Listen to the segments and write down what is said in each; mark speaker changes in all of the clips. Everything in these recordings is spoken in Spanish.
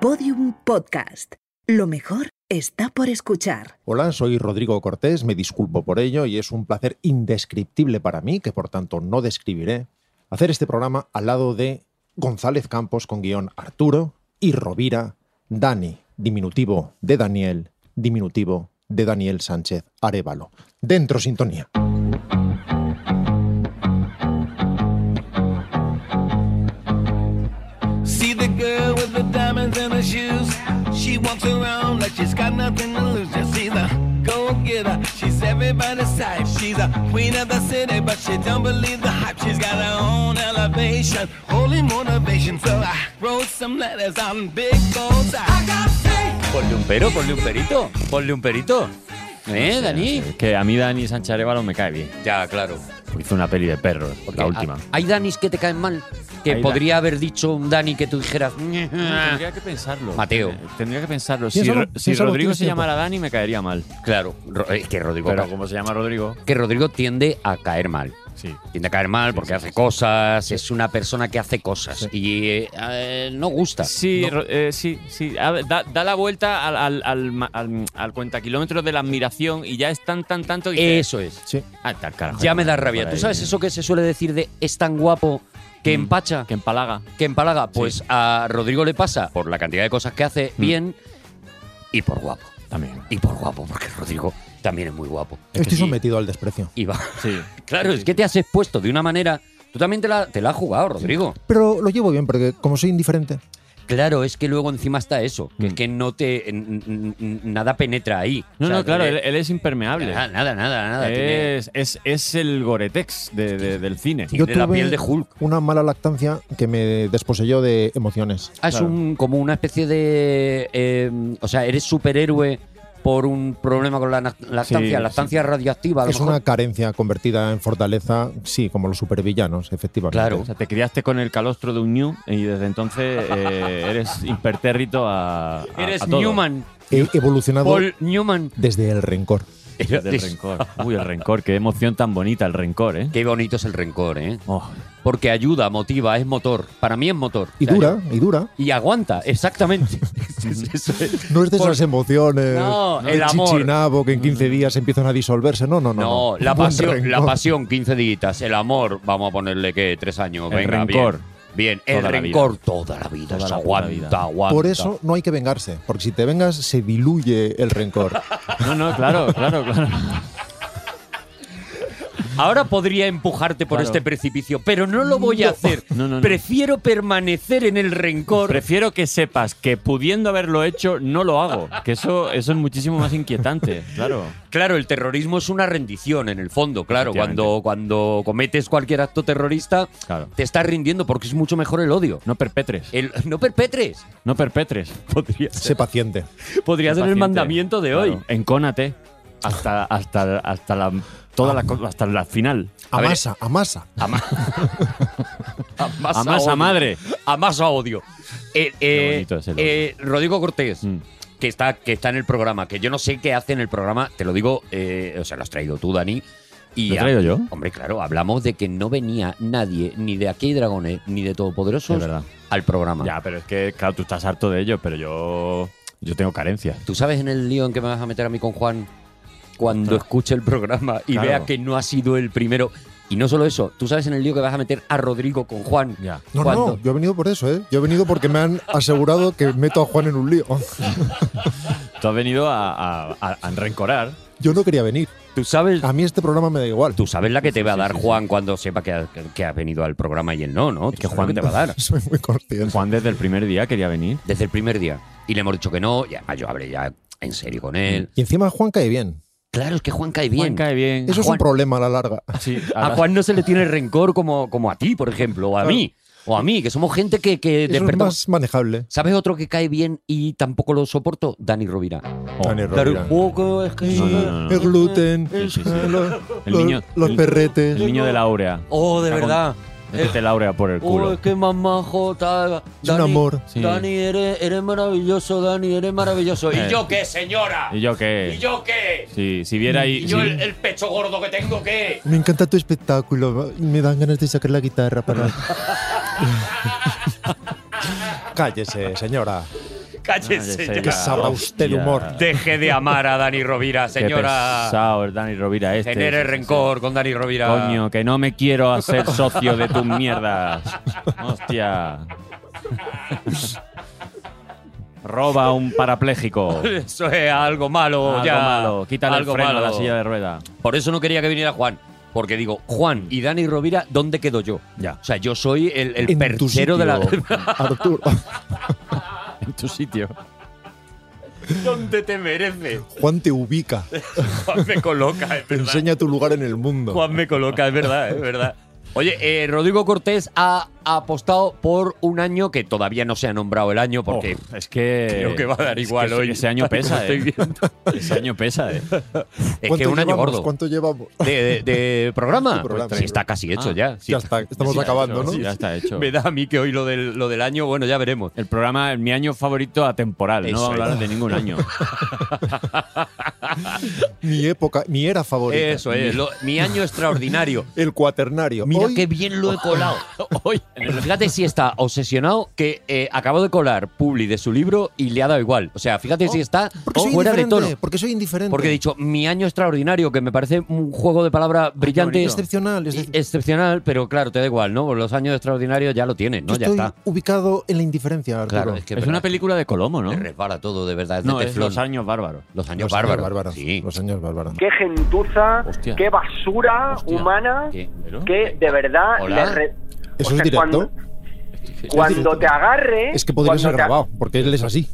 Speaker 1: Podium Podcast. Lo mejor está por escuchar.
Speaker 2: Hola, soy Rodrigo Cortés, me disculpo por ello y es un placer indescriptible para mí, que por tanto no describiré, hacer este programa al lado de González Campos con guión Arturo y Rovira, Dani, diminutivo de Daniel, diminutivo de Daniel Sánchez Arevalo. Dentro sintonía.
Speaker 3: See the girl with the diamonds and the shoes. She walks around like she's got nothing to lose. Just see the go get her. She's everybody's type. She's a queen of the city, but she don't believe the hype. She's got her own elevation, holy motivation. So I wrote some letters on big bold I got faith.
Speaker 4: Ponle un pero, ponle un perito, ponle un perito. ¿Eh, Dani?
Speaker 5: Que a mí Dani Sánchez Arevalo me cae bien.
Speaker 4: Ya, claro.
Speaker 5: porque Pues Hizo una peli de perros,
Speaker 4: Porque ah, Eh,
Speaker 5: la
Speaker 4: ha-
Speaker 5: última.
Speaker 4: Hay Danis que te caen mal. Que
Speaker 5: Hay da-
Speaker 4: podría haber dicho un Dani que tú dijeras.
Speaker 5: Tendría que pensarlo.
Speaker 4: ah. Mateo.
Speaker 5: Ten- Tendría que pensarlo. Si,
Speaker 2: Piénsalo,
Speaker 5: Ro- si
Speaker 2: piénsalo,
Speaker 5: Rodrigo
Speaker 2: tienes
Speaker 5: se
Speaker 2: tiempo.
Speaker 5: llamara Dani, me caería mal.
Speaker 4: Claro, Ro- es que Rodrigo.
Speaker 5: Pero como se llama Rodrigo,
Speaker 4: Que Rodrigo tiende a caer mal.
Speaker 5: sí.
Speaker 4: Tiende a caer mal porque
Speaker 5: sí,
Speaker 4: hace
Speaker 5: sí.
Speaker 4: cosas, es una persona que hace cosas y eh, eh, no gusta.
Speaker 5: Sí,
Speaker 4: No.
Speaker 5: Ro- eh, sí, sí. A ver, da, da la vuelta al, al, al, ma- al- al cuentakilómetro de la admiración y ya es tan, tan, tanto. que
Speaker 4: Eso es.
Speaker 2: Sí.
Speaker 5: Ah, tal, carajo.
Speaker 4: Ya me da rabia.
Speaker 5: Por
Speaker 4: ¿Tú
Speaker 5: ahí.
Speaker 4: sabes eso que se suele decir de es tan guapo que
Speaker 5: Mm.
Speaker 4: empacha?
Speaker 5: Que empalaga.
Speaker 4: que empalaga. Pues a Rodrigo le pasa por la cantidad de cosas que hace
Speaker 5: Mm.
Speaker 4: bien y por guapo.
Speaker 5: También.
Speaker 4: Y por guapo, porque Rodrigo también es muy guapo.
Speaker 2: Estoy
Speaker 4: Y-
Speaker 2: sometido al desprecio.
Speaker 4: y va.
Speaker 5: Sí.
Speaker 4: Claro, es que te has expuesto de una manera. Tú también te la, te la has jugado, Rodrigo.
Speaker 2: Pero lo llevo bien porque como soy indiferente,
Speaker 4: Claro, es que luego encima está eso, que es que no te. n- n- n- nada penetra ahí.
Speaker 5: No,
Speaker 4: O sea,
Speaker 5: no, claro,
Speaker 4: eh,
Speaker 5: él, él es impermeable.
Speaker 4: nada, nada, nada. nada, tiene-
Speaker 5: es, es, es el Goretex de- de- del cine.
Speaker 4: Sí. de la piel de Hulk.
Speaker 2: una mala lactancia que me desposeyó de emociones.
Speaker 4: Ah, es
Speaker 5: Claro.
Speaker 4: un, como una especie de. eh, o sea, eres superhéroe por un problema con la na- lactancia,
Speaker 5: Sí,
Speaker 4: lactancia radioactiva. a lo
Speaker 2: Es
Speaker 4: mejor.
Speaker 2: una carencia convertida en fortaleza, sí, como los supervillanos, efectivamente.
Speaker 4: Claro.
Speaker 5: O sea, te criaste con el calostro de un ñu y desde entonces eh, eres impertérrito a, a-
Speaker 4: Eres
Speaker 5: a todo.
Speaker 4: Newman,
Speaker 2: He evolucionado
Speaker 4: Paul Newman.
Speaker 2: desde el rencor.
Speaker 5: Del rencor. Uy, el rencor, qué emoción tan bonita el rencor, ¿eh?
Speaker 4: Qué bonito es el rencor, ¿eh?
Speaker 5: Oh,
Speaker 4: Porque ayuda, motiva, es motor. Para mí es motor.
Speaker 2: Y
Speaker 4: O sea,
Speaker 2: dura, y dura.
Speaker 4: Y aguanta, exactamente. Eso es.
Speaker 2: No es de
Speaker 4: Por-
Speaker 2: esas emociones.
Speaker 4: No, el amor.
Speaker 2: chichinabo que en 15 días empiezan a disolverse. No, no, no.
Speaker 4: No, la
Speaker 2: Buen
Speaker 4: pasión, la
Speaker 2: rencor.
Speaker 4: pasión, 15 días. El amor, vamos a ponerle que tres años.
Speaker 5: El
Speaker 4: venga,
Speaker 5: rencor.
Speaker 4: Bien, bien. el
Speaker 5: Toda la
Speaker 4: rencor toda la vida.
Speaker 5: Toda
Speaker 4: eso
Speaker 5: la puta
Speaker 4: aguanta,
Speaker 5: vida.
Speaker 4: aguanta.
Speaker 2: Por eso no hay que vengarse, porque si te vengas se diluye el rencor.
Speaker 5: No, no, claro, claro, claro.
Speaker 4: Ahora podría empujarte por
Speaker 5: Claro.
Speaker 4: este precipicio, pero no lo voy a hacer.
Speaker 5: No, no, no.
Speaker 4: Prefiero permanecer en el rencor.
Speaker 5: Prefiero que sepas que pudiendo haberlo hecho, no lo hago. Que eso, eso es muchísimo más inquietante, claro.
Speaker 4: Claro, el terrorismo es una rendición en el fondo, claro.
Speaker 5: Efectivamente.
Speaker 4: Cuando, cuando cometes cualquier acto terrorista,
Speaker 5: Claro.
Speaker 4: te estás rindiendo porque es mucho mejor el odio.
Speaker 5: No perpetres.
Speaker 4: El, no perpetres.
Speaker 5: No perpetres.
Speaker 4: Podría ser,
Speaker 2: sé paciente.
Speaker 4: podría ser el
Speaker 5: Paciente.
Speaker 4: mandamiento de hoy.
Speaker 5: Claro. Encónate hasta, hasta, hasta la toda la co- hasta la final.
Speaker 4: A ver.
Speaker 2: Amasa, amasa.
Speaker 4: A más,
Speaker 5: A más
Speaker 4: odio.
Speaker 5: a madre.
Speaker 4: A más a odio. Eh, eh,
Speaker 5: bonito es el odio.
Speaker 4: eh, Rodrigo Cortés.
Speaker 5: Mm.
Speaker 4: Que está, que está en el programa, que yo no sé qué hace en el programa, te lo digo, eh, o sea, lo has traído tú, Dani. Y
Speaker 5: ¿Lo he
Speaker 4: ha-
Speaker 5: traído yo?
Speaker 4: Hombre, claro, hablamos de que no venía nadie, ni de aquí hay dragones, ni de
Speaker 5: Es
Speaker 4: Todopoderosos,
Speaker 5: verdad.
Speaker 4: al programa.
Speaker 5: Ya, pero es que, claro, tú estás harto de ello, pero yo, yo tengo carencias.
Speaker 4: ¿Tú sabes en el lío en que me vas a meter a mí con Juan cuando
Speaker 5: Ostras.
Speaker 4: escuche el programa y
Speaker 5: Claro.
Speaker 4: vea que no ha sido el primero? Y no solo eso, tú sabes en el lío que vas a meter a Rodrigo con Juan.
Speaker 5: Ya.
Speaker 2: No,
Speaker 4: cuando-
Speaker 2: no, yo he venido por eso, ¿eh? Yo he venido porque me han asegurado que meto a Juan en un lío.
Speaker 5: Tú has venido a, a- a- a enrencorar.
Speaker 2: Yo no quería venir.
Speaker 4: Tú sabes,
Speaker 2: A mí este programa me da igual.
Speaker 4: tú sabes la que te va a
Speaker 5: sí,
Speaker 4: dar
Speaker 5: sí, sí.
Speaker 4: Juan cuando sepa que, ha- que has venido al programa y él no, ¿no?
Speaker 5: Es
Speaker 4: Tú
Speaker 5: que
Speaker 4: sabes
Speaker 5: Juan-
Speaker 4: lo que te va a dar
Speaker 2: Soy muy consciente.
Speaker 5: Juan desde el primer día quería venir.
Speaker 4: desde el primer día. Y le hemos dicho que no, y además yo hablé ya en serio con él.
Speaker 2: Y encima Juan cae bien.
Speaker 4: Claro, es que Juan cae bien.
Speaker 5: Mm. Juan cae bien. Ah,
Speaker 2: Eso es
Speaker 4: Juan-
Speaker 2: un problema a la larga.
Speaker 5: Sí,
Speaker 4: A Juan no se le tiene rencor como, como a ti, por ejemplo, o a
Speaker 2: Claro.
Speaker 4: mí. O a mí, que somos gente que, que
Speaker 2: Eso es
Speaker 4: despertamos-
Speaker 2: más manejable.
Speaker 4: ¿Sabes otro que cae bien y tampoco lo soporto? Dani Rovira.
Speaker 5: Oh.
Speaker 2: Dani
Speaker 4: Claro,
Speaker 2: Rovira.
Speaker 4: el juego es que-
Speaker 5: No, no, no, no.
Speaker 2: El gluten,
Speaker 5: Sí, sí, sí.
Speaker 2: Los,
Speaker 4: Ah,
Speaker 5: El
Speaker 2: los-
Speaker 5: niño-
Speaker 2: los
Speaker 5: el-
Speaker 2: perretes.
Speaker 5: El niño de Laurea.
Speaker 4: Oh, de
Speaker 5: Está con-
Speaker 4: verdad.
Speaker 5: Métete Laurea por el
Speaker 4: Oh,
Speaker 5: culo.
Speaker 4: es que más majo. tal.
Speaker 2: Es un
Speaker 4: Dani,
Speaker 2: amor.
Speaker 5: Sí.
Speaker 4: Dani, eres, eres maravilloso, Dani, eres maravilloso.
Speaker 5: Eh.
Speaker 4: ¿Y yo qué, señora?
Speaker 5: ¿Y yo qué?
Speaker 4: ¿Y yo qué?
Speaker 5: Sí, si viera ahí.
Speaker 4: ¿Y yo
Speaker 5: si-
Speaker 4: el, el pecho gordo que tengo qué?
Speaker 2: Me encanta tu espectáculo. Me dan ganas de sacar la
Speaker 5: Ah,
Speaker 2: guitarra para. Cállese, señora.
Speaker 4: Cállese
Speaker 5: Cállese
Speaker 4: ya.
Speaker 2: Que sabrá usted humor.
Speaker 4: Deje de amar a Dani Rovira,
Speaker 5: Qué
Speaker 4: señora.
Speaker 5: pesado el Dani Rovira este.
Speaker 4: Genere
Speaker 5: Sí, sí, sí.
Speaker 4: rencor con Dani Rovira.
Speaker 5: Coño, que no me quiero hacer socio de tus mierdas. Hostia. Roba a un parapléjico.
Speaker 4: Eso es algo malo.
Speaker 5: algo
Speaker 4: ya.
Speaker 5: malo. Quítale
Speaker 4: Algo
Speaker 5: el freno
Speaker 4: malo.
Speaker 5: a la silla de rueda.
Speaker 4: Por eso no quería que viniera Juan. Porque digo, Juan y Dani Rovira, ¿dónde quedo yo?
Speaker 5: Ya.
Speaker 4: O sea, yo soy el, el
Speaker 2: En tu
Speaker 4: perchero de la.
Speaker 2: sitio, Arturo.
Speaker 5: En tu sitio.
Speaker 4: ¿Dónde te merece?
Speaker 2: Juan te ubica.
Speaker 4: Juan me coloca, es
Speaker 2: Te
Speaker 4: verdad.
Speaker 2: enseña tu lugar en el mundo.
Speaker 4: Juan me coloca, es verdad, es verdad. Oye, eh, Rodrigo Cortés ha apostado por un año que todavía no se ha nombrado el año porque
Speaker 5: Oh, es que.
Speaker 4: creo que va a dar
Speaker 5: es que
Speaker 4: igual
Speaker 5: ese-
Speaker 4: hoy.
Speaker 5: Ese año pesa,
Speaker 4: Estoy
Speaker 5: eh.
Speaker 4: viendo.
Speaker 5: Ese año pesa, eh.
Speaker 4: Es que
Speaker 2: ¿Cuánto
Speaker 4: es un año
Speaker 2: llevamos?
Speaker 4: gordo.
Speaker 2: ¿Cuánto llevamos?
Speaker 4: De, de- de programa?
Speaker 2: De programa.
Speaker 4: Pues sí, está casi hecho
Speaker 5: Ah,
Speaker 4: ya. sí.
Speaker 2: ya está, estamos
Speaker 5: Sí,
Speaker 2: acabando,
Speaker 5: sí,
Speaker 2: ¿no?
Speaker 5: sí, ya está hecho.
Speaker 4: Me da a mí que hoy lo del, lo del año, bueno, ya veremos.
Speaker 5: El programa, mi año favorito atemporal.
Speaker 4: Eso
Speaker 5: no vamos a hablar
Speaker 4: es.
Speaker 5: de ningún año.
Speaker 2: Mi época, mi era favorita.
Speaker 4: Eso es, lo- mi año extraordinario.
Speaker 2: El cuaternario.
Speaker 4: Mira
Speaker 2: Hoy,
Speaker 4: qué bien lo he colado. Hoy, fíjate si está obsesionado que eh, acabo de colar Publi de su libro y le ha dado igual. O sea, fíjate si está
Speaker 2: porque soy
Speaker 4: Oh, fuera de
Speaker 2: indiferente,
Speaker 4: tono.
Speaker 2: Porque soy indiferente.
Speaker 4: Porque he dicho mi año extraordinario, que me parece un juego de palabras brillante,
Speaker 5: bonito.
Speaker 2: excepcional. Es
Speaker 4: excep-
Speaker 2: decir,
Speaker 4: excepcional, eh, pero claro, te da igual, ¿no? Los años extraordinarios ya lo tienes, ¿no?
Speaker 2: yo
Speaker 4: Ya
Speaker 2: estoy
Speaker 4: está.
Speaker 2: ubicado en la indiferencia, Arturo.
Speaker 4: Claro, es que
Speaker 5: es una película de Colomo, ¿no?
Speaker 4: Me resbala todo, de verdad. es de
Speaker 5: No, es
Speaker 4: teflón.
Speaker 5: Los Años Bárbaros.
Speaker 4: Los años
Speaker 2: Los
Speaker 4: bárbaros.
Speaker 2: años bárbaros.
Speaker 4: Sí.
Speaker 2: Los años bárbaros.
Speaker 6: qué gentuza,
Speaker 5: Hostia.
Speaker 6: qué basura
Speaker 5: Hostia.
Speaker 6: humana,
Speaker 5: ¿Qué? ¿Pero?
Speaker 6: que de verdad...
Speaker 4: Hola.
Speaker 6: le re-
Speaker 2: ¿Eso
Speaker 6: o
Speaker 2: es
Speaker 6: sea,
Speaker 2: directo?
Speaker 6: Cuando, cuando te agarre...
Speaker 2: Es que podría
Speaker 6: cuando
Speaker 2: ser
Speaker 6: te a-
Speaker 2: grabado, porque él es así.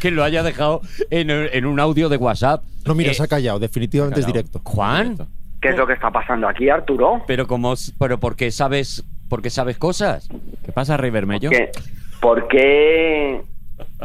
Speaker 4: Que lo haya dejado en, en un audio de WhatsApp.
Speaker 2: No, mira,
Speaker 4: Eh,
Speaker 2: se ha callado. Definitivamente es
Speaker 5: callado.
Speaker 2: directo.
Speaker 4: Juan,
Speaker 6: ¿Qué es lo que está pasando aquí, Arturo?
Speaker 4: pero como pero porque sabes porque sabes cosas.
Speaker 5: ¿Qué pasa, Rey Bermello?
Speaker 6: ¿Qué? ¿Por qué...?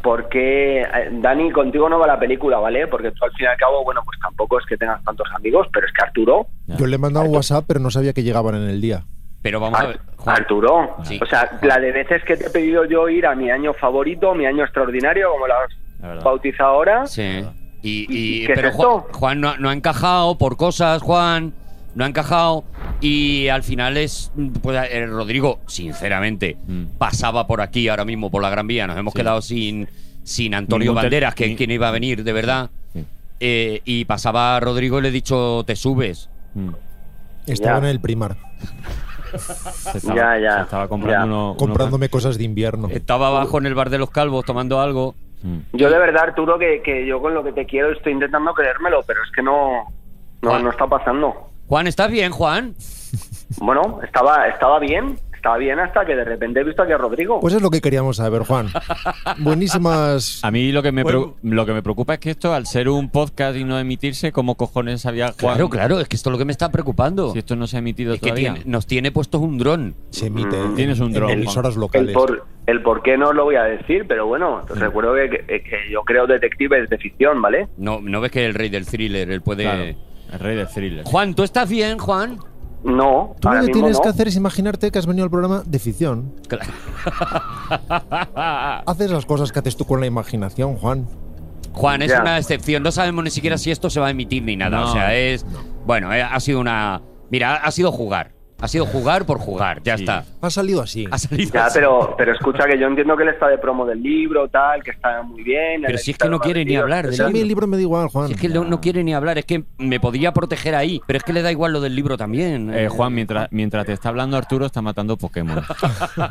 Speaker 6: ¿Por qué? eh, Dani, contigo no va la película, ¿vale? Porque tú al fin y al cabo, bueno, pues tampoco es que tengas tantos amigos, pero es que Arturo,
Speaker 5: Ya.
Speaker 2: Yo le he mandado un WhatsApp, pero no sabía que llegaban en el día.
Speaker 4: Pero vamos a
Speaker 6: Ar-
Speaker 4: ver, Juan,
Speaker 6: Arturo,
Speaker 4: Sí.
Speaker 6: o sea, la de veces que te he pedido yo ir a mi año favorito, mi año extraordinario, como lo
Speaker 5: La
Speaker 6: has
Speaker 5: verdad.
Speaker 6: bautizado ahora,
Speaker 4: Sí. Y, y-
Speaker 6: ¿Y qué es
Speaker 4: pero Juan,
Speaker 6: esto?
Speaker 4: Juan no, ha- no ha encajado por cosas, Juan. No ha encajado. Y al final es. Pues, eh, Rodrigo, sinceramente,
Speaker 5: Mm.
Speaker 4: pasaba por aquí ahora mismo, por la Gran Vía. Nos hemos quedado sin, sin Antonio
Speaker 5: Ningún tel-
Speaker 4: Banderas, que es
Speaker 5: ni-
Speaker 4: quien iba a venir, de verdad.
Speaker 5: Sí.
Speaker 4: Eh, y pasaba a Rodrigo y le he dicho, te subes.
Speaker 5: Mm.
Speaker 2: Estaba
Speaker 6: Ya.
Speaker 2: en el primar,
Speaker 5: Se estaba,
Speaker 6: Ya, ya,
Speaker 5: se estaba comprando
Speaker 6: ya.
Speaker 5: uno- uno-
Speaker 2: comprándome cosas de invierno.
Speaker 4: Estaba abajo en el bar de los calvos tomando algo.
Speaker 5: Mm.
Speaker 6: yo de verdad, Arturo, que, que yo con lo que te quiero estoy intentando creérmelo, pero es que no, no,
Speaker 4: Juan.
Speaker 6: no está pasando.
Speaker 4: Juan, ¿estás bien, Juan?
Speaker 6: Bueno, estaba, estaba bien, estaba bien hasta que de repente he visto aquí a Rodrigo.
Speaker 2: Pues es lo que queríamos saber, Juan. Buenísimas.
Speaker 5: A mí lo que, me
Speaker 2: Bueno.
Speaker 5: preo- lo que me preocupa es que esto, al ser un podcast y no emitirse, ¿cómo cojones había Juan?
Speaker 4: Claro, claro, es que esto es lo que me está preocupando.
Speaker 5: Si esto no se ha emitido
Speaker 4: es que
Speaker 5: todavía.
Speaker 4: tiene- nos tiene puestos un dron.
Speaker 2: Se emite.
Speaker 6: Mm.
Speaker 5: Tienes un
Speaker 2: en
Speaker 5: dron,
Speaker 2: emisoras
Speaker 6: el
Speaker 2: locales.
Speaker 6: por, el por qué no lo voy a decir, pero bueno,
Speaker 2: Mm.
Speaker 6: te recuerdo que, que- que yo creo detectives de ficción, ¿vale?
Speaker 4: No, no ves que el rey del thriller, él puede.
Speaker 5: Claro, el rey del thriller.
Speaker 4: Juan, ¿tú estás bien, Juan?
Speaker 6: No,
Speaker 2: Tú lo
Speaker 6: ahora
Speaker 2: que
Speaker 6: mismo
Speaker 2: tienes
Speaker 6: no.
Speaker 2: que hacer es imaginarte que has venido al programa de ficción. Haces las cosas que haces tú con la imaginación, Juan.
Speaker 4: Juan, es
Speaker 6: Ya.
Speaker 4: una excepción. No sabemos ni siquiera si esto se va a emitir ni nada.
Speaker 5: No,
Speaker 4: o sea, es. Bueno, eh, ha sido una. Mira, ha sido jugar. Ha sido jugar por jugar. Ya
Speaker 5: Sí.
Speaker 4: está.
Speaker 2: Ha salido así.
Speaker 4: Ha salido.
Speaker 6: Ya,
Speaker 4: así.
Speaker 6: pero, pero escucha que yo entiendo que él está de promo del libro, tal, que está muy bien.
Speaker 4: Pero
Speaker 6: el
Speaker 4: si es que no
Speaker 6: editor
Speaker 4: quiere ni
Speaker 6: lo ha
Speaker 4: hablar
Speaker 6: vendido,
Speaker 4: del
Speaker 2: Sí, a mí
Speaker 4: libro.
Speaker 2: el libro me da igual, Juan.
Speaker 4: Si es que no, no quiere ni hablar, es que me podía proteger ahí. Pero es que le da igual lo del libro también.
Speaker 5: Eh, Juan, mientras, mientras te está hablando Arturo, está matando Pokémon.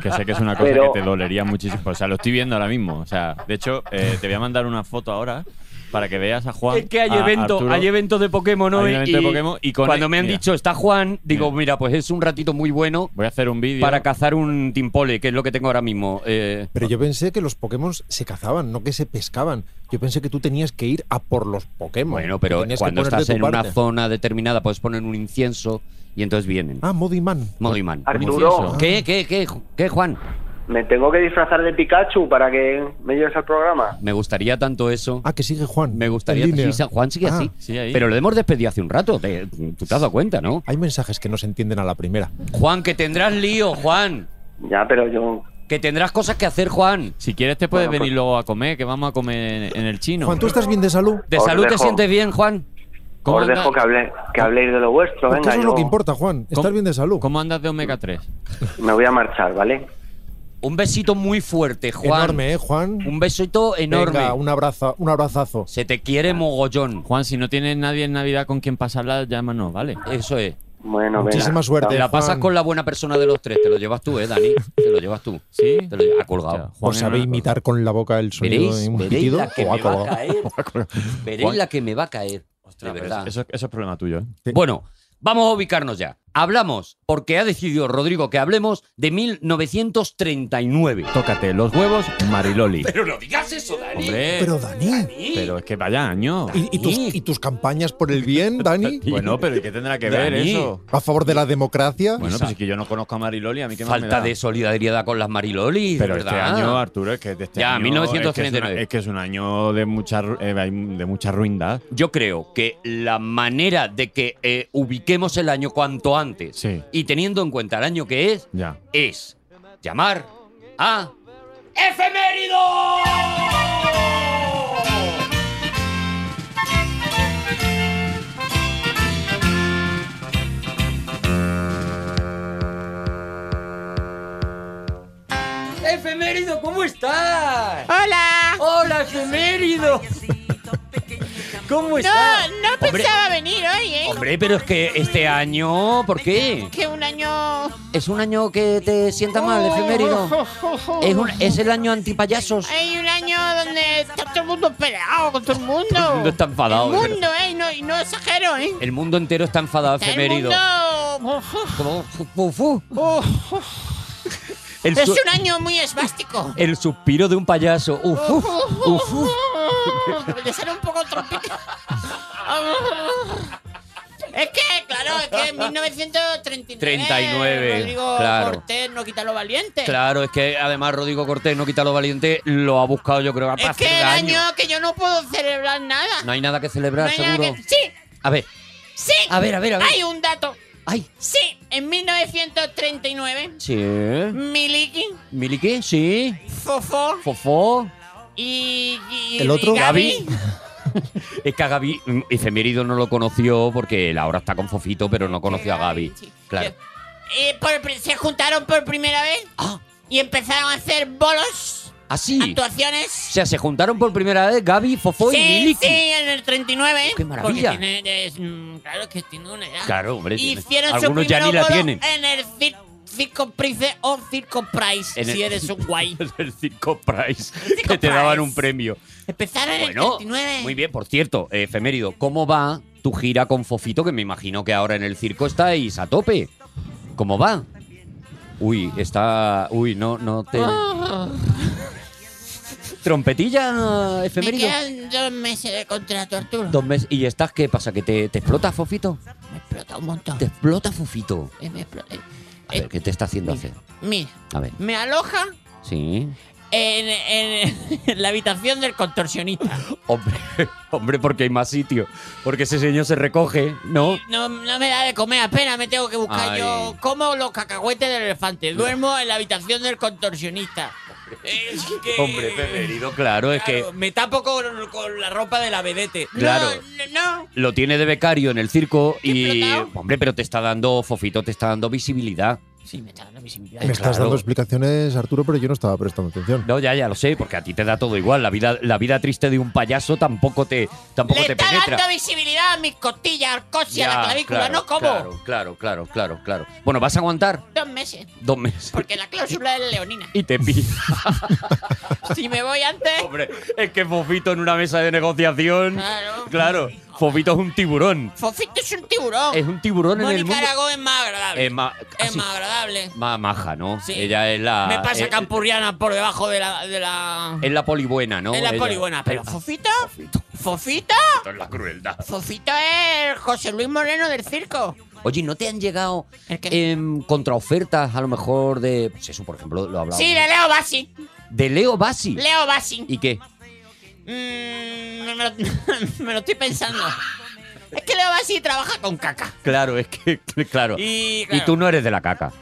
Speaker 5: que sé que es una cosa
Speaker 6: Pero-
Speaker 5: que te dolería muchísimo. O sea, lo estoy viendo ahora mismo. O sea, de hecho, eh, te voy a mandar una foto ahora para que veas a Juan.
Speaker 4: Es que hay
Speaker 5: a
Speaker 4: evento,
Speaker 5: Arturo.
Speaker 4: hay evento de Pokémon hoy.
Speaker 5: Hay evento de
Speaker 4: y
Speaker 5: Pokémon y con- e-
Speaker 4: cuando me han
Speaker 5: mira.
Speaker 4: dicho está Juan, digo,
Speaker 5: Mira.
Speaker 4: mira, pues es un ratito muy bueno
Speaker 5: Voy a hacer un vídeo.
Speaker 4: para cazar un timpole, que es lo que tengo ahora mismo. Eh,
Speaker 2: Pero yo pensé que los Pokémon se cazaban, no que se pescaban. Yo pensé que tú tenías que ir a por los Pokémon.
Speaker 4: bueno,
Speaker 2: que
Speaker 4: pero
Speaker 2: tenías que
Speaker 4: cuando
Speaker 2: poner de
Speaker 4: estás
Speaker 2: tu
Speaker 4: en
Speaker 2: parte.
Speaker 4: una zona determinada puedes poner un incienso y entonces vienen.
Speaker 2: Ah, modo imán.
Speaker 4: Modo imán.
Speaker 6: Arturo,
Speaker 2: Ah.
Speaker 4: ¿Qué, qué, qué, qué, Juan?
Speaker 6: me tengo que disfrazar de Pikachu para que me lleves al programa.
Speaker 4: Me gustaría tanto eso.
Speaker 2: Ah, que sigue Juan.
Speaker 4: Me gustaría.
Speaker 2: en línea.
Speaker 4: Sí, San Juan sigue
Speaker 2: Ah,
Speaker 4: así.
Speaker 5: sí, ahí.
Speaker 4: Pero lo hemos despedido hace un rato. te- tú te has dado cuenta, ¿no?
Speaker 2: Hay mensajes que no se entienden a la primera.
Speaker 4: Juan, que tendrás lío, Juan.
Speaker 6: Ya, pero yo.
Speaker 4: Que tendrás cosas que hacer, Juan.
Speaker 5: Si quieres, te puedes
Speaker 6: Bueno, pues-
Speaker 5: venir luego a comer, que vamos a comer en, en el chino.
Speaker 2: Juan, ¿tú estás bien de salud?
Speaker 4: ¿De
Speaker 6: Os
Speaker 4: salud te
Speaker 6: dejo.
Speaker 4: sientes bien, Juan?
Speaker 5: ¿Cómo
Speaker 6: Os
Speaker 5: anda-
Speaker 6: dejo que, hable, que habléis de lo vuestro,
Speaker 2: Porque
Speaker 6: venga,
Speaker 2: Pues eso es
Speaker 6: yo
Speaker 2: lo que importa, Juan.
Speaker 5: ¿Cómo-
Speaker 2: Estar bien de salud.
Speaker 5: ¿Cómo andas de Omega 3?
Speaker 6: me voy a marchar, ¿vale?
Speaker 4: Un besito muy fuerte, Juan.
Speaker 2: Enorme, ¿eh, Juan?
Speaker 4: Un besito enorme.
Speaker 2: Venga, un, abrazo, un abrazazo.
Speaker 4: Se te quiere mogollón.
Speaker 5: Juan, si no tienes nadie en Navidad con quien pasarla, llámanos, ¿vale?
Speaker 4: Eso es.
Speaker 6: Bueno, venga.
Speaker 2: Muchísima suerte.
Speaker 4: Te la pasas
Speaker 2: Juan.
Speaker 4: con la buena persona de los tres. Te lo llevas tú, ¿eh, Dani? Te lo llevas tú.
Speaker 5: Sí.
Speaker 4: Te lo lle- ha colgado.
Speaker 5: Hostia, Juan
Speaker 2: ¿Os sabe
Speaker 5: Hernández.
Speaker 2: imitar con la boca el sonido
Speaker 4: Veréis,
Speaker 2: de un
Speaker 4: veréis
Speaker 2: pitido?
Speaker 4: la que
Speaker 2: O ha
Speaker 4: me va a
Speaker 2: colgado.
Speaker 4: caer.
Speaker 2: O ha colgado.
Speaker 4: Veréis la que me va a caer.
Speaker 5: Ostras,
Speaker 4: de
Speaker 5: pero
Speaker 4: verdad.
Speaker 5: Eso, eso es problema tuyo, ¿eh?
Speaker 2: Sí.
Speaker 4: Bueno, vamos a ubicarnos ya. Hablamos, porque ha decidido Rodrigo que hablemos de 1939.
Speaker 5: Tócate los huevos, Mariloli.
Speaker 4: Pero no digas eso, Dani.
Speaker 5: Hombre, pero,
Speaker 2: Pero Dani,
Speaker 5: es que vaya año.
Speaker 2: ¿y, y tus, y tus campañas por el bien, Dani?
Speaker 5: Bueno, pero ¿y qué tendrá que ver
Speaker 4: Dani.
Speaker 5: eso?
Speaker 2: ¿A favor de la democracia?
Speaker 5: Bueno, pues es que yo no conozco a Mariloli, a mí qué más me
Speaker 4: Falta
Speaker 5: da?
Speaker 4: de solidaridad con las Marilolis,
Speaker 5: Pero
Speaker 4: ¿verdad?
Speaker 5: este año, Arturo, es que de este
Speaker 4: Ya,
Speaker 5: año.
Speaker 4: 1939.
Speaker 5: Es que es, una- es que es un año de mucha, ru- eh, hay de mucha ruindad.
Speaker 4: Yo creo que la manera de que eh, ubiquemos el año cuanto antes
Speaker 5: Sí.
Speaker 4: y teniendo en cuenta el año que es,
Speaker 5: Ya.
Speaker 4: es llamar a Efemérido. Efemérido, ¿cómo estás?
Speaker 7: ¡Hola!
Speaker 4: Hola, Efemérido. ¿Cómo estás?
Speaker 7: Ah, No, no
Speaker 4: Hombre,
Speaker 7: pensaba venir hoy, ¿eh?
Speaker 4: Hombre, pero es que este año, ¿por qué?
Speaker 7: Que un año.
Speaker 4: Es un año que te sienta mal, efemérido. Es, un- es el año antipayasos.
Speaker 7: Hay eh, un año donde está todo el mundo peleado con todo el mundo.
Speaker 4: Todo el mundo está enfadado,
Speaker 7: El
Speaker 4: es
Speaker 7: mundo, ¿eh? Y no, y no exagero, ¿eh?
Speaker 4: El mundo entero está enfadado,
Speaker 7: Está
Speaker 4: efemérido.
Speaker 7: El mundo.
Speaker 4: Como fu- fu- fu. El,
Speaker 7: Es
Speaker 4: su-
Speaker 7: un año muy esvástico.
Speaker 4: el suspiro de un payaso. Uf, uf, uf, uf.
Speaker 7: Le sale un poco trompita. Es que, claro, es que en 1939.
Speaker 4: 39,
Speaker 7: Rodrigo
Speaker 4: claro.
Speaker 7: Cortés no quita lo valiente.
Speaker 4: Claro, es que además Rodrigo Cortés, no quita lo valiente, lo ha buscado yo creo a
Speaker 7: Es
Speaker 4: partir
Speaker 7: que
Speaker 4: de
Speaker 7: el
Speaker 4: año.
Speaker 7: año que yo no puedo celebrar nada.
Speaker 4: No hay nada que
Speaker 7: No
Speaker 4: celebrar,
Speaker 7: hay nada
Speaker 4: seguro.
Speaker 7: que- Sí,
Speaker 4: A ver,
Speaker 7: sí.
Speaker 4: a ver, a ver, a ver.
Speaker 7: Hay un dato.
Speaker 4: Ay.
Speaker 7: Sí, en 1939,
Speaker 4: Sí.
Speaker 7: Miliki,
Speaker 4: Miliki, sí.
Speaker 7: Fofó
Speaker 4: Fofó.
Speaker 7: y, y-
Speaker 2: ¿El otro?
Speaker 7: y Gaby.
Speaker 4: Es que a Gaby, mm, efemérido no lo conoció porque él ahora está con Fofito, pero no conoció a Gaby.
Speaker 7: Sí.
Speaker 4: Claro.
Speaker 7: Eh, por pri- se juntaron por primera vez
Speaker 4: Ah.
Speaker 7: y empezaron a hacer bolos,
Speaker 4: Así. O
Speaker 7: actuaciones.
Speaker 4: sea, se juntaron por primera vez Gaby, Fofó y
Speaker 7: sí,
Speaker 4: Miliki. Oh,
Speaker 7: sí, en el 39.
Speaker 4: ¡Qué maravilla!
Speaker 7: porque tiene- es, mm, claro que tiene una edad.
Speaker 4: Claro, hombre. tiene-
Speaker 7: Hicieron su
Speaker 4: Algunos ya ni
Speaker 7: primer
Speaker 4: la
Speaker 7: bolo
Speaker 4: tienen.
Speaker 7: en el cir- Circo Price o Circo Price,
Speaker 4: En el-
Speaker 7: si eres un guay.
Speaker 4: El Circo Price,
Speaker 7: Circo
Speaker 4: que te daban
Speaker 7: Price.
Speaker 4: un premio.
Speaker 7: Empezaron en el
Speaker 4: Bueno,
Speaker 7: 39.
Speaker 4: muy bien. Por cierto, eh, efemérido, ¿cómo va tu gira con Fofito? Que me imagino que ahora en el circo estáis a tope. ¿Cómo va? Uy, está. Uy, no, no te.
Speaker 7: Ah.
Speaker 4: Trompetilla,
Speaker 7: Me
Speaker 4: efemérido.
Speaker 7: quedan dos meses de contrato, Arturo.
Speaker 4: Dos meses. ¿Y estás qué pasa? ¿Que te, te explota, Fofito?
Speaker 7: Me explota un montón.
Speaker 4: Te explota, Fofito.
Speaker 7: Eh, me explota. Eh,
Speaker 4: A ver, ¿qué te está haciendo hacer?
Speaker 7: Mira,
Speaker 4: A ver.
Speaker 7: me aloja
Speaker 4: Sí.
Speaker 7: en, en- en la habitación del contorsionista.
Speaker 4: Hombre, hombre, porque hay más sitio. Porque ese señor se recoge, ¿no?
Speaker 7: No, no me da de comer apenas, me tengo que buscar
Speaker 4: Ay.
Speaker 7: yo. Como los cacahuetes del elefante. Duermo en la habitación del contorsionista. Es que-
Speaker 4: Hombre, efemérido, claro, es que
Speaker 7: Claro, Me tapo con, con la ropa de la vedete.
Speaker 4: Claro.
Speaker 7: No, no.
Speaker 4: lo tiene de becario en el circo y.
Speaker 7: explotado.
Speaker 4: Hombre, pero te está dando, Fofito, te está dando visibilidad.
Speaker 7: Sí, me está dando visibilidad.
Speaker 2: Me estás
Speaker 4: claro.
Speaker 2: dando explicaciones, Arturo, pero yo no estaba prestando atención.
Speaker 4: No, ya, ya lo sé, porque a ti te da todo igual. La vida, la vida triste de un payaso tampoco te, tampoco
Speaker 7: Le
Speaker 4: te
Speaker 7: está
Speaker 4: penetra.
Speaker 7: dando visibilidad a mis costillas, al coche, a
Speaker 4: Ya,
Speaker 7: la clavícula,
Speaker 4: claro,
Speaker 7: ¿no? ¿Cómo?
Speaker 4: Claro, claro, claro, claro, claro. Bueno, vas a aguantar
Speaker 7: Dos meses.
Speaker 4: dos meses.
Speaker 7: Porque la cláusula es leonina.
Speaker 4: Y te pide.
Speaker 7: Si me voy antes.
Speaker 4: Hombre, es que Fofito en una mesa de negociación.
Speaker 7: Claro.
Speaker 4: Claro, Fofito es un tiburón.
Speaker 7: Fofito es un tiburón.
Speaker 4: Es un Eh, tiburón en el
Speaker 7: Mónica
Speaker 4: mundo.
Speaker 7: Aragón es más agradable.
Speaker 4: Es más,
Speaker 7: Es más agradable.
Speaker 4: más maja, ¿no?
Speaker 7: Sí.
Speaker 4: Ella es la.
Speaker 7: me pasa
Speaker 4: es-
Speaker 7: Campurriana por debajo de la. De la...
Speaker 4: Es la polibuena, ¿no?
Speaker 7: es la
Speaker 4: Ella-
Speaker 7: polibuena, pero
Speaker 4: Ah,
Speaker 7: Fofito,
Speaker 4: Fofito.
Speaker 7: Fofito,
Speaker 4: Esto es la crueldad.
Speaker 7: Fofito es el José Luis Moreno del circo.
Speaker 4: Oye, ¿no te han llegado
Speaker 7: ¿El qué?
Speaker 4: em, contraofertas a lo mejor de. Pues eso, por ejemplo, lo hablamos.
Speaker 7: Sí, de Leo Bassi.
Speaker 4: De Leo Bassi.
Speaker 7: Leo Bassi.
Speaker 4: ¿Y qué?
Speaker 7: Mm, me, lo, me lo estoy pensando. Es que Leo Bassi trabaja con caca.
Speaker 4: Claro, es que. Claro.
Speaker 7: Y,
Speaker 4: Y tú no eres de la caca.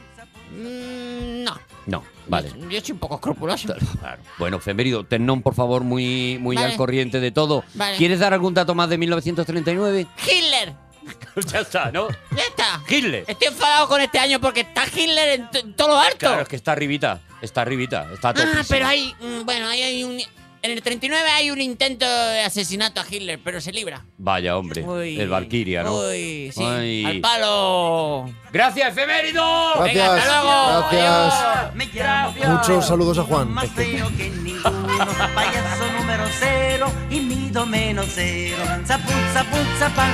Speaker 7: Mm, no.
Speaker 4: No, vale.
Speaker 7: Yo, yo soy un poco escrupuloso.
Speaker 4: Claro. Bueno, Femerido, tennos por favor muy, muy
Speaker 7: Vale.
Speaker 4: al corriente de todo.
Speaker 7: Vale.
Speaker 4: ¿Quieres dar algún dato más de 1939?
Speaker 7: Hitler.
Speaker 4: ya está, ¿no?
Speaker 7: Ya está.
Speaker 4: Hitler.
Speaker 7: Estoy enfadado con este año porque está Hitler en t- todo lo alto.
Speaker 4: Claro, es que está arribita. Está arribita. Está
Speaker 7: ah,
Speaker 4: topísima.
Speaker 7: pero hay. mm, Bueno, ahí hay un. En el 39 hay un intento de asesinato a Hitler, pero se libra.
Speaker 4: Vaya, hombre.
Speaker 7: Uy.
Speaker 4: el Valkyria, ¿no?
Speaker 7: Uy, sí.
Speaker 4: Ay.
Speaker 7: Al palo.
Speaker 4: ¡Gracias, efemérido!
Speaker 2: Gracias.
Speaker 7: hasta luego.
Speaker 2: Gracias.
Speaker 3: Me llamo
Speaker 2: Muchos saludos a Juan.
Speaker 3: Más feo que ninguno, payaso número cero y mido menos cero. Zapun, zapun, zapá.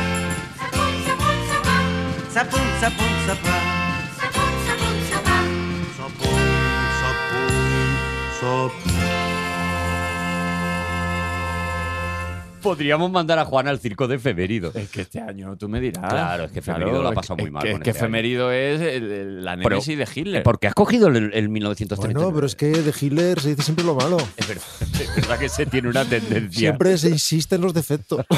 Speaker 3: Zapun, zapun, zapá. Zapun, zapun, zapá.
Speaker 4: Podríamos mandar a Juan al circo de efemérido.
Speaker 2: Eh,
Speaker 5: Es que este año tú me dirás.
Speaker 4: Claro, es que efemérido lo ha
Speaker 5: es
Speaker 4: pasado
Speaker 5: que-
Speaker 4: muy
Speaker 5: es
Speaker 4: mal
Speaker 5: que- Es
Speaker 4: con
Speaker 5: que
Speaker 4: este año.
Speaker 5: efemérido es el- el- la
Speaker 4: Pero-
Speaker 5: némesis de Hitler.
Speaker 4: ¿Por qué Eh, has cogido el, el 1930?
Speaker 2: Bueno, pero es que de Hitler se dice siempre lo malo.
Speaker 4: Es verdad, es verdad que se tiene una tendencia.
Speaker 2: Siempre se insiste en los defectos.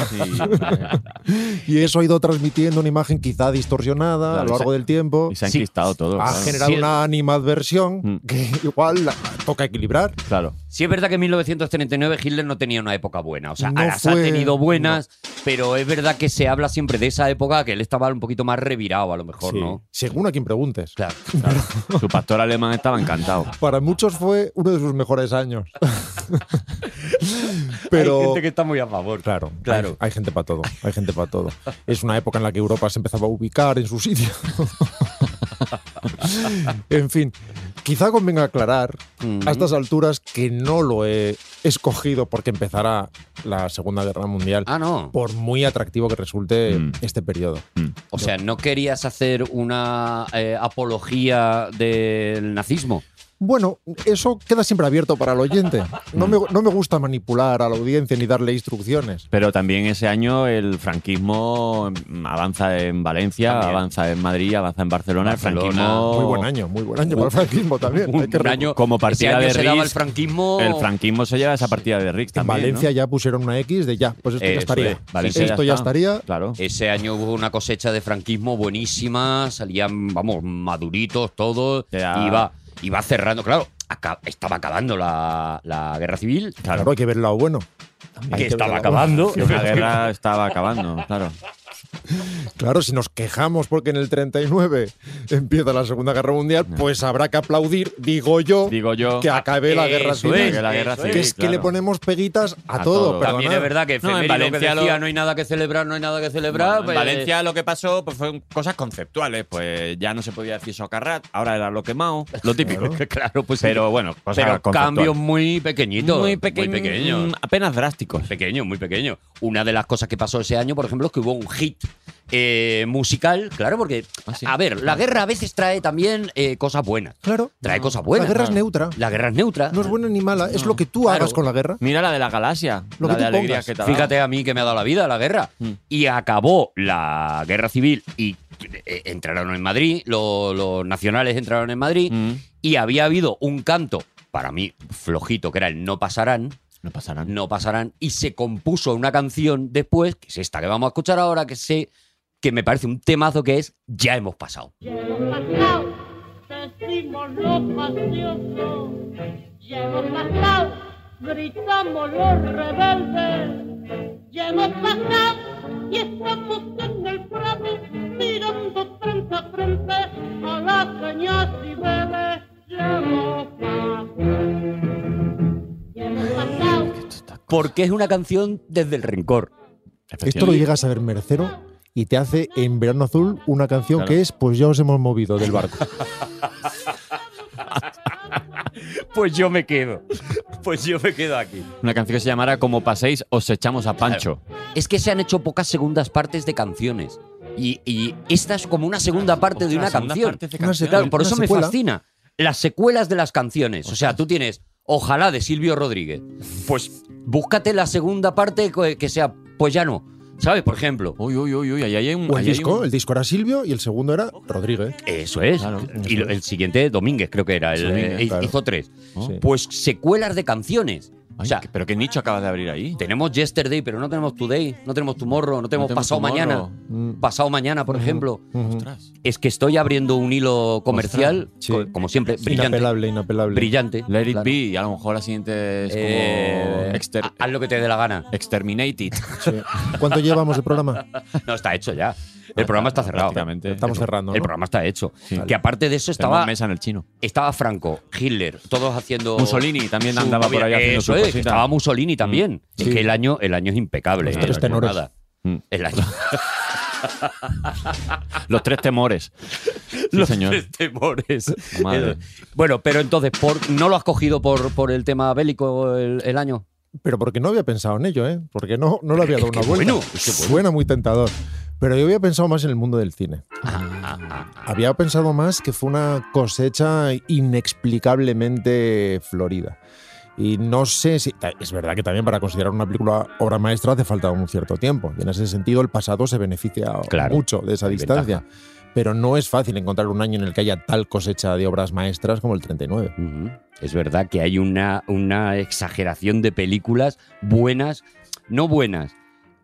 Speaker 2: y eso ha ido transmitiendo una imagen quizá distorsionada a
Speaker 5: Claro,
Speaker 2: lo largo
Speaker 5: esa-
Speaker 2: del tiempo.
Speaker 5: Y se han
Speaker 4: Sí.
Speaker 5: enquistado todo.
Speaker 2: Ha
Speaker 5: claro.
Speaker 2: generado
Speaker 4: Sí.
Speaker 2: una animadversión
Speaker 5: Ah. Mm.
Speaker 2: que igual la- toca equilibrar.
Speaker 5: Claro.
Speaker 4: Sí es verdad que en 1939 Hitler no tenía una época buena. O sea,
Speaker 2: No
Speaker 4: ahora
Speaker 2: fue-
Speaker 4: ha tenido buenas, pero es verdad que se habla siempre de esa época que él estaba un poquito más revirado, a lo mejor,
Speaker 2: Sí.
Speaker 4: ¿no?
Speaker 2: Según a quien preguntes.
Speaker 4: Claro.
Speaker 5: Su pastor alemán estaba encantado.
Speaker 2: Para muchos fue uno de sus mejores años. Pero
Speaker 4: Hay gente que está muy a favor.
Speaker 2: Claro,
Speaker 4: Claro.
Speaker 2: Hay, hay gente para todo, hay gente para todo. Es una época en la que Europa se empezaba a ubicar en su sitio. en fin, quizá convenga aclarar
Speaker 4: Mm.
Speaker 2: a estas alturas que no lo he escogido porque empezará la Segunda Guerra Mundial,
Speaker 4: Ah, no.
Speaker 2: por muy atractivo que resulte
Speaker 5: Mm.
Speaker 2: este periodo.
Speaker 4: O sea, ¿no querías hacer una eh, apología del nazismo?
Speaker 2: Bueno, eso queda siempre abierto para el oyente. No me, no me gusta manipular a la audiencia ni darle instrucciones.
Speaker 5: Pero también ese año el franquismo mm, avanza en Valencia,
Speaker 4: También.
Speaker 5: avanza en Madrid, avanza en Barcelona.
Speaker 4: Barcelona.
Speaker 5: El franquismo.
Speaker 2: Muy buen año, muy buen año para el franquismo también. hay que
Speaker 4: Un año-
Speaker 5: Como
Speaker 4: ese
Speaker 5: partida
Speaker 4: año
Speaker 5: de
Speaker 4: se daba el
Speaker 5: Risk,
Speaker 4: franquismo.
Speaker 5: El franquismo se lleva esa partida de Rix
Speaker 2: En
Speaker 5: también.
Speaker 2: Valencia
Speaker 5: ¿no?
Speaker 2: ya pusieron una X de ya, pues esto ya
Speaker 5: Eso
Speaker 2: estaría.
Speaker 5: es, Valencia
Speaker 2: esto ya,
Speaker 5: está.
Speaker 2: estaría.
Speaker 5: Claro.
Speaker 4: Ese año hubo una cosecha de franquismo buenísima, salían, vamos, maduritos todos,
Speaker 5: Ya.
Speaker 4: iba, iba cerrando, claro, aca- estaba acabando la, la guerra civil,
Speaker 2: Claro, hay que ver el lado bueno. Hay
Speaker 4: que
Speaker 2: ver el
Speaker 4: estaba
Speaker 2: lado
Speaker 4: acabando.
Speaker 5: Que una guerra estaba acabando, claro.
Speaker 2: bueno. Claro, si nos quejamos porque en el 39 empieza la Segunda Guerra Mundial, pues habrá que aplaudir, digo yo,
Speaker 5: Digo yo.
Speaker 2: que acabe la guerra
Speaker 4: Eso
Speaker 2: civil.
Speaker 4: es,
Speaker 5: que la guerra
Speaker 4: eso
Speaker 5: civil,
Speaker 2: que es que le
Speaker 5: claro.
Speaker 2: ponemos peguitas a,
Speaker 5: A
Speaker 2: todo,
Speaker 5: todo.
Speaker 4: También
Speaker 2: perdonad.
Speaker 4: es verdad que
Speaker 5: No, en
Speaker 4: efemérido que
Speaker 5: Valencia
Speaker 4: decía,
Speaker 5: lo-
Speaker 4: no hay nada que celebrar, no hay nada que celebrar.
Speaker 5: Bueno, en
Speaker 4: pues,
Speaker 5: Valencia lo que pasó pues, fueron cosas conceptuales, pues ya no se podía decir socarrat, ahora era lo quemado, lo típico.
Speaker 4: Claro, pues sí.
Speaker 5: Pero bueno, cosas
Speaker 4: Pero
Speaker 5: conceptuales.
Speaker 4: cambios muy pequeñitos. Muy,
Speaker 5: pequeño-
Speaker 4: pequeños.
Speaker 5: mm, apenas drásticos.
Speaker 4: Pequeño, muy pequeño. Una de las cosas que pasó ese año, por ejemplo, es que hubo un hit eh, musical, claro, porque,
Speaker 5: Ah, sí.
Speaker 4: a ver, la guerra a veces trae también eh, cosas buenas.
Speaker 2: Claro.
Speaker 5: Ah.
Speaker 4: Trae cosas buenas.
Speaker 2: La guerra es
Speaker 4: Claro.
Speaker 2: neutra.
Speaker 4: La guerra es neutra.
Speaker 2: No es buena ni mala, es lo que tú
Speaker 4: Claro.
Speaker 2: hagas con la guerra.
Speaker 5: Mira la de la galaxia,
Speaker 2: Lo
Speaker 5: la
Speaker 2: que
Speaker 5: de
Speaker 2: tú
Speaker 5: alegría
Speaker 2: pongas.
Speaker 5: que te ha dado.
Speaker 4: Fíjate a mí que me ha dado la vida la guerra.
Speaker 5: Mm.
Speaker 4: Y acabó la guerra civil y eh, entraron en Madrid, lo- los nacionales entraron en Madrid
Speaker 5: Mm,
Speaker 4: y había habido un canto, para mí flojito, que era el No pasarán,
Speaker 5: no pasará nada.
Speaker 4: No pasarán, y se compuso una canción después, que es esta que vamos a escuchar ahora, que sé que me parece un temazo que es Ya hemos pasado.
Speaker 8: Ya hemos pasado, decimos los pasiosos. Ya hemos pasado, gritamos los rebeldes. Ya hemos pasado y estamos en el prado mirando frente a frente a las cañas y bebés. Ya hemos pasado. Ya hemos pasado.
Speaker 4: Porque es una canción desde el rencor.
Speaker 2: Esto lo llegas a ver Mercero y te hace en Verano Azul una canción
Speaker 5: Claro.
Speaker 2: que es Pues ya os hemos movido del barco.
Speaker 4: Pues yo me quedo. Pues yo me quedo aquí.
Speaker 5: Una canción que se llamara Como paséis, os echamos a Pancho.
Speaker 4: Es que se han hecho pocas segundas partes de canciones. Y, y esta es como una segunda parte de
Speaker 5: Ostras,
Speaker 4: una
Speaker 5: segunda
Speaker 4: canción.
Speaker 5: parte de
Speaker 2: Una
Speaker 5: canción.
Speaker 4: Claro, por
Speaker 2: Una
Speaker 4: eso me
Speaker 2: secuela.
Speaker 4: fascina. Las secuelas de las canciones. O sea, tú tienes Ojalá de Silvio Rodríguez. Pues búscate la segunda parte que que sea, pues ya no. ¿Sabes? Por ejemplo.
Speaker 5: Uy, uy, uy, uy, ahí hay un.
Speaker 2: O el
Speaker 5: ahí hay
Speaker 2: disco,
Speaker 5: un-
Speaker 2: el disco era Silvio y el segundo era Rodríguez.
Speaker 4: Eso es.
Speaker 5: Claro,
Speaker 4: y lo- el siguiente, Domínguez, creo que era. El,
Speaker 5: Domínguez,
Speaker 4: eh,
Speaker 2: claro.
Speaker 4: Hizo tres.
Speaker 5: Oh.
Speaker 2: Sí.
Speaker 4: Pues secuelas de canciones.
Speaker 5: Ay,
Speaker 4: o sea,
Speaker 5: qué- pero qué nicho acabas de abrir ahí.
Speaker 4: tenemos Yesterday, pero no tenemos Today, no tenemos Tomorrow, no tenemos
Speaker 5: tenemos
Speaker 4: Pasado
Speaker 5: Tomorrow.
Speaker 4: Mañana.
Speaker 2: Mm.
Speaker 4: Pasado Mañana, por ejemplo.
Speaker 2: Ujú.
Speaker 5: Ostras.
Speaker 4: Es que estoy abriendo un hilo comercial,
Speaker 2: Ostras, sí.
Speaker 4: co- como siempre, brillante.
Speaker 2: Inapelable, inapelable.
Speaker 4: Brillante.
Speaker 5: Let it
Speaker 4: claro.
Speaker 5: be, y a lo mejor la siguiente es como.
Speaker 4: Eh,
Speaker 5: exter-
Speaker 4: ha- haz lo que te dé la gana.
Speaker 5: Exterminated.
Speaker 2: Sí. ¿Cuánto llevamos de programa?
Speaker 4: No, está hecho ya. El programa está cerrado.
Speaker 5: Prácticamente.
Speaker 2: Estamos cerrando. ¿no?
Speaker 4: El programa está hecho.
Speaker 5: Sí.
Speaker 4: Que aparte de eso
Speaker 5: Estaba
Speaker 4: estaba,
Speaker 5: mesa en el chino.
Speaker 4: estaba Franco, Hitler, todos haciendo.
Speaker 5: Mussolini también andaba por ahí haciendo Mm.
Speaker 4: Eso
Speaker 5: sus
Speaker 4: es, que
Speaker 5: cositas.
Speaker 4: estaba Mussolini también.
Speaker 2: Sí.
Speaker 4: Es que el año, el año es impecable.
Speaker 2: Los
Speaker 4: ¿eh?
Speaker 2: tres
Speaker 4: No es
Speaker 2: tenores.
Speaker 4: nada.
Speaker 5: Mm.
Speaker 4: El año.
Speaker 5: Los tres temores. Sí, señor.
Speaker 4: tres temores.
Speaker 5: Madre.
Speaker 4: El- bueno, pero entonces, por, ¿no lo has cogido por, por el tema bélico el, el año?
Speaker 2: Pero porque no había pensado en ello, ¿eh? Porque no, no le había dado
Speaker 4: que
Speaker 2: una vuelta.
Speaker 4: bueno, es que bueno.
Speaker 2: Suena muy tentador. Pero yo había pensado más en el mundo del cine.
Speaker 5: Ah,
Speaker 2: Había pensado más que fue una cosecha inexplicablemente florida. Y no sé si. eh, Es verdad que también para considerar una película obra maestra hace falta un cierto tiempo. Y en ese sentido, el pasado se beneficia
Speaker 4: Claro,
Speaker 2: mucho de esa
Speaker 4: hay
Speaker 2: distancia. Pero no es fácil encontrar un año en el que haya tal cosecha de obras maestras como el 39.
Speaker 4: Ujú. Es verdad que hay una, una exageración de películas buenas, no buenas,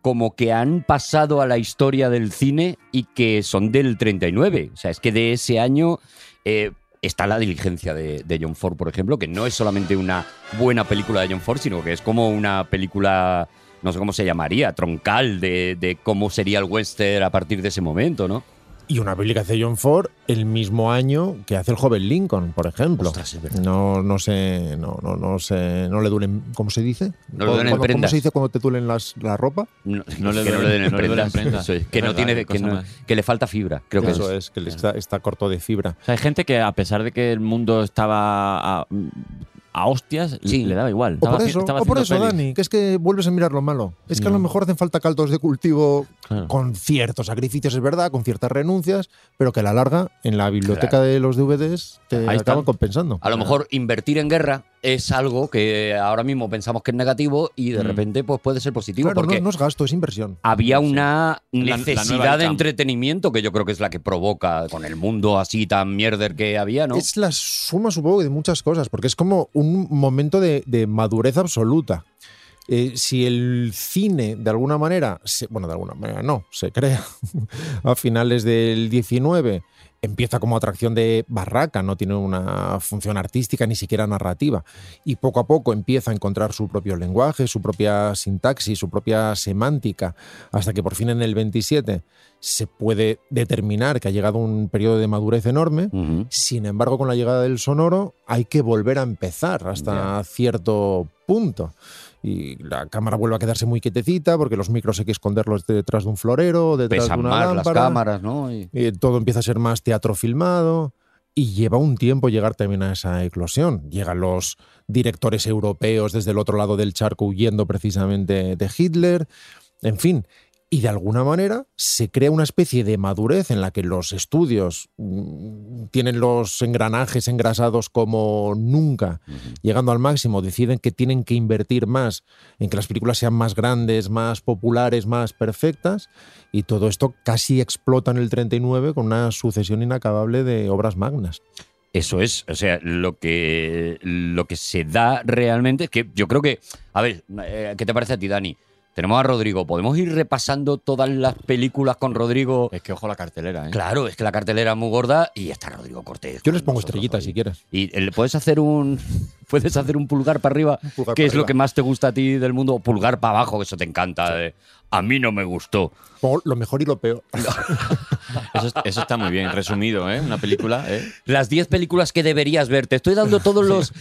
Speaker 4: como que han pasado a la historia del cine y que son del 39. O sea, es que de ese año eh, está la diligencia de, de John Ford, por ejemplo, que no es solamente una buena película de John Ford, sino que es como una película, no sé cómo se llamaría, troncal de, de cómo sería el western a partir de ese momento, ¿no?
Speaker 2: Y una película que hace John Ford el mismo año que hace el joven Lincoln, por ejemplo.
Speaker 4: Ostras, es verdad.
Speaker 2: No, no sé, no, no, no sé, no le duelen, ¿cómo se dice?
Speaker 4: No le duelen
Speaker 2: ¿Cómo- ¿Cómo
Speaker 4: prendas.
Speaker 2: se dice cuando te duelen las, la ropa?
Speaker 4: No,
Speaker 5: No le
Speaker 4: que no
Speaker 5: duele-
Speaker 4: le den
Speaker 5: no le duele
Speaker 4: prendas.
Speaker 5: prenda.
Speaker 4: Eso es,
Speaker 5: Es
Speaker 4: que no
Speaker 5: verdad,
Speaker 4: tiene
Speaker 5: qué
Speaker 4: que,
Speaker 5: cosa
Speaker 4: no-
Speaker 5: más.
Speaker 4: que le falta fibra, creo que
Speaker 2: Eso
Speaker 4: es.
Speaker 2: es, que le está, está corto de fibra.
Speaker 5: O sea, hay gente que a pesar de que el mundo estaba a, a hostias,
Speaker 4: Sí.
Speaker 5: le daba igual.
Speaker 2: O
Speaker 5: Estaba
Speaker 2: por
Speaker 5: haci-
Speaker 2: eso,
Speaker 5: estaba
Speaker 2: o por eso
Speaker 5: haciendo pelis.
Speaker 2: Dani, que es que vuelves a mirar lo malo. Es que a lo
Speaker 5: No.
Speaker 2: mejor hacen falta caldos de cultivo
Speaker 5: Claro.
Speaker 2: con ciertos sacrificios, es verdad, con ciertas renuncias, pero que a la larga, en la biblioteca de los DVDs, te
Speaker 5: Ahí
Speaker 2: acaban
Speaker 5: están.
Speaker 2: compensando.
Speaker 4: A lo mejor invertir en guerra es algo que ahora mismo pensamos que es negativo y de
Speaker 5: Mm.
Speaker 4: repente pues puede ser positivo
Speaker 2: Claro, no-
Speaker 4: porque
Speaker 2: no es gasto, es inversión.
Speaker 4: había una
Speaker 5: La- la
Speaker 4: necesidad
Speaker 5: nueva
Speaker 4: de
Speaker 5: Icam.
Speaker 4: entretenimiento que yo creo que es la que provoca con el mundo así tan mierder que había, ¿no?
Speaker 2: Es la suma, supongo, de muchas cosas, porque es como un momento de, de madurez absoluta. Eh, si el cine, de alguna manera, se- bueno, de alguna manera no, se crea a finales del 19, empieza como atracción de barraca, no tiene una función artística, ni siquiera narrativa, y poco a poco empieza a encontrar su propio lenguaje, su propia sintaxis, su propia semántica, hasta que por fin en el 27 se puede determinar que ha llegado un periodo de madurez enorme,
Speaker 4: Ujú.
Speaker 2: sin embargo, con la llegada del sonoro hay que volver a empezar hasta cierto punto. Y la cámara vuelve a quedarse muy quietecita porque los micros hay que esconderlos detrás de un florero, detrás de
Speaker 4: Pesan
Speaker 2: una
Speaker 4: más
Speaker 2: lámpara.
Speaker 4: las cámaras, ¿no? Y-
Speaker 2: Eh, todo empieza a ser más teatro filmado y lleva un tiempo llegar también a esa eclosión. Llegan los directores europeos desde el otro lado del charco huyendo precisamente de Hitler, en fin. Y de alguna manera se crea una especie de madurez en la que los estudios mm, tienen los engranajes engrasados como nunca, llegando al máximo, deciden que tienen que invertir más en que las películas sean más grandes, más populares, más perfectas, y todo esto casi explota en el 39 con una sucesión inacabable de obras magnas.
Speaker 4: Eso es, o sea, lo que, lo que se da realmente es que yo creo que, a ver, eh, ¿qué te parece a ti, Dani? Tenemos a Rodrigo, podemos ir repasando todas las películas con Rodrigo.
Speaker 5: Es que ojo la cartelera, ¿eh?
Speaker 4: Claro, es que la cartelera es muy gorda y está Rodrigo Cortés.
Speaker 2: Yo
Speaker 4: con
Speaker 2: les pongo
Speaker 4: nosotros
Speaker 2: estrellitas
Speaker 4: hoy.
Speaker 2: si quieres.
Speaker 4: Y eh, le puedes hacer un puedes hacer un pulgar para arriba,
Speaker 2: pulgar
Speaker 4: que
Speaker 2: para
Speaker 4: es lo
Speaker 2: arriba.
Speaker 4: que más te gusta a ti del mundo, o pulgar para abajo, que eso te encanta. eh. A mí no me gustó.
Speaker 2: Pongo lo mejor y lo peor.
Speaker 5: Eso, es- eso está muy bien, resumido, ¿eh? Una película, ¿eh?
Speaker 4: Las 10 películas que deberías ver. Te estoy dando todos los,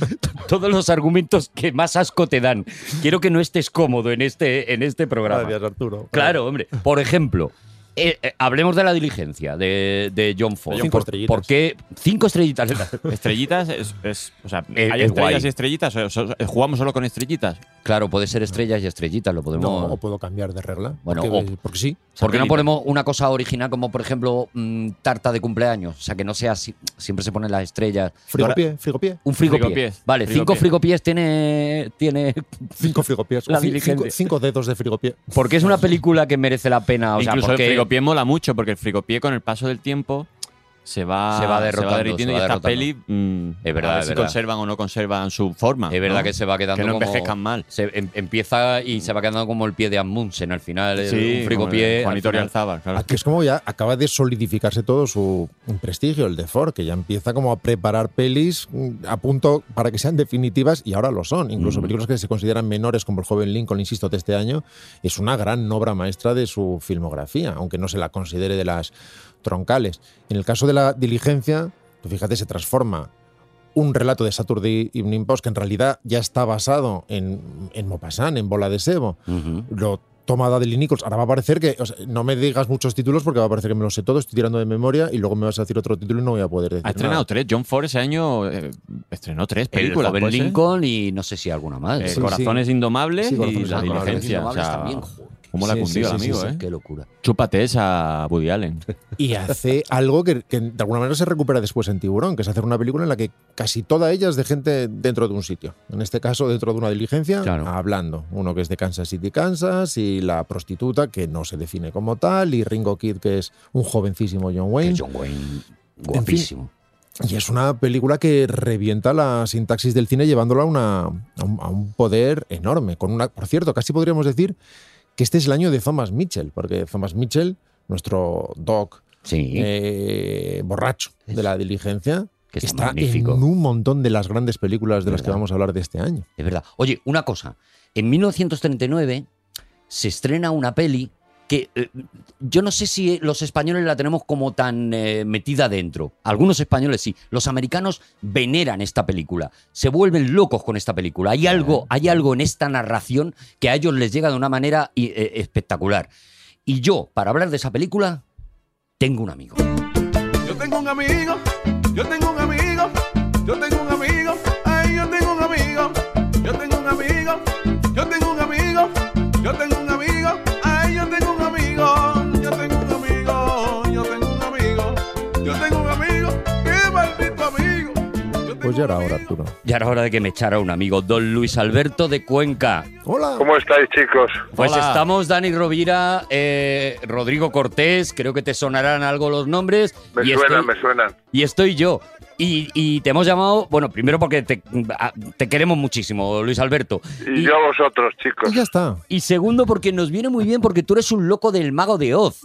Speaker 4: todos los argumentos que más asco te dan. Quiero que no estés cómodo en este, en este programa.
Speaker 2: Gracias, Arturo.
Speaker 4: Claro, hombre. Por ejemplo, eh, eh, hablemos de la diligencia de, de John Ford.
Speaker 2: Cinco
Speaker 4: ¿Por-
Speaker 2: estrellitas.
Speaker 4: ¿Por qué? Cinco estrellitas.
Speaker 5: Estrellitas es, es- O sea,
Speaker 4: Es-
Speaker 5: hay
Speaker 4: es
Speaker 5: estrellas
Speaker 4: guay.
Speaker 5: y estrellitas. o- o- ¿Jugamos solo con estrellitas?
Speaker 4: Claro, puede ser estrellas y estrellitas, lo podemos.
Speaker 2: No, o puedo cambiar de regla.
Speaker 4: Bueno,
Speaker 2: porque,
Speaker 4: o-
Speaker 2: porque sí.
Speaker 4: ¿Por qué no
Speaker 5: Satélite.
Speaker 4: ponemos una cosa original como, por ejemplo, mm, tarta de cumpleaños? O sea, que no sea así. Siempre se ponen las estrellas.
Speaker 2: Frigopié, frigopié.
Speaker 4: Un frigopié.
Speaker 5: Frigopiés.
Speaker 4: Vale,
Speaker 5: Frigopié.
Speaker 4: cinco frigopiés tiene, tiene.
Speaker 2: Cinco frigopiés.
Speaker 4: La
Speaker 2: Cin- cinco,
Speaker 4: diligencia.
Speaker 2: cinco dedos de frigopié.
Speaker 4: Porque es una película que merece la pena. Ah, O sea,
Speaker 5: Incluso
Speaker 4: porque
Speaker 5: el frigopié mola mucho, porque el frigopié con el paso del tiempo se va,
Speaker 4: Se va derrotando,
Speaker 5: derritiendo
Speaker 4: se va
Speaker 5: y esta
Speaker 4: derrotando.
Speaker 5: peli mm,
Speaker 4: Es verdad,
Speaker 5: a ver
Speaker 4: es
Speaker 5: si
Speaker 4: verdad.
Speaker 5: conservan o no conservan su forma.
Speaker 4: Es verdad
Speaker 5: ¿no?
Speaker 4: que se va quedando
Speaker 5: Que no
Speaker 4: como-
Speaker 5: envejezcan mal.
Speaker 4: se em- empieza y se va quedando como el pie de Amundsen al final, el- un frigo
Speaker 5: como el
Speaker 4: pie.
Speaker 5: Juanito
Speaker 4: al final.
Speaker 5: Arialzábal, claro.
Speaker 2: Aquí es como ya acaba de solidificarse todo su prestigio, el de Ford, que ya empieza como a preparar pelis mm, a punto para que sean definitivas y ahora lo son. Incluso películas que se consideran menores, como El joven Lincoln, insisto, de este año, es una gran obra maestra de su filmografía, aunque no se la considere de las troncales. En el caso de la diligencia, tú fíjate, se transforma un relato de Saturday Evening Post que en realidad ya está basado en, en Maupassant, en Bola de Sebo. Lo toma Dudley Nichols. Ahora va a parecer que, o sea, no me digas muchos títulos porque va a parecer que me los sé todos, estoy tirando de memoria y luego me vas a decir otro título y no voy a poder decir
Speaker 5: Ha estrenado
Speaker 2: nada.
Speaker 5: tres. John Ford ese año eh, estrenó tres
Speaker 4: El
Speaker 5: películas.
Speaker 4: joven
Speaker 5: ¿puede ser?
Speaker 4: Lincoln y no sé si alguna más.
Speaker 5: Eh,
Speaker 2: Sí,
Speaker 5: Corazones Indomables
Speaker 2: Sí,
Speaker 5: y
Speaker 2: Corazones
Speaker 5: La
Speaker 2: Indomables.
Speaker 5: Diligencia. O
Speaker 4: Corazones
Speaker 5: sea,
Speaker 4: Indomables también, joder.
Speaker 5: ¿Cómo la
Speaker 2: Sí, sí,
Speaker 5: cundió,
Speaker 2: sí, sí,
Speaker 5: amigo?
Speaker 2: sí.
Speaker 5: eh?
Speaker 4: Qué locura.
Speaker 5: Chúpate esa, Woody Allen.
Speaker 2: Y hace algo que, que de alguna manera se recupera después en Tiburón, que es hacer una película en la que casi toda ella es de gente dentro de un sitio. En este caso, dentro de una diligencia,
Speaker 4: Claro.
Speaker 2: hablando. Uno que es de Kansas City, Kansas, y la prostituta, que no se define como tal, y Ringo Kid, que es un jovencísimo John Wayne.
Speaker 4: Que John Wayne, guapísimo.
Speaker 2: Y es una película que revienta la sintaxis del cine llevándola a, una- a un, a un poder enorme. Con una, por cierto, casi podríamos decir que este es el año de Thomas Mitchell, porque Thomas Mitchell, nuestro doc
Speaker 4: Sí.
Speaker 2: eh, borracho de la diligencia,
Speaker 4: Que está
Speaker 2: está,
Speaker 4: magnífico.
Speaker 2: en un montón de las grandes películas de las que
Speaker 4: ¿Verdad?
Speaker 2: vamos a hablar de este año.
Speaker 4: Es verdad. Oye, una cosa. En 1939 se estrena una peli que eh, yo no sé si los españoles la tenemos como tan eh, metida dentro. Algunos españoles sí. Los americanos veneran esta película. Se vuelven locos con esta película. Hay algo, hay algo en esta narración que a ellos les llega de una manera i- eh, espectacular. Y yo, para hablar de esa película, tengo un amigo.
Speaker 3: Yo tengo un amigo, yo tengo un amigo, yo tengo un amigo, ay, yo tengo un amigo, yo tengo un amigo, yo tengo un amigo, yo tengo un amigo, ay, yo tengo un amigo, yo tengo un amigo, yo tengo un amigo, yo tengo un amigo, qué maldito amigo. Yo tengo
Speaker 2: Pues ya
Speaker 3: un
Speaker 2: era hora,
Speaker 3: amigo.
Speaker 2: Arturo.
Speaker 4: Ya era hora de que me echara un amigo, don Luis Alberto de Cuenca.
Speaker 2: ¡Hola!
Speaker 8: ¿Cómo estáis, chicos?
Speaker 4: Pues
Speaker 5: Hola.
Speaker 4: estamos Dani Rovira, eh, Rodrigo Cortés, creo que te sonarán algo los nombres.
Speaker 8: Me
Speaker 4: y,
Speaker 8: suenan,
Speaker 4: estoy,
Speaker 8: me suenan.
Speaker 4: y estoy yo. Y, y te hemos llamado, bueno, primero porque te, a- te queremos muchísimo, Luis Alberto.
Speaker 8: Y, yo a vosotros, chicos.
Speaker 2: Y ya está.
Speaker 4: y segundo porque nos viene muy bien porque tú eres un loco del mago de Oz.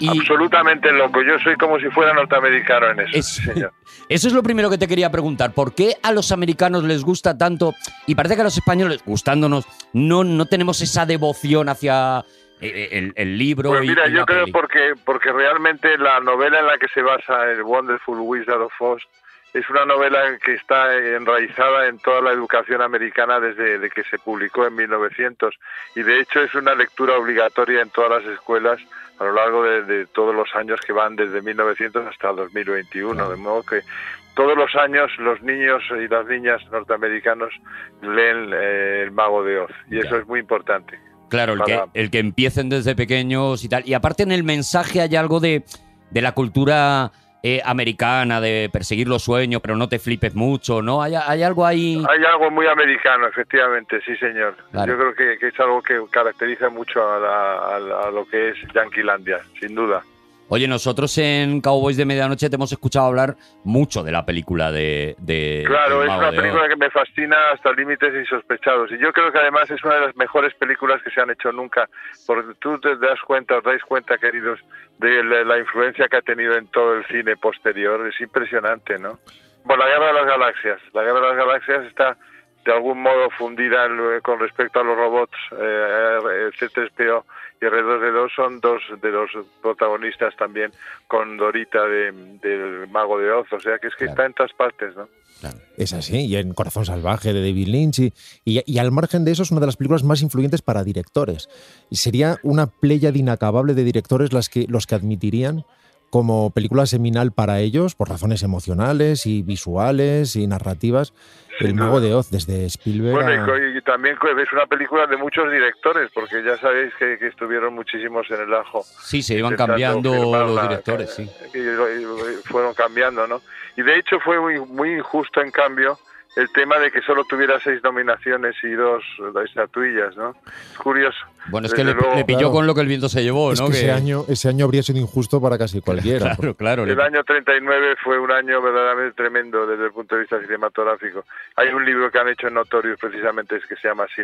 Speaker 4: Y
Speaker 8: Absolutamente loco. Yo soy como si fuera norteamericano en eso.
Speaker 4: Es-
Speaker 8: sí, señor.
Speaker 4: eso es lo primero que te quería preguntar. ¿Por qué a los americanos les gusta tanto? Y parece que a los españoles, gustándonos, no, no tenemos esa devoción hacia eh, el, el libro.
Speaker 8: Pues
Speaker 4: y-
Speaker 8: mira,
Speaker 4: y
Speaker 8: yo
Speaker 4: la
Speaker 8: creo
Speaker 4: peli.
Speaker 8: porque, porque realmente la novela en la que se basa el Wonderful Wizard of Oz es una novela que está enraizada en toda la educación americana desde de que se publicó en 1900 y de hecho es una lectura obligatoria en todas las escuelas a lo largo de, de todos los años que van desde 1900 hasta 2021, de modo que todos los años los niños y las niñas norteamericanos leen eh, El Mago de Oz y eso es muy importante.
Speaker 4: Claro, el que,
Speaker 8: Para-
Speaker 4: el que empiecen desde pequeños y tal. Y aparte en el mensaje hay algo de, de la cultura eh, americana, de perseguir los sueños, pero no te flipes mucho, ¿no? Hay, hay algo ahí...
Speaker 8: Hay algo muy americano, efectivamente, sí, señor.
Speaker 4: Claro.
Speaker 8: Yo creo que, que es algo que caracteriza mucho a, la- a la- a lo que es Yanquilandia, sin duda.
Speaker 4: Oye, nosotros en Cowboys de Medianoche te hemos escuchado hablar mucho de la película de... de-
Speaker 8: Claro,
Speaker 4: del
Speaker 8: es
Speaker 4: Mago
Speaker 8: una
Speaker 4: de Oz.
Speaker 8: película que me fascina hasta límites insospechados. Y yo creo que además es una de las mejores películas que se han hecho nunca. Porque tú te das cuenta, os dais cuenta, queridos, de la, la influencia que ha tenido en todo el cine posterior. Es impresionante, ¿no? Bueno, la Guerra de las Galaxias. La Guerra de las Galaxias está de algún modo fundida en lo- con respecto a los robots. Eh, eh, C3PO y R2D2 son dos de los protagonistas también con Dorita de- del Mago de Oz. O sea que es que
Speaker 4: Claro.
Speaker 8: está en todas partes, ¿no?
Speaker 2: Es así, y en Corazón Salvaje de David Lynch. Y, y- y al margen de eso, es una de las películas más influyentes para directores. Y sería una playa de inacabable de directores las que, los que admitirían como película seminal para ellos, por razones emocionales y visuales y narrativas, El Mago de Oz, desde Spielberg.
Speaker 8: Bueno, y
Speaker 2: a-
Speaker 8: co- y, también co- es una película de muchos directores, porque ya sabéis que, que estuvieron muchísimos en el ajo.
Speaker 4: Sí, se iban
Speaker 8: intentando
Speaker 4: cambiando
Speaker 8: firmarla,
Speaker 4: los directores, sí.
Speaker 8: eh, Y, lo- y fueron cambiando, ¿no? Y de hecho fue muy, muy injusto, en cambio, el tema de que solo tuviera seis nominaciones y dos estatuillas, ¿no? Es curioso.
Speaker 4: Bueno, es que
Speaker 8: desde
Speaker 4: le,
Speaker 8: luego,
Speaker 4: le pilló
Speaker 2: claro.
Speaker 4: con lo que el viento se llevó,
Speaker 2: Es
Speaker 4: ¿no?
Speaker 2: que ese año, ese año habría sido injusto para casi cualquiera.
Speaker 4: Claro, claro. le-
Speaker 8: El año 39 fue un año verdaderamente tremendo desde el punto de vista cinematográfico. Hay un libro que han hecho en Notorious precisamente es que se llama así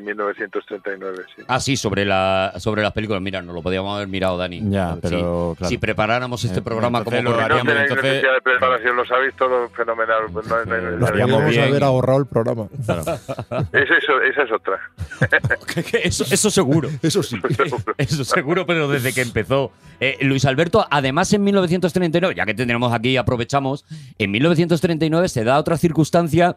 Speaker 8: 1939. sí.
Speaker 4: Ah, sí, sobre, la, sobre las películas. Mira, nos lo podíamos haber mirado, Dani.
Speaker 9: Ya,
Speaker 4: Sí.
Speaker 9: pero, claro.
Speaker 4: Si preparáramos este
Speaker 9: Eh,
Speaker 4: programa
Speaker 9: entonces
Speaker 4: como
Speaker 9: lo
Speaker 8: No
Speaker 9: haríamos-
Speaker 4: corresponde.
Speaker 8: tenéis
Speaker 9: entonces-
Speaker 8: necesidad de preparación, lo sabéis todo fenomenal. pues no- no hay
Speaker 9: Lo
Speaker 8: necesidad
Speaker 2: Lo
Speaker 8: de-
Speaker 2: haríamos
Speaker 9: bien.
Speaker 2: haber ahorrado el programa.
Speaker 8: Es eso, esa es otra.
Speaker 4: eso, eso seguro.
Speaker 2: Eso sí.
Speaker 4: Eso seguro, pero desde que empezó. Eh, Luis Alberto, además en 1939, ya que tenemos aquí, aprovechamos, en 1939 se da otra circunstancia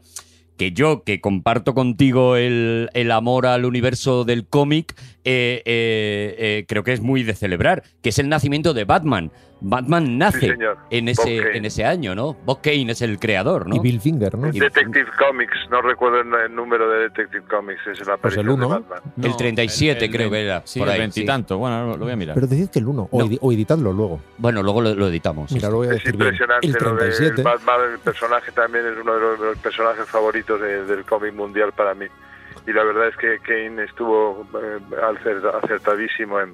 Speaker 4: que yo, que comparto contigo el, el amor al universo del cómic, eh, eh, eh, creo que es muy de celebrar, que es el nacimiento de Batman. Batman nace
Speaker 8: señor.
Speaker 4: en,
Speaker 8: Bob
Speaker 4: ese,
Speaker 8: Kane.
Speaker 4: en ese año, ¿no? Bob Kane es el creador,
Speaker 2: Y
Speaker 4: ¿no?
Speaker 2: Bill Finger, ¿no?
Speaker 8: Detective Comics, no recuerdo el, el número de Detective Comics, es la
Speaker 2: Pues el
Speaker 8: aparición de
Speaker 2: uno.
Speaker 8: Batman.
Speaker 4: El 37 creo que era,
Speaker 9: Sí,
Speaker 4: por ahí,
Speaker 9: el 20 y
Speaker 4: sí.
Speaker 9: tanto. Bueno, lo- lo voy a mirar.
Speaker 2: Pero decid que el 1, o,
Speaker 4: No.
Speaker 2: edi- o editadlo luego.
Speaker 4: Bueno, luego lo, lo editamos.
Speaker 2: Mira, lo voy a
Speaker 8: Es
Speaker 2: decir bien.
Speaker 8: impresionante
Speaker 2: El
Speaker 8: lo de
Speaker 2: 37.
Speaker 8: Batman, el personaje también es uno de los, de los personajes favoritos de- del cómic mundial para mí. Y la verdad es que Kane estuvo eh, acer- acertadísimo en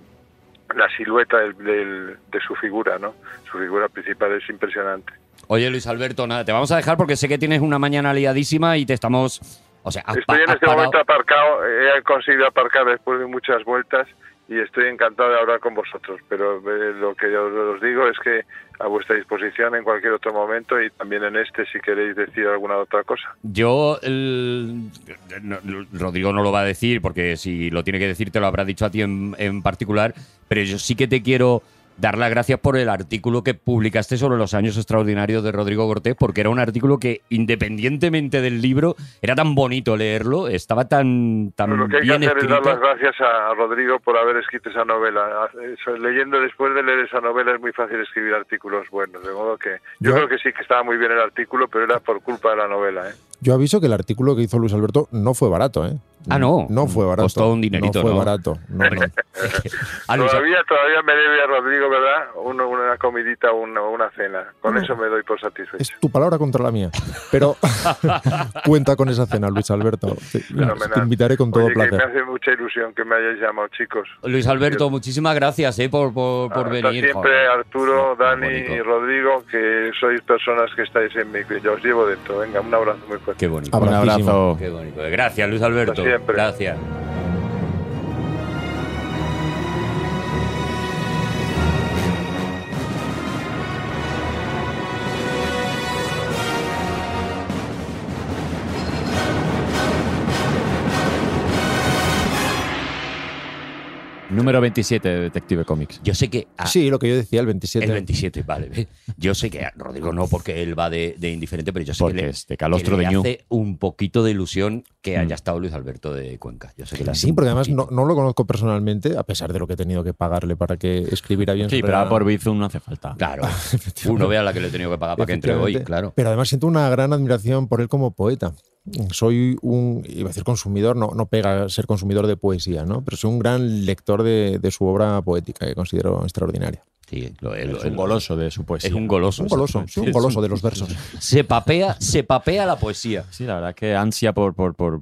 Speaker 8: la silueta del- del- de su figura, ¿no? Su figura principal es impresionante.
Speaker 4: Oye, Luis Alberto, nada, te vamos a dejar porque sé que tienes una mañana liadísima y te estamos. O sea, has pa-
Speaker 8: Estoy en
Speaker 4: has
Speaker 8: este
Speaker 4: parado-
Speaker 8: momento aparcado, eh, he conseguido aparcar después de muchas vueltas y estoy encantado de hablar con vosotros, pero eh, lo que yo os digo es que a vuestra disposición en cualquier otro momento y también en este si queréis decir alguna otra cosa.
Speaker 4: Yo, el- no, no, Rodrigo no lo va a decir porque si lo tiene que decir te lo habrá dicho a ti en, en particular, pero yo sí que te quiero dar las gracias por el artículo que publicaste sobre los años extraordinarios de Rodrigo Cortés, porque era un artículo que independientemente del libro era tan bonito leerlo, estaba tan, tan
Speaker 8: Lo que hay que
Speaker 4: bien
Speaker 8: hacer es dar
Speaker 4: escrito.
Speaker 8: las gracias a a Rodrigo por haber escrito esa novela. Ah, Eso, Leyendo después de leer esa novela es muy fácil escribir artículos buenos, de modo que yo,
Speaker 2: Yo-
Speaker 8: creo que sí que estaba muy bien el artículo, pero era por culpa de la novela. ¿eh?
Speaker 2: Yo aviso que el artículo que hizo Luis Alberto no fue barato, ¿eh?
Speaker 4: Ah, no.
Speaker 2: No fue barato.
Speaker 4: Costó un dinerito,
Speaker 2: No fue
Speaker 4: ¿no?
Speaker 2: barato. No, no. Ah,
Speaker 4: A Luis-
Speaker 8: Todavía, todavía me debe a Rodrigo, ¿verdad? Uno- una comidita o una, una cena. Con eso me doy por
Speaker 2: Es
Speaker 8: satisfecho.
Speaker 2: tu palabra contra la mía. Pero cuenta con esa cena, Luis Alberto. Te,
Speaker 8: Fenomenal.
Speaker 2: te invitaré con todo
Speaker 8: Oye, que me
Speaker 2: placer.
Speaker 8: hace mucha ilusión que me hayáis llamado, chicos.
Speaker 4: Luis Alberto, muchísimas gracias eh, por, por, por
Speaker 8: Hasta
Speaker 4: venir.
Speaker 8: siempre,
Speaker 4: Joder,
Speaker 8: Arturo,
Speaker 4: qué
Speaker 8: Dani
Speaker 4: bonito.
Speaker 8: y Rodrigo, que sois personas que estáis en mi... que Yo os llevo dentro. Venga, un abrazo muy fuerte.
Speaker 4: Qué bonito.
Speaker 9: Un
Speaker 2: Abracísimo.
Speaker 9: abrazo.
Speaker 4: Qué bonito. Gracias, Luis Alberto.
Speaker 8: Hasta siempre.
Speaker 4: Gracias.
Speaker 9: Número 27 de Detective Comics.
Speaker 4: Yo sé que. a-
Speaker 2: Sí, lo que yo decía, el 27.
Speaker 4: El 27, vale. ve. Yo sé que a Rodrigo no, porque él va de, de indiferente, pero yo sé
Speaker 9: Porque
Speaker 4: que le,
Speaker 9: es de calostro
Speaker 4: que
Speaker 9: de
Speaker 4: le
Speaker 9: ñu.
Speaker 4: hace un poquito de ilusión que
Speaker 9: Mm.
Speaker 4: haya estado Luis Alberto de Cuenca. Yo sé que le hace
Speaker 2: Sí,
Speaker 4: un
Speaker 2: porque además no,
Speaker 4: poquito.
Speaker 2: no lo conozco personalmente, a pesar de lo que he tenido que pagarle para que escribiera bien.
Speaker 9: Sí,
Speaker 2: sobre
Speaker 9: pero
Speaker 2: la-
Speaker 9: ahora por Bizum no hace falta.
Speaker 4: Claro. Uno vea la que le he tenido que pagar para que entre hoy,
Speaker 2: Efectivamente.
Speaker 4: claro.
Speaker 2: Pero además siento una gran admiración por él como poeta. Soy un, iba a decir consumidor, no, no pega ser consumidor de poesía, ¿no? Pero soy un gran lector de, de su obra poética que considero extraordinaria.
Speaker 4: Sí, lo- lo-
Speaker 9: Es un
Speaker 4: lo-
Speaker 9: goloso de su poesía.
Speaker 4: Es un goloso.
Speaker 2: Un goloso,
Speaker 4: exactamente.
Speaker 2: soy un goloso de los versos.
Speaker 4: Se papea, se papea la poesía.
Speaker 9: Sí, la verdad que ansia por. por, por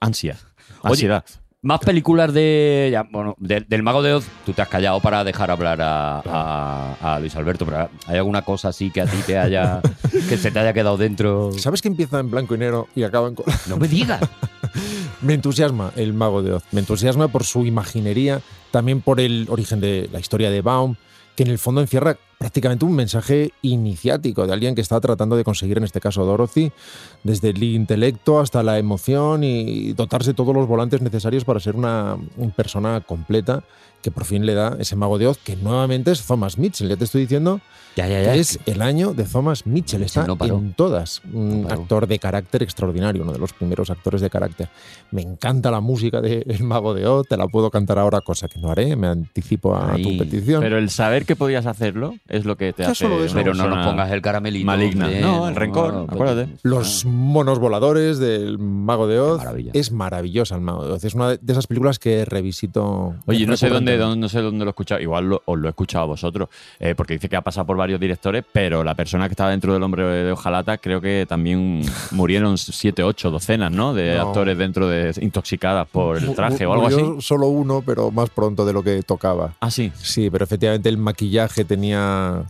Speaker 9: ansia. Ansiedad.
Speaker 4: Más películas de. ya, bueno, de- del Mago de Oz, tú te has callado para dejar hablar a, a- a Luis Alberto, pero ¿hay alguna cosa así que a ti te haya. que se te haya quedado dentro?
Speaker 2: ¿Sabes que empieza en blanco y negro y acaban con...
Speaker 4: No me digas.
Speaker 2: Me entusiasma el mago de Oz. Me entusiasma por su imaginería, también por el origen de la historia de Baum, que en el fondo encierra prácticamente un mensaje iniciático de alguien que está tratando de conseguir, en este caso Dorothy, desde el intelecto hasta la emoción y dotarse de todos los volantes necesarios para ser una, una persona completa que por fin le da ese mago de Oz, que nuevamente es Thomas Mitchell. Ya te estoy diciendo
Speaker 4: Ya, ya, ya.
Speaker 2: que es el año de Thomas Mitchell. Está
Speaker 4: no paró.
Speaker 2: en todas. Un
Speaker 4: No paró.
Speaker 2: actor de carácter extraordinario, uno de los primeros actores de carácter. Me encanta la música de El Mago de Oz, te la puedo cantar ahora, cosa que no haré, me anticipo a
Speaker 4: Ahí.
Speaker 2: tu petición.
Speaker 9: Pero el saber que podías hacerlo
Speaker 5: es lo que te
Speaker 2: Ya
Speaker 5: hace.
Speaker 2: solo eso.
Speaker 5: una
Speaker 4: Eh, Pero no nos
Speaker 5: persona
Speaker 4: pongas el caramelito.
Speaker 5: Maligna.
Speaker 4: hombre,
Speaker 5: No, el rencor,
Speaker 4: porque-
Speaker 5: acuérdate.
Speaker 2: Los
Speaker 5: Ah.
Speaker 2: monos voladores del Mago de Oz.
Speaker 4: maravilla.
Speaker 2: Es maravillosa el Mago de Oz. Es una de esas películas que revisito.
Speaker 5: Oye, no sé dónde,
Speaker 2: recurrentemente.
Speaker 5: dónde- no sé dónde lo he escuchado, igual lo- os lo he escuchado a vosotros, eh, porque dice que ha pasado por varios directores, pero la persona que estaba dentro del hombre de hojalata creo que también murieron siete, ocho, docenas, ¿no? De
Speaker 2: No.
Speaker 5: actores dentro de intoxicadas por el traje o
Speaker 2: Mu-
Speaker 5: algo
Speaker 2: murió
Speaker 5: así.
Speaker 2: Solo uno, pero más pronto de lo que tocaba.
Speaker 5: Ah, sí.
Speaker 2: Sí, pero efectivamente el maquillaje tenía.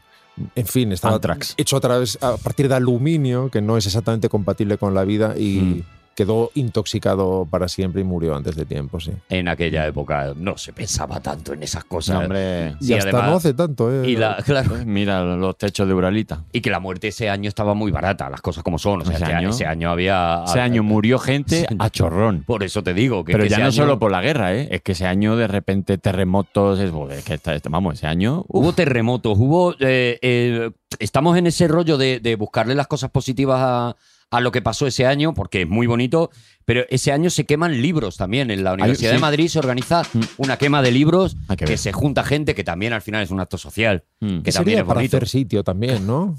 Speaker 2: En fin, estaba
Speaker 5: Antrax.
Speaker 2: hecho a, través, a partir de aluminio, que no es exactamente compatible con la vida y.
Speaker 4: Mm.
Speaker 2: Quedó intoxicado para siempre y murió antes de tiempo, sí.
Speaker 4: En aquella época no se pensaba tanto en esas cosas.
Speaker 5: No, hombre.
Speaker 4: Sí,
Speaker 2: y hasta
Speaker 4: además-
Speaker 2: no hace tanto, ¿eh?
Speaker 4: Y la, claro,
Speaker 5: pues Mira los techos de Uralita.
Speaker 4: y que la muerte ese año estaba muy barata, las cosas como son. O sea,
Speaker 5: Ese
Speaker 4: ese,
Speaker 5: año-
Speaker 4: año, ese año había.
Speaker 5: Ese año murió gente a chorrón.
Speaker 4: Por eso te digo que.
Speaker 5: Pero
Speaker 4: que
Speaker 5: ya
Speaker 4: ese
Speaker 5: no
Speaker 4: año-
Speaker 5: solo por la guerra, ¿eh? Es que ese año de repente terremotos, es, joder, que esta- esta- vamos, ese año... uf.
Speaker 4: Hubo terremotos, hubo. eh, eh, estamos en ese rollo de, de buscarle las cosas positivas a, a lo que pasó ese año, porque es muy bonito, pero ese año se queman libros también. En la Universidad
Speaker 5: sí. Mm.
Speaker 4: de Madrid se organiza una quema de libros
Speaker 5: Hay que
Speaker 4: que,
Speaker 5: ver.
Speaker 4: se junta gente, que también al final es un acto social,
Speaker 5: Mm.
Speaker 2: Sería
Speaker 4: que también es
Speaker 2: para
Speaker 4: bonito.
Speaker 2: hacer sitio también, ¿no?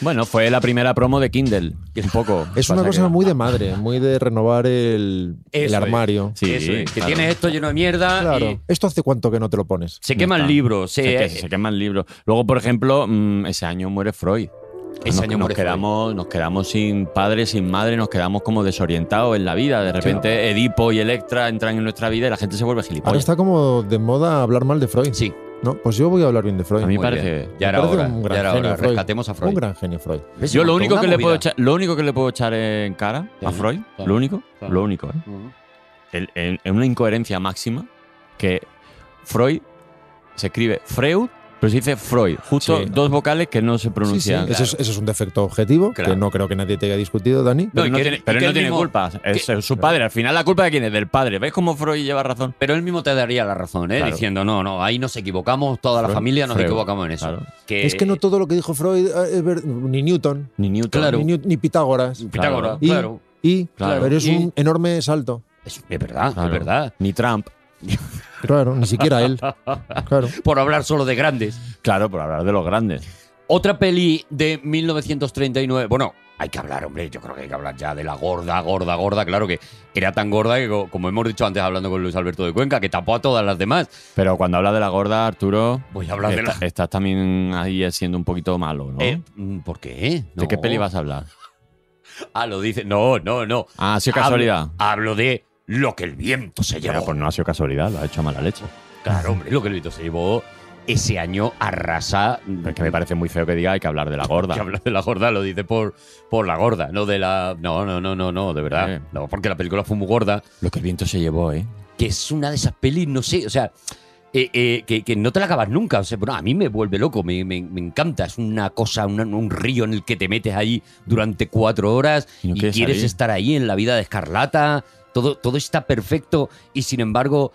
Speaker 5: Bueno, fue la primera promo de Kindle, un poco.
Speaker 2: Es una
Speaker 5: Pasa
Speaker 2: cosa
Speaker 5: que-
Speaker 2: muy de madre, muy de renovar el, el
Speaker 4: Eso es.
Speaker 2: armario.
Speaker 5: Sí,
Speaker 4: Eso es, que
Speaker 5: claro.
Speaker 4: tienes esto lleno de mierda.
Speaker 2: Claro.
Speaker 4: y
Speaker 2: ¿Esto hace cuánto que no te lo pones?
Speaker 4: se
Speaker 5: Ya
Speaker 4: queman
Speaker 5: está.
Speaker 4: libros.
Speaker 5: Se,
Speaker 4: Se, eh,
Speaker 5: que- se queman libros. Luego, por ejemplo, mm, ese año muere Freud.
Speaker 4: Ese
Speaker 5: nos,
Speaker 4: año
Speaker 5: nos
Speaker 4: muere Freud.
Speaker 5: quedamos, Nos quedamos sin padre, sin madre, nos quedamos como desorientados en la vida. De repente, Edipo y Electra entran en nuestra vida y la gente se vuelve
Speaker 2: Ahora
Speaker 5: gilipollas.
Speaker 2: está como de moda hablar mal de Freud.
Speaker 4: sí,
Speaker 2: ¿no? Pues yo voy a hablar bien de Freud.
Speaker 5: A mí
Speaker 4: muy
Speaker 5: parece-
Speaker 4: bien.
Speaker 5: me
Speaker 4: Ya era
Speaker 2: parece
Speaker 4: hora,
Speaker 2: un gran
Speaker 4: ya era hora.
Speaker 2: genio, Freud.
Speaker 4: Rescatemos a Freud.
Speaker 2: Un gran genio Freud.
Speaker 4: ¿Ves?
Speaker 5: Yo lo
Speaker 4: Montó
Speaker 5: único,
Speaker 4: una
Speaker 5: que le puedo
Speaker 4: movida.
Speaker 5: echar, lo único que le puedo echar en cara
Speaker 4: Ya,
Speaker 5: a Freud,
Speaker 4: claro,
Speaker 5: lo único,
Speaker 4: claro.
Speaker 5: lo único, ¿eh?
Speaker 4: Ujú.
Speaker 5: El- en, en una incoherencia máxima que Freud se escribe Freud, pero se dice Freud. Justo
Speaker 2: Sí.
Speaker 5: dos vocales que no se
Speaker 2: Sí, sí,
Speaker 5: pronuncian.
Speaker 2: eso, es, eso es un defecto objetivo
Speaker 4: Claro.
Speaker 2: que no creo que nadie te haya discutido, Dani.
Speaker 5: Pero
Speaker 4: No, y
Speaker 5: no,
Speaker 4: que-
Speaker 5: tiene,
Speaker 4: y
Speaker 5: pero
Speaker 4: que
Speaker 5: no
Speaker 4: él
Speaker 5: tiene
Speaker 4: mismo-
Speaker 5: culpa. Es su padre. Al final, la culpa de quién es? Del padre. ¿Ves cómo Freud lleva razón?
Speaker 4: Pero él mismo te daría la razón, ¿eh?
Speaker 5: Claro.
Speaker 4: Diciendo, no, no, ahí nos equivocamos, toda la
Speaker 5: Freud,
Speaker 4: familia nos
Speaker 5: Freud,
Speaker 4: equivocamos en eso.
Speaker 5: claro.
Speaker 2: es que no todo lo que dijo Freud eh, es ver- ni Newton,
Speaker 5: Ni Newton.
Speaker 4: Claro.
Speaker 2: ni, Newt- ni Pitágoras.
Speaker 4: Pitágoras,
Speaker 2: Y-
Speaker 4: claro.
Speaker 2: Y,
Speaker 5: Claro.
Speaker 2: pero es
Speaker 4: Y-
Speaker 2: un enorme salto.
Speaker 4: Es, es verdad,
Speaker 5: Claro.
Speaker 4: es verdad.
Speaker 5: Ni Trump.
Speaker 2: Claro, ni siquiera él. Claro.
Speaker 4: Por hablar solo de grandes.
Speaker 5: Claro, por hablar de los grandes.
Speaker 4: Otra peli de 1939. Bueno, hay que hablar, hombre. Yo creo que hay que hablar ya de la gorda, gorda, gorda. Claro que era tan gorda que, co- como hemos dicho antes hablando con Luis Alberto de Cuenca, que tapó a todas las demás.
Speaker 5: Pero cuando habla de la gorda, Arturo.
Speaker 4: Voy a hablar de la.
Speaker 5: está- Estás también ahí siendo un poquito malo, ¿no?
Speaker 4: Eh, mm, ¿Por qué?
Speaker 5: ¿De qué
Speaker 4: No.
Speaker 5: peli vas a hablar?
Speaker 4: Ah, lo dice. No, no, no.
Speaker 5: Ah, ha sido casualidad.
Speaker 4: Hablo, hablo de lo que el viento se llevó.
Speaker 5: Mira, pues no ha sido casualidad, lo ha hecho a mala leche.
Speaker 4: Claro, hombre, lo que el viento se llevó ese año arrasa.
Speaker 5: Pero es que me parece muy feo que diga hay que hablar de la gorda.
Speaker 4: Que habla de la gorda, lo dice por, por la gorda, no de la. No, no, no, no, no, de verdad.
Speaker 5: Sí.
Speaker 4: No, porque la película fue muy gorda,
Speaker 5: Lo que el viento se llevó, ¿eh?
Speaker 4: que es una de esas pelis, no sé, o sea, eh, eh, que, que no te la acabas nunca. O sea, bueno, a mí me vuelve loco, me, me- me encanta. Es una cosa, una- un río en el que te metes ahí durante cuatro horas
Speaker 5: Y no
Speaker 4: y
Speaker 5: quieres
Speaker 4: quieres
Speaker 5: salir.
Speaker 4: estar ahí en la vida de Escarlata. Todo, todo está perfecto y sin embargo.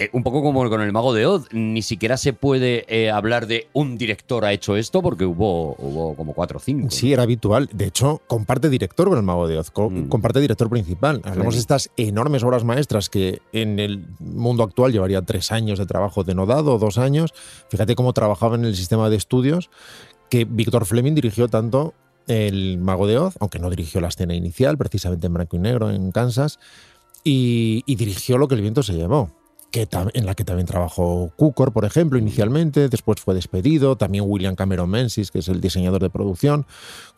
Speaker 4: eh, un poco como con el mago de Oz, ni siquiera se puede eh, hablar de un director ha hecho esto porque hubo, hubo como cuatro o cinco.
Speaker 2: Sí, era habitual. De hecho, comparte director con el Mago de Oz, co-
Speaker 4: Mm.
Speaker 2: comparte director principal. Hablamos de
Speaker 4: Sí.
Speaker 2: estas enormes obras maestras que en el mundo actual llevaría tres años de trabajo denodado, dos años. Fíjate cómo trabajaba en el sistema de estudios que Víctor Fleming dirigió tanto el Mago de Oz, aunque no dirigió la escena inicial, precisamente en blanco y negro en Kansas, y, y dirigió lo que el viento se llevó. Que tam- en la que también trabajó Cukor, por ejemplo, inicialmente, después fue despedido, también William Cameron Menzies, que es el diseñador de producción,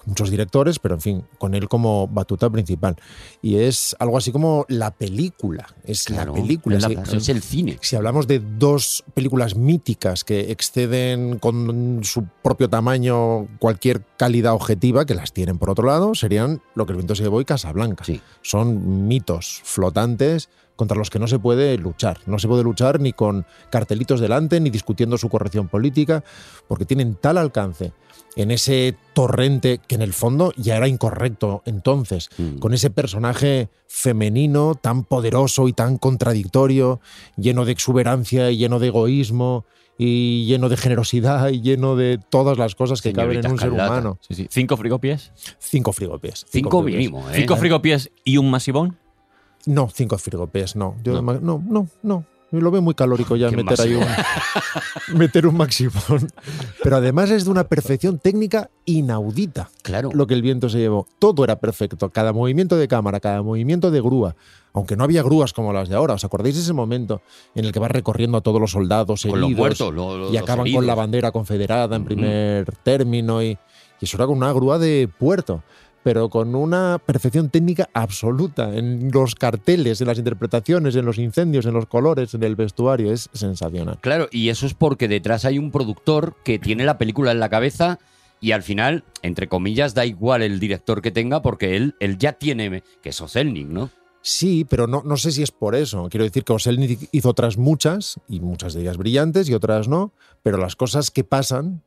Speaker 2: muchos directores, pero en fin, con él como batuta principal. Y es algo así como la película, es
Speaker 4: Claro,
Speaker 2: la película.
Speaker 4: Es, la-
Speaker 2: sí.
Speaker 4: es el cine.
Speaker 2: Si hablamos de dos películas míticas que exceden con su propio tamaño cualquier calidad objetiva, que las tienen por otro lado, serían Lo que el viento se llevó y Casablanca.
Speaker 4: Sí.
Speaker 2: Son mitos flotantes contra los que no se puede luchar. No se puede luchar ni con cartelitos delante, ni discutiendo su corrección política, porque tienen tal alcance en ese torrente que en el fondo ya era incorrecto entonces,
Speaker 4: Mm.
Speaker 2: con ese personaje femenino tan poderoso y tan contradictorio, lleno de exuberancia y lleno de egoísmo y lleno de generosidad y lleno de todas las cosas que caben
Speaker 4: Señorita
Speaker 2: en un ser
Speaker 4: Escarlata.
Speaker 2: humano.
Speaker 5: Sí, sí. ¿Cinco frigopies?
Speaker 2: Cinco frigopies.
Speaker 4: Cinco
Speaker 2: frigopies.
Speaker 4: mínimo, ¿eh?
Speaker 5: ¿Cinco frigopies y un masivón?
Speaker 2: No, cinco frigopies, no. Yo
Speaker 5: No.
Speaker 2: de ma- no, no, no. Lo veo muy calórico ya
Speaker 4: Qué
Speaker 2: meter ahí un, meter un maximón. Pero además es de una perfección técnica inaudita
Speaker 4: Claro.
Speaker 2: lo que el viento se llevó. Todo era perfecto. Cada movimiento de cámara, cada movimiento de grúa. Aunque no había grúas como las de ahora. ¿Os acordáis de ese momento en el que va recorriendo a todos los soldados
Speaker 4: con los
Speaker 2: heridos?
Speaker 4: muertos, lo- lo-
Speaker 2: y
Speaker 4: los
Speaker 2: acaban
Speaker 4: heridos.
Speaker 2: con la bandera confederada en primer término y, y eso era con una grúa de puerto pero con una perfección técnica absoluta en los carteles, en las interpretaciones, en los incendios, en los colores, en el vestuario. Es sensacional.
Speaker 4: Claro, y eso es porque detrás hay un productor que tiene la película en la cabeza y al final, entre comillas, da igual el director que tenga porque él, él ya tiene, que es Ocelnik, ¿no?
Speaker 2: Sí, pero no, no sé si es por eso. Quiero decir que Oselnik hizo otras muchas, y muchas de ellas brillantes y otras no, pero las cosas que pasan,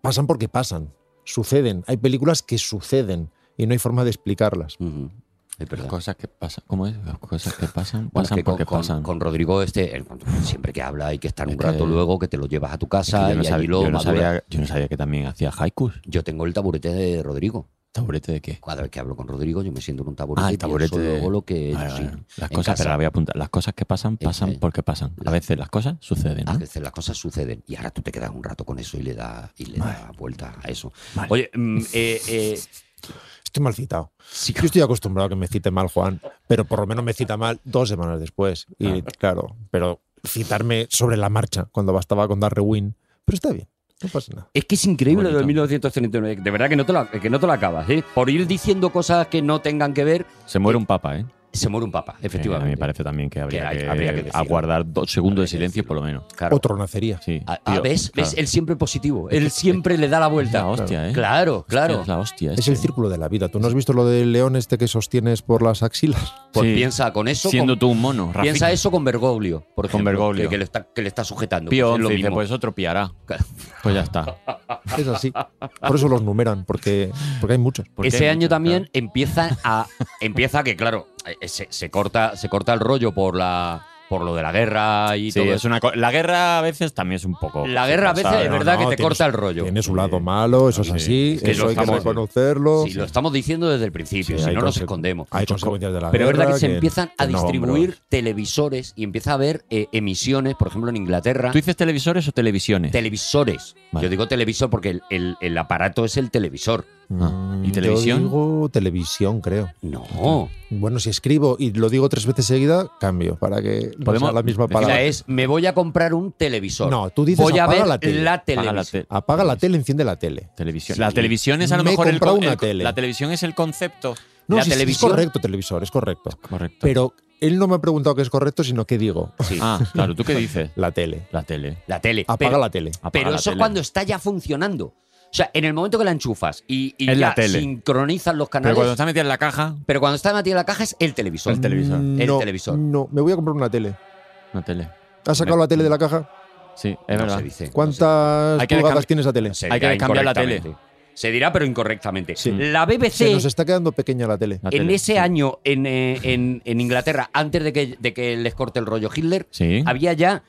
Speaker 2: pasan porque pasan, suceden. Hay películas que suceden y no hay forma de explicarlas.
Speaker 4: Ujú, Es
Speaker 5: Las
Speaker 4: verdad.
Speaker 5: cosas que pasan. ¿Cómo es? Las cosas que pasan.
Speaker 4: Bueno, es
Speaker 5: Pasan
Speaker 4: que
Speaker 5: porque
Speaker 4: con,
Speaker 5: pasan.
Speaker 4: con Rodrigo, este, el- siempre que habla hay que estar un
Speaker 5: Es que-
Speaker 4: rato luego, que te lo llevas a tu
Speaker 5: Es que
Speaker 4: casa
Speaker 5: yo, no
Speaker 4: y allí
Speaker 5: sabía,
Speaker 4: lo
Speaker 5: yo, no
Speaker 4: maduras.
Speaker 5: sabía, yo no sabía que también hacía haikus.
Speaker 4: Yo tengo el taburete de Rodrigo.
Speaker 5: ¿Taburete de qué?
Speaker 4: Cada vez que hablo con Rodrigo, yo me siento en un taburete.
Speaker 5: Ah, el
Speaker 4: y pienso
Speaker 5: taburete de-
Speaker 4: luego lo que he hecho,
Speaker 5: Vale,
Speaker 4: sí.
Speaker 5: vale, vale. Las
Speaker 4: En
Speaker 5: cosas,
Speaker 4: casa.
Speaker 5: pero la voy a apuntar. Las cosas que pasan, pasan
Speaker 4: Ese.
Speaker 5: porque pasan. A
Speaker 4: La-
Speaker 5: veces las cosas suceden. ¿no?
Speaker 4: Ah, que las cosas suceden y ahora tú te quedas un rato con eso y le da y le da vuelta a eso.
Speaker 5: Vale.
Speaker 4: Oye, mm, eh, eh,
Speaker 2: Estoy mal citado.
Speaker 4: sí,
Speaker 2: Yo estoy acostumbrado a que me cite mal Juan, pero por lo menos me cita mal dos semanas después. Y claro, pero citarme sobre la marcha cuando bastaba con dar rewind, pero está bien, no pasa nada.
Speaker 4: es que es increíble lo de
Speaker 5: Bonito.
Speaker 4: 1939. De verdad que no te lo, que no te lo acabas. ¿eh? Por ir diciendo cosas que no tengan que ver,
Speaker 5: Se muere un papa, ¿eh?
Speaker 4: se muere un papa,
Speaker 5: Eh, a mí me
Speaker 4: efectivamente.
Speaker 5: parece también que habría
Speaker 4: hay-
Speaker 5: que,
Speaker 4: habría que decirlo.
Speaker 5: aguardar dos segundos de
Speaker 4: Habría que
Speaker 5: silencio
Speaker 4: decirlo.
Speaker 5: por lo menos.
Speaker 4: Claro.
Speaker 2: Otro nacería.
Speaker 5: Sí.
Speaker 4: Ah,
Speaker 5: Tío,
Speaker 4: ¿Ves?
Speaker 5: claro.
Speaker 4: ¿Ves? Él siempre es positivo. Él siempre le da la
Speaker 5: Es la
Speaker 4: vuelta.
Speaker 5: hostia, ¿eh?
Speaker 4: Claro, claro.
Speaker 5: Es la hostia.
Speaker 2: Es
Speaker 5: este.
Speaker 2: el círculo de la vida. ¿Tú no has visto lo del león este que sostienes por las axilas?
Speaker 4: Pues
Speaker 5: Sí.
Speaker 4: piensa con eso.
Speaker 5: Siendo
Speaker 4: con-
Speaker 5: tú un mono, Rafi.
Speaker 4: piensa eso con Bergoglio, por
Speaker 5: Con
Speaker 4: ejemplo,
Speaker 5: Bergoglio.
Speaker 4: Que, que le está, que le está sujetando.
Speaker 5: Pío
Speaker 4: pues es lo
Speaker 5: 11 dice,
Speaker 4: mismo.
Speaker 5: pues otro piará.
Speaker 4: Claro.
Speaker 5: Pues ya está.
Speaker 2: Es así. Por eso los numeran, porque, porque hay muchos.
Speaker 5: ¿Por qué
Speaker 4: Ese
Speaker 5: hay
Speaker 4: año
Speaker 5: muchos,
Speaker 4: también empieza a. empieza que, claro, eh, se, se corta, se corta el rollo por la. por lo de la guerra y
Speaker 5: Sí,
Speaker 4: todo
Speaker 5: es
Speaker 4: eso.
Speaker 5: una co- la guerra a veces también es un poco.
Speaker 4: La guerra a veces
Speaker 5: pasada,
Speaker 4: es
Speaker 5: ¿no?
Speaker 4: verdad que te
Speaker 2: tienes-
Speaker 4: corta el rollo.
Speaker 2: Tiene su lado malo, eso es así,
Speaker 5: es que
Speaker 2: eso
Speaker 5: lo
Speaker 2: hay que
Speaker 5: estamos-
Speaker 2: reconocerlo.
Speaker 4: Si lo estamos diciendo desde el principio,
Speaker 2: Sí,
Speaker 4: si
Speaker 2: hay
Speaker 4: no nos
Speaker 2: conse-
Speaker 4: escondemos.
Speaker 2: Hay consecuencias de la
Speaker 4: Pero es
Speaker 2: guerra
Speaker 4: verdad que se empiezan a
Speaker 2: que no, hombre,
Speaker 4: distribuir televisores y empieza a haber eh, emisiones, por ejemplo, en Inglaterra.
Speaker 5: ¿Tú dices televisores o televisiones?
Speaker 4: televisores.
Speaker 5: Vale.
Speaker 4: Yo digo televisor porque el, el- el aparato es el televisor.
Speaker 5: Ah, ¿y
Speaker 2: Mm, yo
Speaker 5: televisión?
Speaker 2: digo televisión, creo.
Speaker 4: No.
Speaker 2: Bueno, si escribo y lo digo tres veces seguida, cambio para que no
Speaker 5: Podemos
Speaker 2: sea la misma
Speaker 5: decir
Speaker 4: O
Speaker 5: Para-
Speaker 4: sea,
Speaker 2: palabra.
Speaker 4: es me voy a comprar un televisor.
Speaker 2: No, tú dices
Speaker 4: voy a
Speaker 2: apaga
Speaker 4: ver
Speaker 2: la tele.
Speaker 5: Apaga la
Speaker 4: televisión.
Speaker 5: te-
Speaker 2: Apaga la tele, enciende la tele.
Speaker 5: Televisión.
Speaker 4: Sí.
Speaker 5: La televisión es a lo
Speaker 2: Me he
Speaker 5: mejor el,
Speaker 2: comprado
Speaker 5: con-
Speaker 2: una
Speaker 5: el-
Speaker 2: tele.
Speaker 5: La televisión es el concepto.
Speaker 2: No,
Speaker 5: la
Speaker 2: sí, sí,
Speaker 5: televisión.
Speaker 2: es correcto, televisor, es correcto.
Speaker 5: Correcto.
Speaker 2: Pero él no me ha preguntado qué es correcto, sino qué digo.
Speaker 4: Sí,
Speaker 5: Ah, claro, ¿tú qué dices?
Speaker 2: La tele.
Speaker 5: La tele.
Speaker 4: la tele.
Speaker 2: Apaga
Speaker 4: pero
Speaker 2: la tele.
Speaker 5: Apaga
Speaker 4: pero
Speaker 5: la
Speaker 4: eso
Speaker 5: tele.
Speaker 4: cuando está ya funcionando. O sea, en el momento que la enchufas y, y
Speaker 5: Es
Speaker 4: ya
Speaker 5: la tele.
Speaker 4: sincronizan los
Speaker 5: Pero
Speaker 4: canales.
Speaker 5: cuando está metida en la caja,
Speaker 4: pero cuando está metida en la caja es el televisor.
Speaker 5: El televisor.
Speaker 4: El
Speaker 2: Mm, no,
Speaker 4: televisor.
Speaker 2: No, me voy a comprar una tele.
Speaker 5: una tele.
Speaker 2: ¿Has sacado
Speaker 5: Me-
Speaker 2: la tele de la caja?
Speaker 5: Sí, es
Speaker 4: No
Speaker 5: verdad.
Speaker 4: se dice. no
Speaker 2: ¿Cuántas
Speaker 5: Hay que
Speaker 2: pulgadas
Speaker 5: dejar-
Speaker 2: tiene esa tele?
Speaker 4: se- se
Speaker 5: hay que
Speaker 4: dirá
Speaker 5: cambiar la tele.
Speaker 4: incorrectamente. Se dirá, pero incorrectamente. Mm.
Speaker 2: Sí.
Speaker 4: La BBC.
Speaker 2: Se nos está quedando pequeña la tele.
Speaker 5: La
Speaker 4: en
Speaker 5: tele,
Speaker 4: ese
Speaker 5: sí.
Speaker 4: año en, eh, en- en Inglaterra, antes de que, de que les corte el rollo Hitler,
Speaker 5: Sí.
Speaker 4: había ya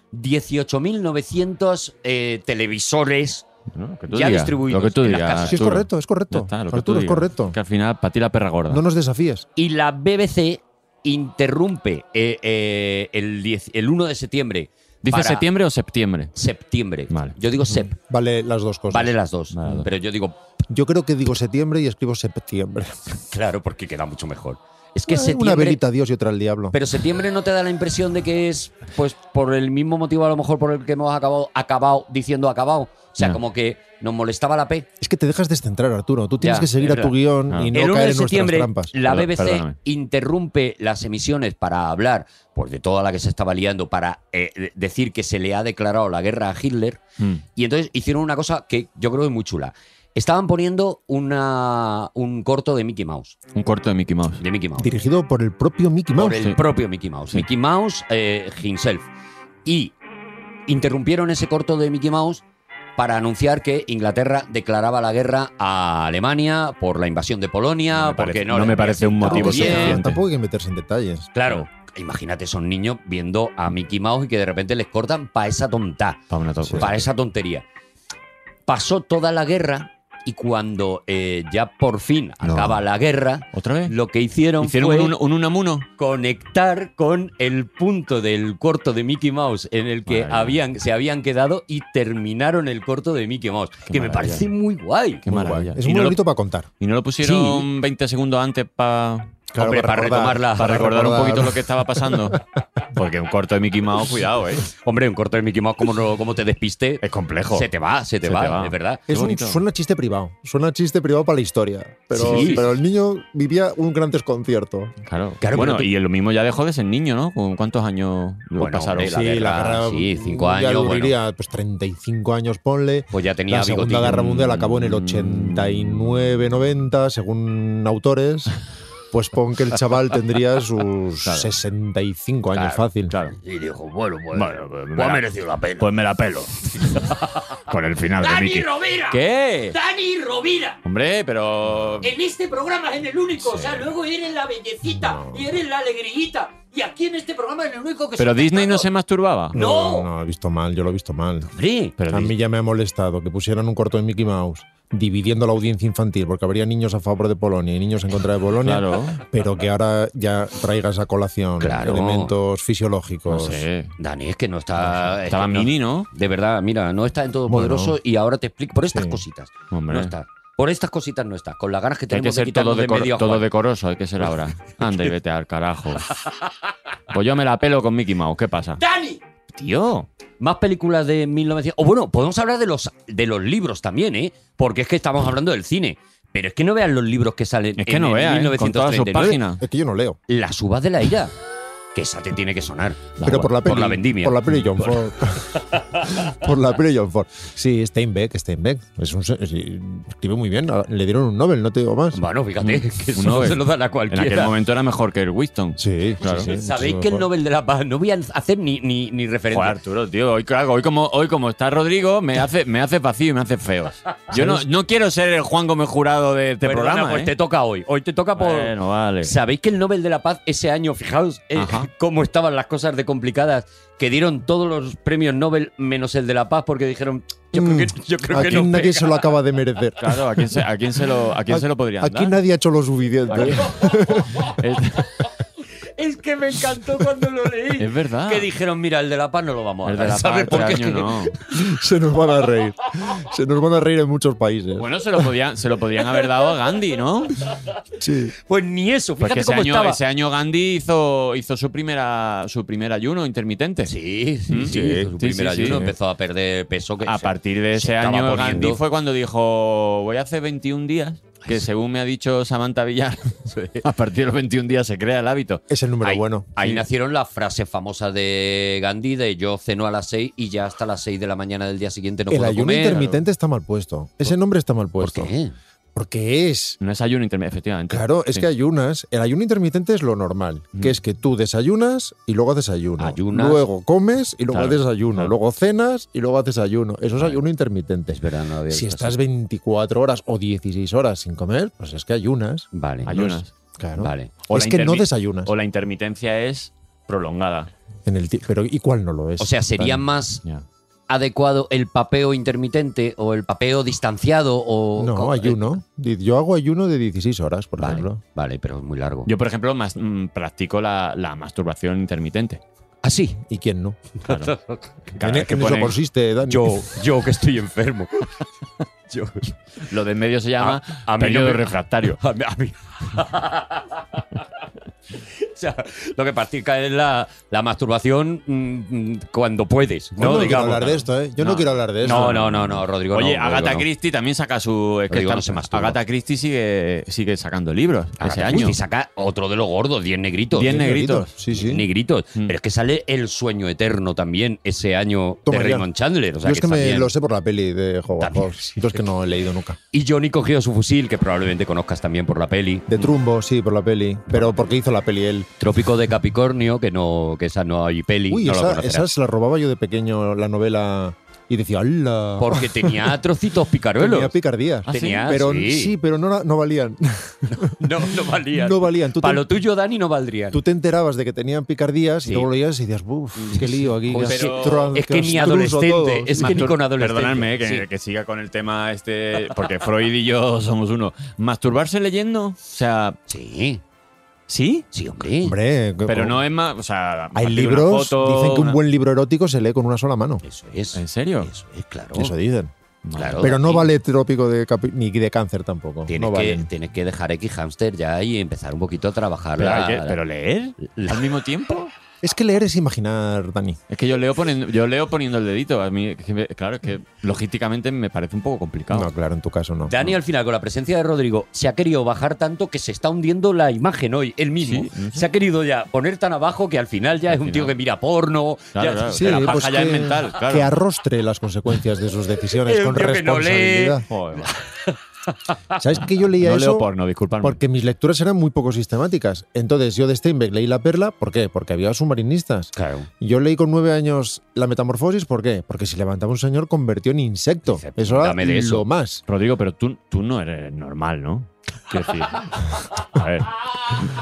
Speaker 4: 18.900 eh, televisores.
Speaker 5: Bueno, que tú
Speaker 4: ya
Speaker 5: digas,
Speaker 4: distribuidos
Speaker 5: Lo que tú
Speaker 4: en las
Speaker 5: digas.
Speaker 4: casas.
Speaker 2: Sí, es
Speaker 5: Arturo.
Speaker 2: correcto, es
Speaker 5: Ya
Speaker 2: correcto.
Speaker 5: está, lo que tú
Speaker 2: Arturo, es
Speaker 5: digas.
Speaker 2: correcto.
Speaker 5: Que al final, para ti la perra gorda.
Speaker 2: No nos desafíes.
Speaker 4: Y la BBC interrumpe eh, eh, el, 10 el 1 de septiembre.
Speaker 5: ¿Dice
Speaker 4: para
Speaker 5: septiembre o septiembre?
Speaker 4: Septiembre.
Speaker 5: Vale.
Speaker 4: Yo digo sep.
Speaker 2: Vale las dos cosas.
Speaker 4: Vale las dos.
Speaker 5: Vale las dos.
Speaker 4: Pero yo digo,
Speaker 2: Yo creo que digo septiembre y escribo septiembre.
Speaker 4: claro, porque queda mucho mejor. Es que
Speaker 2: Una
Speaker 4: septiembre.
Speaker 2: velita a Dios y otra al diablo.
Speaker 4: Pero septiembre no te da la impresión de que es, pues, por el mismo motivo a lo mejor por el que hemos acabado, acabado diciendo acabado. O sea,
Speaker 5: Ya.
Speaker 4: como que nos molestaba la P.
Speaker 2: es que te dejas descentrar, Arturo. Tú tienes
Speaker 4: Ya,
Speaker 2: que seguir
Speaker 4: es
Speaker 2: a tu
Speaker 4: verdad.
Speaker 2: guión
Speaker 5: Ah.
Speaker 2: y no
Speaker 4: el
Speaker 2: caer en
Speaker 4: 1 de
Speaker 2: nuestras
Speaker 4: septiembre,
Speaker 2: trampas.
Speaker 4: la
Speaker 5: Perdón,
Speaker 4: BBC
Speaker 5: perdóname.
Speaker 4: interrumpe las emisiones para hablar pues, de toda la que se estaba liando, para eh, de- decir que se le ha declarado la guerra a Hitler.
Speaker 5: Mm.
Speaker 4: Y entonces hicieron una cosa que yo creo que es muy chula. Estaban poniendo una, un corto de Mickey Mouse.
Speaker 5: Un corto de Mickey Mouse.
Speaker 4: De Mickey Mouse.
Speaker 2: Dirigido por el propio Mickey
Speaker 4: por
Speaker 2: Mouse.
Speaker 4: el
Speaker 5: sí.
Speaker 4: propio Mickey Mouse.
Speaker 5: Sí.
Speaker 4: Mickey Mouse eh, himself. Y interrumpieron ese corto de Mickey Mouse para anunciar que Inglaterra declaraba la guerra a Alemania por la invasión de Polonia,
Speaker 5: No me
Speaker 4: porque
Speaker 5: parece-
Speaker 4: no,
Speaker 5: no
Speaker 4: le
Speaker 5: me
Speaker 4: había
Speaker 5: parece un
Speaker 4: sentado
Speaker 5: motivo
Speaker 4: bien.
Speaker 5: suficiente.
Speaker 2: Tampoco hay que meterse en detalles.
Speaker 4: Claro, imagínate esos niños viendo a Mickey Mouse y que de repente les cortan para esa tontá,
Speaker 5: Para una
Speaker 4: para esa tontería. Pasó toda la guerra y cuando eh, ya por fin
Speaker 5: No.
Speaker 4: acaba la guerra,
Speaker 5: ¿Otra vez?
Speaker 4: lo que hicieron,
Speaker 5: ¿Hicieron
Speaker 4: fue
Speaker 5: un, un Unamuno?
Speaker 4: conectar con el punto del corto de Mickey Mouse en el que
Speaker 5: Maravilla.
Speaker 4: habían, se habían quedado y terminaron el corto de Mickey Mouse,
Speaker 5: Qué
Speaker 4: que me
Speaker 5: maravilla.
Speaker 4: parece muy guay.
Speaker 5: Qué
Speaker 2: Muy
Speaker 5: maravilla.
Speaker 2: guay. Es
Speaker 5: Y
Speaker 2: muy
Speaker 5: no lo-
Speaker 2: bonito para contar.
Speaker 5: ¿Y no lo pusieron 20 segundos antes para
Speaker 2: Claro,
Speaker 4: Hombre, para
Speaker 2: recordar-
Speaker 4: retomarla,
Speaker 5: para recordar un poquito lo
Speaker 2: recordar.
Speaker 5: que estaba pasando? Porque un corto de Mickey Mouse, cuidado, ¿eh?
Speaker 4: Hombre, un corto de Mickey Mouse, como, no- como te despiste,
Speaker 5: Es complejo.
Speaker 4: se te va, se te,
Speaker 5: Se
Speaker 4: va,
Speaker 5: te va.
Speaker 4: es verdad.
Speaker 2: Es un-
Speaker 5: bonito.
Speaker 2: suena a chiste privado. Suena a chiste privado para la historia. Pero,
Speaker 4: Sí.
Speaker 2: pero el niño vivía un gran desconcierto.
Speaker 5: Claro.
Speaker 4: Claro,
Speaker 5: bueno,
Speaker 4: pero tú-
Speaker 5: y lo mismo ya dejó de ser niño, ¿no? ¿Con cuántos años lo
Speaker 4: Bueno,
Speaker 5: pasaron?
Speaker 4: hombre, La guerra, sí, cinco
Speaker 2: mundial
Speaker 4: años, bueno.
Speaker 2: duraría, pues 35 años, ponle.
Speaker 4: Pues ya tenía
Speaker 2: la Segunda
Speaker 4: bigotillo.
Speaker 2: Guerra Mundial acabó en el
Speaker 5: Mm.
Speaker 2: 89-90, según autores. Pues pon que el chaval tendría sus 65 años fácil.
Speaker 5: Claro.
Speaker 9: Y dijo, bueno, pues,
Speaker 5: Bueno, pues me
Speaker 9: pues ha
Speaker 5: la-
Speaker 9: merecido la pena.
Speaker 5: Pues me la pelo. Con el final de Mickey.
Speaker 7: Rovira!
Speaker 5: ¿Qué?
Speaker 7: ¡Dani Rovira!
Speaker 5: Hombre, pero.
Speaker 7: En este programa es en el único, o sea, luego eres la bellecita y eres la alegrillita. Y aquí en este programa es el único que
Speaker 5: Pero
Speaker 7: está
Speaker 5: Disney no se
Speaker 7: cantando.
Speaker 5: masturbaba.
Speaker 7: ¡No!
Speaker 2: No, lo he visto mal, yo lo he visto mal.
Speaker 4: Sí,
Speaker 5: Pero
Speaker 2: a
Speaker 5: Dis-
Speaker 2: mí ya me ha molestado que pusieran un corto de Mickey Mouse dividiendo la audiencia infantil, porque habría niños a favor de Polonia y niños en contra de Polonia,
Speaker 5: Claro.
Speaker 2: pero que ahora ya traigas a colación
Speaker 4: Claro.
Speaker 2: elementos
Speaker 4: Pues
Speaker 5: No
Speaker 2: fisiológicos.
Speaker 5: sé.
Speaker 4: Dani, es que no está... es
Speaker 5: Estaba
Speaker 4: que no-
Speaker 5: mini, ¿no?
Speaker 4: De verdad, mira, no está en Todopoderoso
Speaker 2: Bueno.
Speaker 4: y ahora te explico. Por estas
Speaker 2: Sí.
Speaker 4: cositas
Speaker 5: Hombre.
Speaker 4: no está. Por estas cositas no está. Con las ganas que
Speaker 5: Hay que
Speaker 4: tenemos
Speaker 5: ser
Speaker 4: de
Speaker 5: todo,
Speaker 4: quitarnos de
Speaker 5: decor-
Speaker 4: medio a
Speaker 5: todo
Speaker 4: Juan.
Speaker 5: decoroso, hay que ser ahora. Anda y vete al carajo. Pues yo me la pelo con Mickey Mouse, ¿qué pasa?
Speaker 7: ¡Dani!
Speaker 5: Tío.
Speaker 4: Más películas de 1900. O bueno, podemos hablar de los, de los libros también, ¿eh? Porque es que estamos hablando del cine. Pero es que no vean los libros que salen
Speaker 5: Es que
Speaker 4: en
Speaker 5: no
Speaker 4: el
Speaker 5: veas, ¿eh? con todas sus
Speaker 4: 1939.
Speaker 5: páginas.
Speaker 2: Es que yo no leo.
Speaker 4: Las uvas de la ira. Que esa te tiene que sonar.
Speaker 2: pero por la peli,
Speaker 4: Por la vendimia.
Speaker 2: Por la peli John Ford. por la peli John Ford. Sí, Steinbeck, Steinbeck. Es un, se- sí, escribe muy bien. Ah, Le dieron un Nobel, no te digo más. Mm.
Speaker 4: Bueno, fíjate, que
Speaker 5: Un
Speaker 4: eso no
Speaker 5: Nobel.
Speaker 4: se lo dan a
Speaker 5: Mm. En aquel
Speaker 4: cualquiera.
Speaker 5: momento era mejor que el Winston.
Speaker 2: Sí,
Speaker 5: Claro.
Speaker 2: sí, sí,
Speaker 4: Sabéis
Speaker 2: mucho
Speaker 4: que el
Speaker 2: mejor.
Speaker 4: Nobel de la Paz no voy a hacer ni, ni, ni referencia.
Speaker 5: Joder, Arturo, tío, hoy, claro, hoy, como, hoy como está Rodrigo, me hace, me hace vacío y me hace feo. Yo no, no quiero ser el Juan Gómez jurado de este
Speaker 4: Perdona,
Speaker 5: programa.
Speaker 4: pues
Speaker 5: ¿eh?
Speaker 4: te toca hoy. Hoy te toca por.
Speaker 5: Bueno, vale.
Speaker 4: ¿Sabéis que el Nobel de la Paz ese año, fijaos eh,
Speaker 5: Ajá.
Speaker 4: cómo estaban las cosas de complicadas, que dieron todos los premios Nobel menos el de la Paz porque dijeron, yo
Speaker 5: Mm,
Speaker 4: creo que, yo creo
Speaker 2: ¿A
Speaker 4: que
Speaker 2: quién
Speaker 4: no
Speaker 2: nadie
Speaker 4: pega".
Speaker 2: se lo acaba de merecer.
Speaker 5: Claro, ¿a quién se, a quién se lo, a quién se lo podrían
Speaker 2: Aquí
Speaker 5: dar?
Speaker 2: nadie ha hecho lo suficiente.
Speaker 5: Es,
Speaker 4: Es que me encantó cuando lo leí.
Speaker 5: es verdad.
Speaker 4: Que dijeron, mira, el de la Paz no lo vamos a
Speaker 5: El
Speaker 4: dar.
Speaker 5: de la
Speaker 4: ¿Sabes por
Speaker 5: parte,
Speaker 4: qué?
Speaker 5: año no.
Speaker 2: Se nos van a reír. Se nos van a reír en muchos países.
Speaker 5: Bueno, se lo, podían, se lo podían haber dado a Gandhi, ¿no?
Speaker 2: Sí.
Speaker 4: Pues ni eso,
Speaker 5: Pues
Speaker 4: fíjate
Speaker 5: que ese
Speaker 4: cómo
Speaker 5: año,
Speaker 4: estaba.
Speaker 5: ese año Gandhi hizo, hizo su, primera, su primer ayuno intermitente.
Speaker 4: Sí,
Speaker 5: Mm,
Speaker 4: sí, sí.
Speaker 5: sí,
Speaker 4: su
Speaker 5: sí,
Speaker 4: primer
Speaker 5: sí,
Speaker 4: ayuno
Speaker 5: sí.
Speaker 4: empezó a perder peso. Que
Speaker 5: A
Speaker 4: se-
Speaker 5: partir de
Speaker 4: se
Speaker 5: ese
Speaker 4: estaba
Speaker 5: año,
Speaker 4: poniendo-
Speaker 5: Gandhi fue cuando dijo: Voy a hacer 21 días, que según me ha dicho Samantha Villar, a partir de los 21 días se crea el hábito.
Speaker 2: Es el número
Speaker 4: Ahí-
Speaker 2: bueno.
Speaker 4: Ahí
Speaker 5: Sí.
Speaker 4: nacieron las frases famosas de Gandhi de yo ceno a las 6 y ya hasta las 6 de la mañana del día siguiente no
Speaker 2: el
Speaker 4: puedo
Speaker 2: ayuno
Speaker 4: comer.
Speaker 2: intermitente está mal puesto. Ese nombre está mal
Speaker 4: ¿Por
Speaker 2: puesto.
Speaker 5: Pues,
Speaker 4: qué? Mm.
Speaker 2: Porque es.
Speaker 5: No es ayuno intermitente, efectivamente.
Speaker 2: Claro, es
Speaker 5: Sí.
Speaker 2: que ayunas. El ayuno intermitente es lo normal, que es que tú desayunas y luego haces ayuno.
Speaker 4: Mm. Ayunas.
Speaker 2: Luego comes y luego
Speaker 5: Claro,
Speaker 2: haces ayuno.
Speaker 5: claro.
Speaker 2: Luego cenas y luego haces ayuno. Eso es ayuno intermitente.
Speaker 4: Es verdad, no lo había
Speaker 2: Si
Speaker 4: visto
Speaker 2: estás
Speaker 4: así.
Speaker 2: 24 horas o 16 horas sin comer, pues es que ayunas.
Speaker 4: Vale.
Speaker 5: Ayunas.
Speaker 2: Claro.
Speaker 4: Vale.
Speaker 5: O
Speaker 2: es
Speaker 5: la
Speaker 2: que no
Speaker 5: intermi-
Speaker 2: desayunas.
Speaker 5: O la intermitencia es prolongada.
Speaker 2: En el ti- pero ¿y cuál no lo es?
Speaker 4: O sea, sería
Speaker 2: Dani?
Speaker 4: más adecuado el papeo intermitente o el papeo distanciado o.
Speaker 2: No,
Speaker 4: co- eh,
Speaker 2: ayuno. Di- Yo hago ayuno de 16 horas, por
Speaker 4: Vale,
Speaker 2: ejemplo.
Speaker 4: vale, pero es muy largo.
Speaker 5: Yo, por ejemplo, mas- mm, practico la, la masturbación intermitente.
Speaker 4: ¿Ah, sí?
Speaker 2: ¿Y quién no?
Speaker 5: Claro. Cada
Speaker 2: En-
Speaker 5: vez que
Speaker 2: en eso
Speaker 5: ponen-
Speaker 2: consiste, Dani.
Speaker 4: yo que estoy enfermo. Yo.
Speaker 5: lo de en medio se llama
Speaker 4: A- a mí no
Speaker 5: periodo
Speaker 4: Ah, me-
Speaker 5: refractario.
Speaker 4: A mí. a mí- O sea, lo que practica es la, la masturbación mm, mm, cuando puedes.
Speaker 2: Yo no,
Speaker 4: No,
Speaker 2: quiero
Speaker 4: digamos.
Speaker 2: hablar de esto, ¿eh? Yo no,
Speaker 5: No.
Speaker 2: quiero hablar de eso.
Speaker 4: No, no, no, no, Rodrigo.
Speaker 5: Oye,
Speaker 4: no, Rodrigo,
Speaker 5: Agatha
Speaker 4: no.
Speaker 5: Christie también saca su. Es que
Speaker 4: Rodrigo
Speaker 5: está-
Speaker 4: no se masturba.
Speaker 5: Agatha Christie sigue, sigue sacando libros
Speaker 4: Agatha
Speaker 5: ese
Speaker 4: Christie
Speaker 5: año.
Speaker 4: saca otro de los gordos, 10 negritos.
Speaker 5: Diez negritos.
Speaker 2: Sí, sí.
Speaker 4: Negritos.
Speaker 5: Mm.
Speaker 4: Pero es que sale El Sueño Eterno también ese año
Speaker 2: Toma
Speaker 4: de
Speaker 2: ya.
Speaker 4: Raymond Chandler. O sea,
Speaker 2: Yo es que me
Speaker 4: también-
Speaker 2: lo sé por la peli de Howard
Speaker 4: También,
Speaker 2: Hawks. Yo es que no he leído nunca.
Speaker 4: Y Johnny cogió su fusil, que probablemente conozcas también por la peli.
Speaker 2: De Trumbo, sí, por la
Speaker 4: Mm.
Speaker 2: peli. Pero porque hizo la peli él.
Speaker 4: Trópico de Capricornio, que no, que esa no hay peli,
Speaker 2: Uy,
Speaker 4: no la
Speaker 2: esa,
Speaker 4: conocerás.
Speaker 2: esa se la robaba yo de pequeño, la novela Y decía, ¡hala!
Speaker 4: Porque tenía trocitos picaruelos.
Speaker 2: Tenía picardías.
Speaker 4: ¿Ah, sí? Tenía,
Speaker 2: pero,
Speaker 4: sí.
Speaker 2: pero no, no valían.
Speaker 4: No, no valían.
Speaker 2: No valían. Tú te-
Speaker 4: Para lo tuyo, Dani, no valdrían.
Speaker 2: Tú te enterabas de que tenían picardías y
Speaker 4: Sí.
Speaker 2: luego lo leías y decías, ¡buf! ¡Qué lío aquí!
Speaker 4: Joder,
Speaker 2: qué
Speaker 4: sí.
Speaker 2: astro-
Speaker 4: es
Speaker 2: qué
Speaker 4: que ni
Speaker 2: abstruso todo.
Speaker 4: adolescente, es que ni
Speaker 5: Mastur-
Speaker 4: con adolescente.
Speaker 5: Perdonadme eh, que,
Speaker 4: Sí.
Speaker 5: que siga con el tema este, porque Freud y yo somos uno. ¿Masturbarse leyendo? O sea,
Speaker 4: Sí,
Speaker 5: ¿sí?
Speaker 4: sí, hombre.
Speaker 2: Hombre,
Speaker 5: Pero no es más, o sea,
Speaker 2: Hay
Speaker 5: partir una
Speaker 2: libros,
Speaker 5: foto,
Speaker 2: dicen que un
Speaker 5: una-
Speaker 2: buen libro erótico se lee con una sola mano.
Speaker 4: Eso es.
Speaker 5: ¿En serio?
Speaker 4: Eso es, claro.
Speaker 2: Eso dicen.
Speaker 4: Claro,
Speaker 2: Pero no
Speaker 4: Dani.
Speaker 2: vale trópico de capi- ni de cáncer tampoco.
Speaker 4: Tienes,
Speaker 2: no
Speaker 4: que,
Speaker 2: valen.
Speaker 4: tienes que dejar X hamster ya y empezar un poquito a trabajar
Speaker 5: Pero,
Speaker 4: la,
Speaker 5: hay que- pero leer
Speaker 4: la-
Speaker 5: al mismo tiempo.
Speaker 2: Es que leer es imaginar, Dani.
Speaker 5: Es que yo leo poniendo, yo leo poniendo el dedito. A mí, que me- claro, es que logísticamente me parece un poco complicado.
Speaker 2: No, claro, en tu caso no.
Speaker 4: Dani al final, con la presencia de Rodrigo, se ha querido bajar tanto que se está hundiendo la imagen hoy, él mismo.
Speaker 5: Sí, sí.
Speaker 4: Se ha querido ya poner tan abajo que al final ya
Speaker 5: Al
Speaker 4: es un
Speaker 5: final.
Speaker 4: tío que mira porno.
Speaker 5: Claro,
Speaker 4: ya-
Speaker 5: claro,
Speaker 2: Sí,
Speaker 5: que la paja
Speaker 2: pues
Speaker 5: ya
Speaker 2: que,
Speaker 5: es mental, claro.
Speaker 2: que arrostre las consecuencias de sus decisiones
Speaker 4: Es un
Speaker 2: con
Speaker 4: tío que no lee.
Speaker 2: responsabilidad.
Speaker 5: Joder, macho.
Speaker 2: ¿Sabes que yo leía
Speaker 5: no
Speaker 2: eso?
Speaker 5: leo porno, disculpadme.
Speaker 2: Porque mis lecturas eran muy poco sistemáticas. Entonces yo de Steinbeck leí La Perla, ¿por qué? Porque había submarinistas.
Speaker 4: Claro.
Speaker 2: Yo leí con nueve años La Metamorfosis, ¿por qué? Porque si levantaba un señor convirtió en insecto.
Speaker 4: Dice,
Speaker 2: eso era
Speaker 4: dame de eso.
Speaker 2: lo más.
Speaker 5: Rodrigo, pero tú, tú no eres normal, ¿no? Quiero decir. A ver.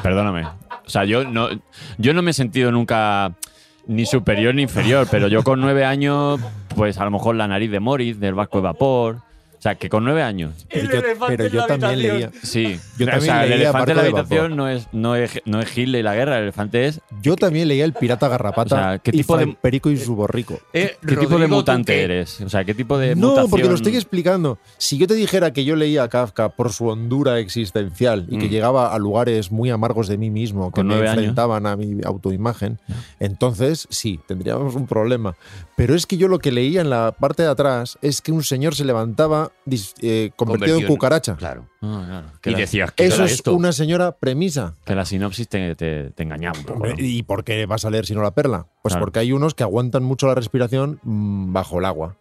Speaker 5: Perdóname. O sea, yo no, yo no me he sentido nunca ni superior ni inferior, pero yo con nueve años, pues a lo mejor la nariz de Morris, del barco de vapor. O sea, que con nueve años.
Speaker 2: Y yo- pero yo también leía.
Speaker 5: Sí.
Speaker 2: Yo
Speaker 5: o
Speaker 2: también
Speaker 5: sea, el
Speaker 2: leía
Speaker 5: elefante de la
Speaker 2: Barco de
Speaker 5: habitación no es, no, es, no es Hitler y la guerra, el elefante es.
Speaker 2: Yo también leía El Pirata Garrapata
Speaker 5: O sea, ¿qué
Speaker 2: y
Speaker 5: tipo de-
Speaker 2: Fray Perico y su borrico.
Speaker 5: ¿Qué,
Speaker 4: Eh,
Speaker 5: qué tipo de
Speaker 4: Rodrigo, ¿tú
Speaker 5: mutante
Speaker 4: qué?
Speaker 5: eres? O sea, ¿qué tipo de
Speaker 2: No,
Speaker 5: mutación?
Speaker 2: porque lo estoy explicando. Si yo te dijera que yo leía a Kafka por su hondura existencial y que
Speaker 5: Mm.
Speaker 2: llegaba a lugares muy amargos de mí mismo, que
Speaker 5: Con
Speaker 2: me
Speaker 5: nueve años.
Speaker 2: enfrentaban a mi autoimagen, entonces sí, tendríamos un problema. Pero es que yo lo que leía en la parte de atrás es que un señor se levantaba dis- eh, convertido en
Speaker 4: Conversión.
Speaker 2: cucaracha.
Speaker 4: Claro.
Speaker 5: Ah, claro. que,
Speaker 4: Y
Speaker 5: la,
Speaker 4: decías que
Speaker 2: Eso
Speaker 4: era
Speaker 2: es
Speaker 4: esto.
Speaker 2: una señora premisa.
Speaker 5: que la sinopsis te, te, te engañaba un poco.
Speaker 2: Hombre,
Speaker 5: ¿no?
Speaker 2: ¿Y por qué vas a leer si no la perla? Pues
Speaker 5: Claro.
Speaker 2: porque hay unos que aguantan mucho la respiración mm, bajo el agua.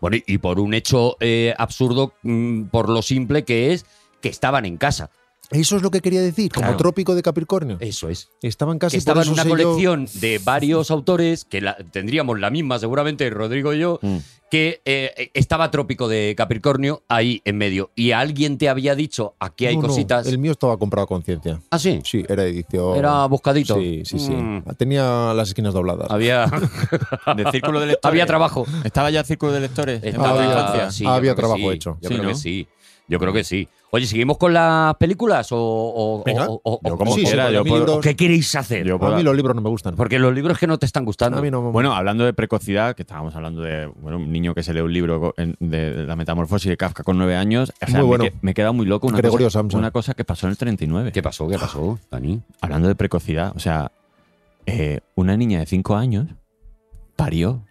Speaker 4: Bueno, y- y por un hecho eh, absurdo, mm, por lo simple que es, que estaban en casa.
Speaker 2: Eso es lo que quería decir, como
Speaker 5: Claro.
Speaker 2: trópico de Capricornio.
Speaker 4: Eso es.
Speaker 2: Estaban casi
Speaker 4: que Eh, estaba
Speaker 2: Ah, por
Speaker 4: en
Speaker 2: eso
Speaker 4: una
Speaker 2: sé yo-
Speaker 4: colección de varios autores, que la- tendríamos la misma seguramente, Rodrigo y yo,
Speaker 5: Mm.
Speaker 4: que eh, estaba Trópico de Capricornio ahí en medio. Y alguien te había dicho, aquí hay
Speaker 2: No, no,
Speaker 4: cositas.
Speaker 2: el mío estaba comprado a conciencia.
Speaker 4: Ah, sí.
Speaker 2: Sí, era edición.
Speaker 4: Era buscadito.
Speaker 2: Sí, sí, sí.
Speaker 4: Mm.
Speaker 2: Tenía las esquinas dobladas.
Speaker 4: Había,
Speaker 5: De círculo de lectores.
Speaker 4: había trabajo.
Speaker 5: Estaba ya el círculo de lectores. en
Speaker 4: Estaba-
Speaker 5: tu infancia.
Speaker 4: yo
Speaker 2: había
Speaker 4: creo que
Speaker 2: trabajo
Speaker 4: sí.
Speaker 2: hecho.
Speaker 4: Yo
Speaker 5: Sí,
Speaker 4: creo
Speaker 5: ¿no?
Speaker 4: que sí. Yo creo que sí. Oye, ¿seguimos con las películas o, o-
Speaker 2: Venga.
Speaker 4: o- o-
Speaker 5: Yo
Speaker 4: o-
Speaker 5: como
Speaker 2: Sí,
Speaker 5: quiera,
Speaker 2: sí,
Speaker 5: yo
Speaker 2: a mí
Speaker 5: puedo-
Speaker 2: libros-
Speaker 4: o qué queréis hacer?
Speaker 5: Yo puedo-
Speaker 2: a mí los libros no me gustan.
Speaker 4: Porque los libros que no te están gustando.
Speaker 2: a mí no me
Speaker 5: Bueno, hablando de precocidad, que estábamos hablando de bueno, un niño que se lee un libro co- en- de, de la metamorfosis de Kafka con nueve años. O sea,
Speaker 2: Muy
Speaker 5: me
Speaker 2: bueno.
Speaker 5: que- me he quedado muy loco. Una
Speaker 2: Gregorio
Speaker 5: cosa,
Speaker 2: Samsa.
Speaker 5: una cosa que pasó en el 39.
Speaker 4: ¿Qué pasó? ¿Qué pasó, Dani?
Speaker 5: Hablando de precocidad, o sea, eh, una niña de cinco años parió.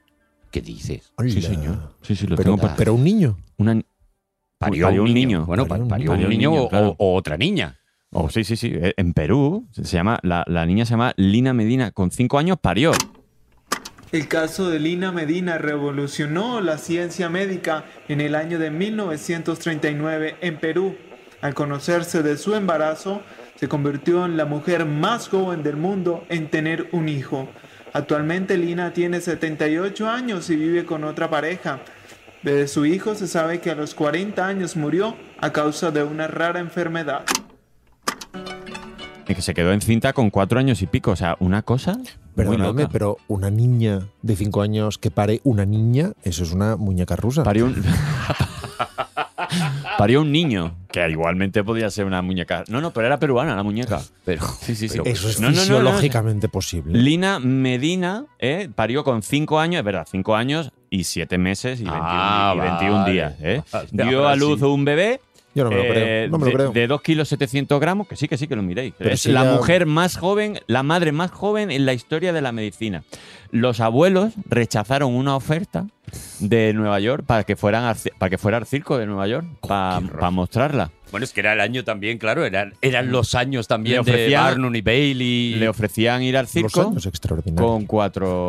Speaker 4: ¿Qué dices?
Speaker 2: Hola.
Speaker 5: Sí, señor. Sí, sí, lo
Speaker 2: Pero,
Speaker 5: tengo. pa-
Speaker 2: pero un niño.
Speaker 5: Una, ni-
Speaker 4: Parió,
Speaker 5: Parió
Speaker 4: un
Speaker 5: un
Speaker 4: niño.
Speaker 5: niño.
Speaker 4: Bueno,
Speaker 2: Parió
Speaker 4: parió,
Speaker 2: un
Speaker 5: niño.
Speaker 4: un niño,
Speaker 5: Parió un niño,
Speaker 4: o-
Speaker 5: claro.
Speaker 4: o otra niña.
Speaker 5: oh, sí, sí, sí. eh, En Perú se llama la, la niña se llama Lina Medina. Con cinco años parió.
Speaker 3: El caso de Lina Medina revolucionó la ciencia médica en el año de 1939 en Perú. Al conocerse de su embarazo, se convirtió en la mujer más joven del mundo en tener un hijo. Actualmente Lina tiene 78 años y vive con otra pareja. De su hijo se sabe que a los 40 años murió a causa de una rara enfermedad.
Speaker 5: Y que se quedó encinta con cuatro años y pico. O sea, una cosa. muy
Speaker 2: Perdóname,
Speaker 5: loca.
Speaker 2: pero una niña de cinco años que pare una niña, eso es una muñeca rusa.
Speaker 5: Parió un. parió un niño, que igualmente podía ser una muñeca. No, no, pero era peruana la muñeca.
Speaker 4: Pero,
Speaker 5: Sí, sí, sí.
Speaker 2: eso es
Speaker 5: pues, No, no, no, no.
Speaker 2: fisiológicamente posible.
Speaker 5: Lina Medina eh, parió con 5 años, es verdad, 5 años y 7 meses y 21,
Speaker 4: Ah,
Speaker 5: y 21
Speaker 4: vale.
Speaker 5: días. eh.
Speaker 4: Vale,
Speaker 5: Dio
Speaker 4: ahora
Speaker 5: a luz
Speaker 4: sí.
Speaker 5: un bebé
Speaker 2: Yo no me lo
Speaker 5: eh,
Speaker 2: creo. No me lo
Speaker 5: de-
Speaker 2: creo.
Speaker 5: de 2 kilos 700 gramos, que sí, que sí, que lo miréis.
Speaker 2: Pero
Speaker 5: es
Speaker 2: si
Speaker 5: la
Speaker 2: ya-
Speaker 5: mujer más joven, la madre más joven en la historia de la medicina. Los abuelos rechazaron una oferta de Nueva York para que, fueran al ci- para que fuera al circo de Nueva York,
Speaker 2: Oh,
Speaker 5: para mostrarla.
Speaker 4: bueno, es que era el año también, claro, eran, eran los años
Speaker 5: Le
Speaker 4: también de
Speaker 5: ofrecía-
Speaker 4: Barnum y Bailey.
Speaker 5: Le ofrecían ir al
Speaker 2: Los
Speaker 5: circo
Speaker 2: años extraordinarios.
Speaker 5: con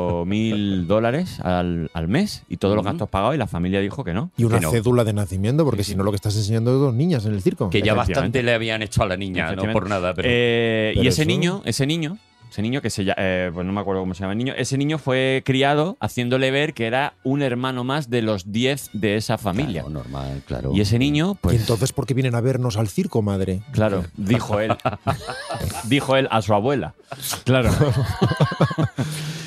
Speaker 5: 4.000 dólares al, al mes y todos los
Speaker 4: Ujú.
Speaker 5: gastos pagados y la familia dijo que no.
Speaker 2: Y una
Speaker 4: que no.
Speaker 2: cédula de nacimiento, porque si no lo que estás enseñando es dos niñas en el circo.
Speaker 4: que ya
Speaker 5: Efectivamente.
Speaker 4: bastante le habían hecho a la niña, no
Speaker 5: Efectivamente.
Speaker 4: por nada, pero
Speaker 5: Eh, y
Speaker 2: Pero
Speaker 5: ese
Speaker 2: eso-
Speaker 5: niño, ese niño Ese niño que se llama, pues no me acuerdo cómo se llama el niño. Ese niño fue criado haciéndole ver que era un hermano más de los 10 de esa familia.
Speaker 10: Claro, normal, claro.
Speaker 5: Y ese niño, pues.
Speaker 2: ¿Y entonces por qué vienen a vernos al circo, madre?
Speaker 5: Claro, dijo él. dijo él a su abuela. Claro.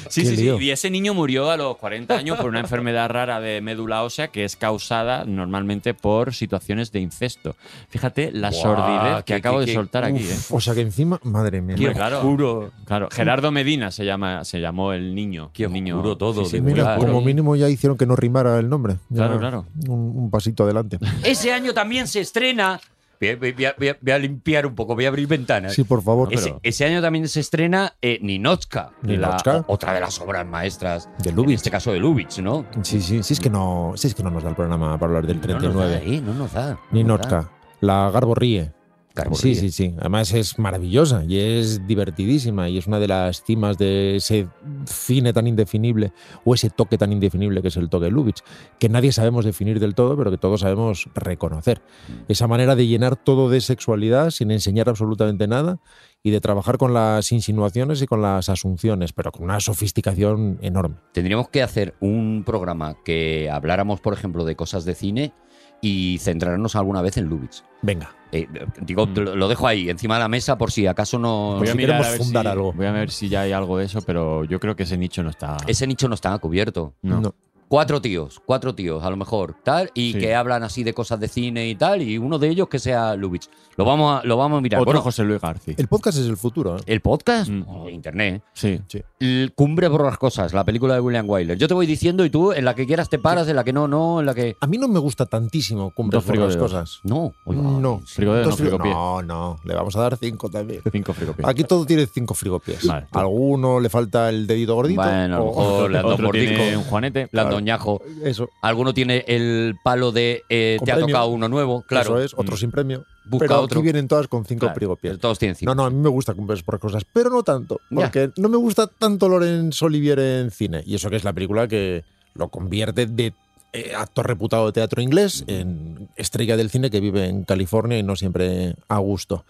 Speaker 5: sí,
Speaker 2: Qué
Speaker 5: sí, sí.
Speaker 2: lío.
Speaker 5: Y ese niño murió a los 40 años por una enfermedad rara de médula ósea que es causada normalmente por situaciones de incesto. Fíjate la
Speaker 4: Guau,
Speaker 5: sordidez
Speaker 4: qué-
Speaker 5: que, acabo
Speaker 4: qué-
Speaker 5: de
Speaker 4: qué-
Speaker 5: soltar aquí. ¿eh?
Speaker 2: Uf, O sea que encima, madre mía.
Speaker 5: Hombre,
Speaker 4: Qué
Speaker 5: claro.
Speaker 4: oscuro.
Speaker 5: Claro, Gerardo Medina se llama, se llamó el niño.
Speaker 4: Qué
Speaker 5: el niño.
Speaker 4: oscuro todo, de
Speaker 2: Mira,
Speaker 4: Claro.
Speaker 2: como mínimo ya hicieron que no rimara el nombre. Ya
Speaker 5: Claro, claro.
Speaker 2: Un, un pasito adelante.
Speaker 4: Ese año también se estrena. Voy a, voy a- voy a- voy a limpiar un poco, voy a abrir ventanas.
Speaker 2: Sí, por favor.
Speaker 4: ese, ese año también se estrena eh, Ninochka, la-
Speaker 2: Ninochka.
Speaker 4: o- otra de las obras maestras.
Speaker 2: De
Speaker 4: En
Speaker 2: Lubitsch.
Speaker 4: este caso de Lubitsch, ¿no?
Speaker 2: Sí, sí, sí es, que no, sí es que no nos da el programa para hablar del
Speaker 4: No nos da,
Speaker 2: 39.
Speaker 4: eh, no nos da. no nos
Speaker 2: Ni
Speaker 4: da.
Speaker 2: Notka. La Garbo ríe.
Speaker 4: Garbo
Speaker 2: sí,
Speaker 4: ríe.
Speaker 2: sí, sí. Además es maravillosa y es divertidísima y es una de las cimas de ese cine tan indefinible o ese toque tan indefinible que es el toque de Lubitsch, que nadie sabemos definir del todo, pero que todos sabemos reconocer. Esa manera de llenar todo de sexualidad sin enseñar absolutamente nada y de trabajar con las insinuaciones y con las asunciones, pero con una sofisticación enorme.
Speaker 4: Tendríamos que hacer un programa que habláramos, por ejemplo, de cosas de cine y centrarnos alguna vez en Lubitsch.
Speaker 2: Venga,
Speaker 4: Eh, digo, te
Speaker 5: Mm.
Speaker 4: lo lo dejo ahí, encima de la mesa, por si acaso no.
Speaker 5: Voy a
Speaker 2: Si
Speaker 5: mirar
Speaker 2: queremos
Speaker 5: a ver
Speaker 2: fundar
Speaker 5: si,
Speaker 2: algo.
Speaker 5: Voy a ver si ya hay algo de eso, pero yo creo que ese nicho no está.
Speaker 4: Ese nicho no está cubierto.
Speaker 5: No.
Speaker 2: No.
Speaker 4: Cuatro tíos, cuatro tíos, a lo mejor, tal, y
Speaker 5: Sí.
Speaker 4: que hablan así de cosas de cine y tal, y uno de ellos que sea Lubitsch. Lo vamos a, lo vamos a mirar.
Speaker 5: Otro
Speaker 4: Bueno,
Speaker 5: José Luis García.
Speaker 2: el podcast es el futuro. ¿eh?
Speaker 4: el podcast,
Speaker 5: Mm.
Speaker 4: o internet,
Speaker 5: Sí.
Speaker 4: El Cumbre Borrascosas, la película de William Wyler. Yo te voy diciendo y tú en la que quieras te paras, en la que no, no, en la que.
Speaker 2: A mí no me gusta tantísimo
Speaker 5: Dos
Speaker 2: cumplir por las
Speaker 5: frigodeos.
Speaker 2: cosas.
Speaker 4: No, oiga,
Speaker 2: No,
Speaker 4: sí.
Speaker 5: Frigodeos
Speaker 2: Dos
Speaker 5: no,
Speaker 2: frigo-
Speaker 5: frigopié.
Speaker 2: no, no, le vamos a dar cinco también.
Speaker 5: Cinco frigopiés.
Speaker 2: Aquí todo tiene cinco frigopies.
Speaker 5: Vale.
Speaker 2: Alguno le falta el dedito gordito.
Speaker 4: Bueno, a lo
Speaker 2: o-
Speaker 4: mejor le han dado
Speaker 5: Otro tiene un
Speaker 4: mordisco,
Speaker 5: juanete.
Speaker 4: le han dado ñajo.
Speaker 2: Eso,
Speaker 4: Alguno tiene el palo de eh,
Speaker 2: Con
Speaker 4: te ha
Speaker 2: premio.
Speaker 4: tocado uno nuevo, claro.
Speaker 2: eso es, otro
Speaker 5: Mm.
Speaker 2: sin premio.
Speaker 4: Busca
Speaker 2: pero
Speaker 4: otro.
Speaker 2: aquí vienen todas con cinco
Speaker 4: Claro,
Speaker 2: frigopies.
Speaker 4: Todos tienen cinco.
Speaker 2: No, no, a mí me gusta cumplir por cosas, pero no tanto.
Speaker 4: Ya.
Speaker 2: Porque no me gusta tanto Lorenzo Olivier en cine. Y eso que es la película que lo convierte de eh, actor reputado de teatro inglés en estrella del cine que vive en California y no siempre a gusto.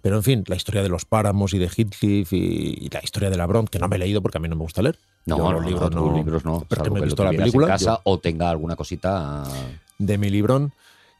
Speaker 2: Pero en fin, la historia de los páramos y de Heathcliff y, y la historia de la Bronte, que no me he leído porque a mí no me gusta leer.
Speaker 4: No,
Speaker 2: Yo
Speaker 4: no,
Speaker 2: los
Speaker 4: no,
Speaker 2: libros
Speaker 4: tú
Speaker 2: no-
Speaker 4: libros no.
Speaker 2: pero que
Speaker 4: salvo
Speaker 2: me he
Speaker 4: lo
Speaker 2: visto la
Speaker 4: tuvieras
Speaker 2: película,
Speaker 4: En casa o tenga alguna cosita.
Speaker 2: de Emily Brón,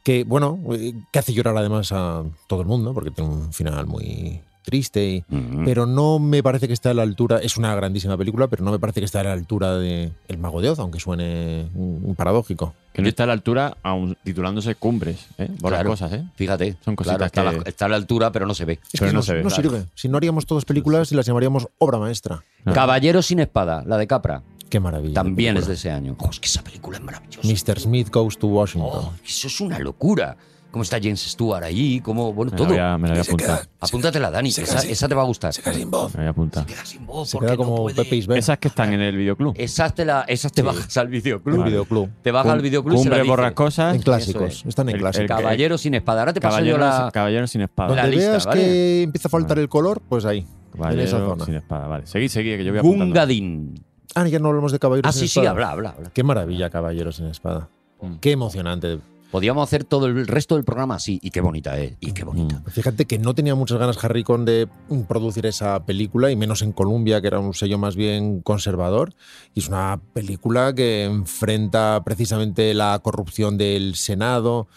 Speaker 2: que, bueno, eh, que hace llorar además a todo el mundo, porque tiene un final muy triste, y-
Speaker 4: Mm.
Speaker 2: pero no me parece que esté a la altura, es una grandísima película, pero no me parece que esté a la altura de El Mago de Oz, aunque suene mm, paradójico.
Speaker 5: Que no está a la altura, aún titulándose Cumbres, ¿eh? Por
Speaker 4: Claro.
Speaker 5: las cosas, ¿eh?
Speaker 4: Fíjate,
Speaker 5: Son cositas
Speaker 4: claro, está, a la-
Speaker 5: que-
Speaker 4: está a la altura, pero no se ve.
Speaker 2: Es
Speaker 5: Pero
Speaker 2: que
Speaker 5: no
Speaker 2: no,
Speaker 5: se ve,
Speaker 2: no
Speaker 5: claro.
Speaker 2: sirve. Si no haríamos todas películas y las llamaríamos obra maestra.
Speaker 5: Ah.
Speaker 4: Caballero sin espada, la de Capra,
Speaker 2: Qué maravilla.
Speaker 4: también
Speaker 2: de
Speaker 4: es de
Speaker 2: película.
Speaker 4: ese año. Jo, es que esa película es maravillosa.
Speaker 2: Mr. Smith Goes to
Speaker 4: Oh,
Speaker 2: Washington.
Speaker 4: eso es una locura. Cómo está James Stewart allí, cómo, bueno,
Speaker 5: Me la
Speaker 4: Pues todo.
Speaker 5: voy a- me la voy a apuntar.
Speaker 4: Apúntatela, Dani, que esa, esa te va a gustar.
Speaker 5: Me la voy a apuntar.
Speaker 4: Queda sin voz,
Speaker 2: se
Speaker 4: porque
Speaker 2: queda
Speaker 4: no
Speaker 2: como
Speaker 4: puede.
Speaker 2: Pepe Isbert
Speaker 5: Esas que están en el videoclub.
Speaker 4: Esas te, la- esas te bajas al
Speaker 2: en
Speaker 4: videoclub.
Speaker 2: el videoclub.
Speaker 4: Eh, Te bajas al
Speaker 5: Cum-
Speaker 4: videoclub y se la
Speaker 5: Cumbres
Speaker 4: dices.
Speaker 5: borrascosas.
Speaker 2: En clásicos.
Speaker 4: es.
Speaker 2: Están en
Speaker 5: Ah, El-
Speaker 2: clásicos.
Speaker 5: el-
Speaker 4: Caballero sin espada. Ahora te paso yo
Speaker 5: Caballero,
Speaker 4: la...
Speaker 5: Caballero sin espada.
Speaker 2: Donde
Speaker 4: la lista,
Speaker 2: veas
Speaker 4: ¿vale?
Speaker 2: que empieza a faltar el color, pues ahí.
Speaker 5: Caballero
Speaker 2: en esa zona.
Speaker 5: sin espada. Vale, seguid, seguid, que yo voy apuntando.
Speaker 4: Gungadin.
Speaker 2: Ah, ya no hablamos de caballeros
Speaker 4: Ah,
Speaker 2: sin
Speaker 4: sí, sí,
Speaker 2: espada.
Speaker 4: habla, habla, habla.
Speaker 2: Qué maravilla, caballeros sin espada.
Speaker 5: Mm.
Speaker 2: Qué emocionante.
Speaker 4: Podíamos hacer todo el resto del programa así. Y qué bonita es. Y qué bonita.
Speaker 2: Fíjate que no tenía muchas ganas Harry Con de mm, producir esa película, y menos en Colombia, que era un sello más bien conservador. Y es una película que enfrenta precisamente la corrupción del Senado.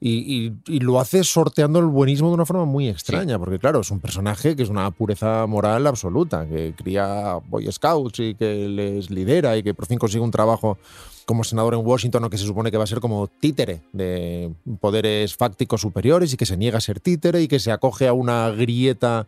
Speaker 2: Y, y- y lo hace sorteando el buenismo de una forma muy extraña, porque claro, es un personaje que es una pureza moral absoluta, que cría Boy Scouts y que les lidera y que por fin consigue un trabajo como senador en Washington, o que se supone que va a ser como títere de poderes fácticos superiores y que se niega a ser títere y que se acoge a una grieta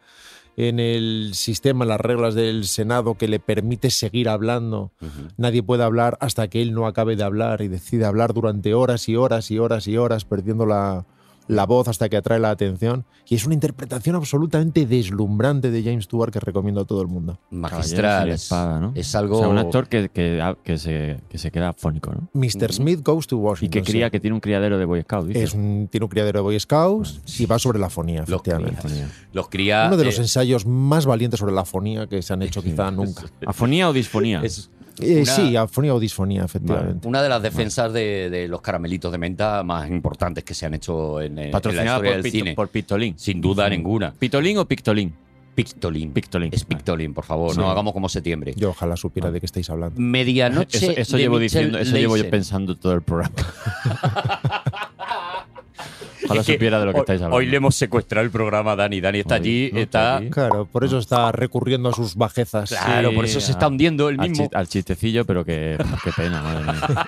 Speaker 2: en el sistema, en las reglas del Senado que le permite seguir hablando. Nadie puede hablar hasta que él no acabe de hablar y decide hablar durante horas y horas y horas y horas, perdiendo la, la voz hasta que atrae la atención. Y es una interpretación absolutamente deslumbrante de James Stewart que recomiendo a todo el mundo.
Speaker 5: Caballero
Speaker 4: Magistral.
Speaker 5: sin
Speaker 4: Es,
Speaker 5: espada, ¿no?
Speaker 4: es algo...
Speaker 5: O sea, un actor que, que- ah, que se, que se queda fónico, ¿no?
Speaker 2: Mr. Smith Goes to
Speaker 5: Y
Speaker 2: Washington.
Speaker 5: que cría,
Speaker 2: sí.
Speaker 5: que tiene un criadero de Boy Scout, dice.
Speaker 2: Es un, tiene un criadero de Boy Scouts y va sobre la fonía,
Speaker 4: Los
Speaker 2: efectivamente.
Speaker 4: cría, los cría,
Speaker 2: Uno de los
Speaker 4: eh,
Speaker 2: ensayos más valientes sobre la fonía que se han hecho quizá nunca.
Speaker 5: ¿Afonía o disfonía?
Speaker 4: es-
Speaker 2: Eh,
Speaker 4: Una-
Speaker 2: sí, afonía o disfonía, efectivamente.
Speaker 4: Una de las defensas de, de los caramelitos de menta más importantes que se han hecho en, en la
Speaker 5: Eh, Patrocinada
Speaker 4: historia
Speaker 5: por,
Speaker 4: del
Speaker 5: Pito-
Speaker 4: cine.
Speaker 5: por Pistolín.
Speaker 4: Sin duda ninguna.
Speaker 5: ¿Pitolín o Pictolín?
Speaker 4: Pictolin.
Speaker 5: Pictolin.
Speaker 4: Es Pictolin, por favor.
Speaker 2: Sí.
Speaker 4: No hagamos como septiembre.
Speaker 2: Yo ojalá
Speaker 4: Ah.
Speaker 2: supiera de qué estáis hablando.
Speaker 4: Medianoche.
Speaker 5: Ah, Eso, eso
Speaker 4: de
Speaker 5: llevo
Speaker 4: Michel
Speaker 5: diciendo, eso llevo yo
Speaker 4: Leisen.
Speaker 5: pensando todo el programa. Ojalá
Speaker 4: Es que
Speaker 5: supiera de lo que
Speaker 4: hoy-
Speaker 5: estáis hablando.
Speaker 4: Hoy le hemos secuestrado el programa a Dani. Dani está
Speaker 5: Hoy,
Speaker 4: allí,
Speaker 5: no,
Speaker 4: está.
Speaker 5: está allí.
Speaker 2: Claro, por eso está recurriendo a sus bajezas.
Speaker 4: Ah. Claro, por eso se
Speaker 5: ah.
Speaker 4: está hundiendo el
Speaker 5: al
Speaker 4: mismo.
Speaker 5: chi- Al, chistecillo, pero que, qué pena, madre mía.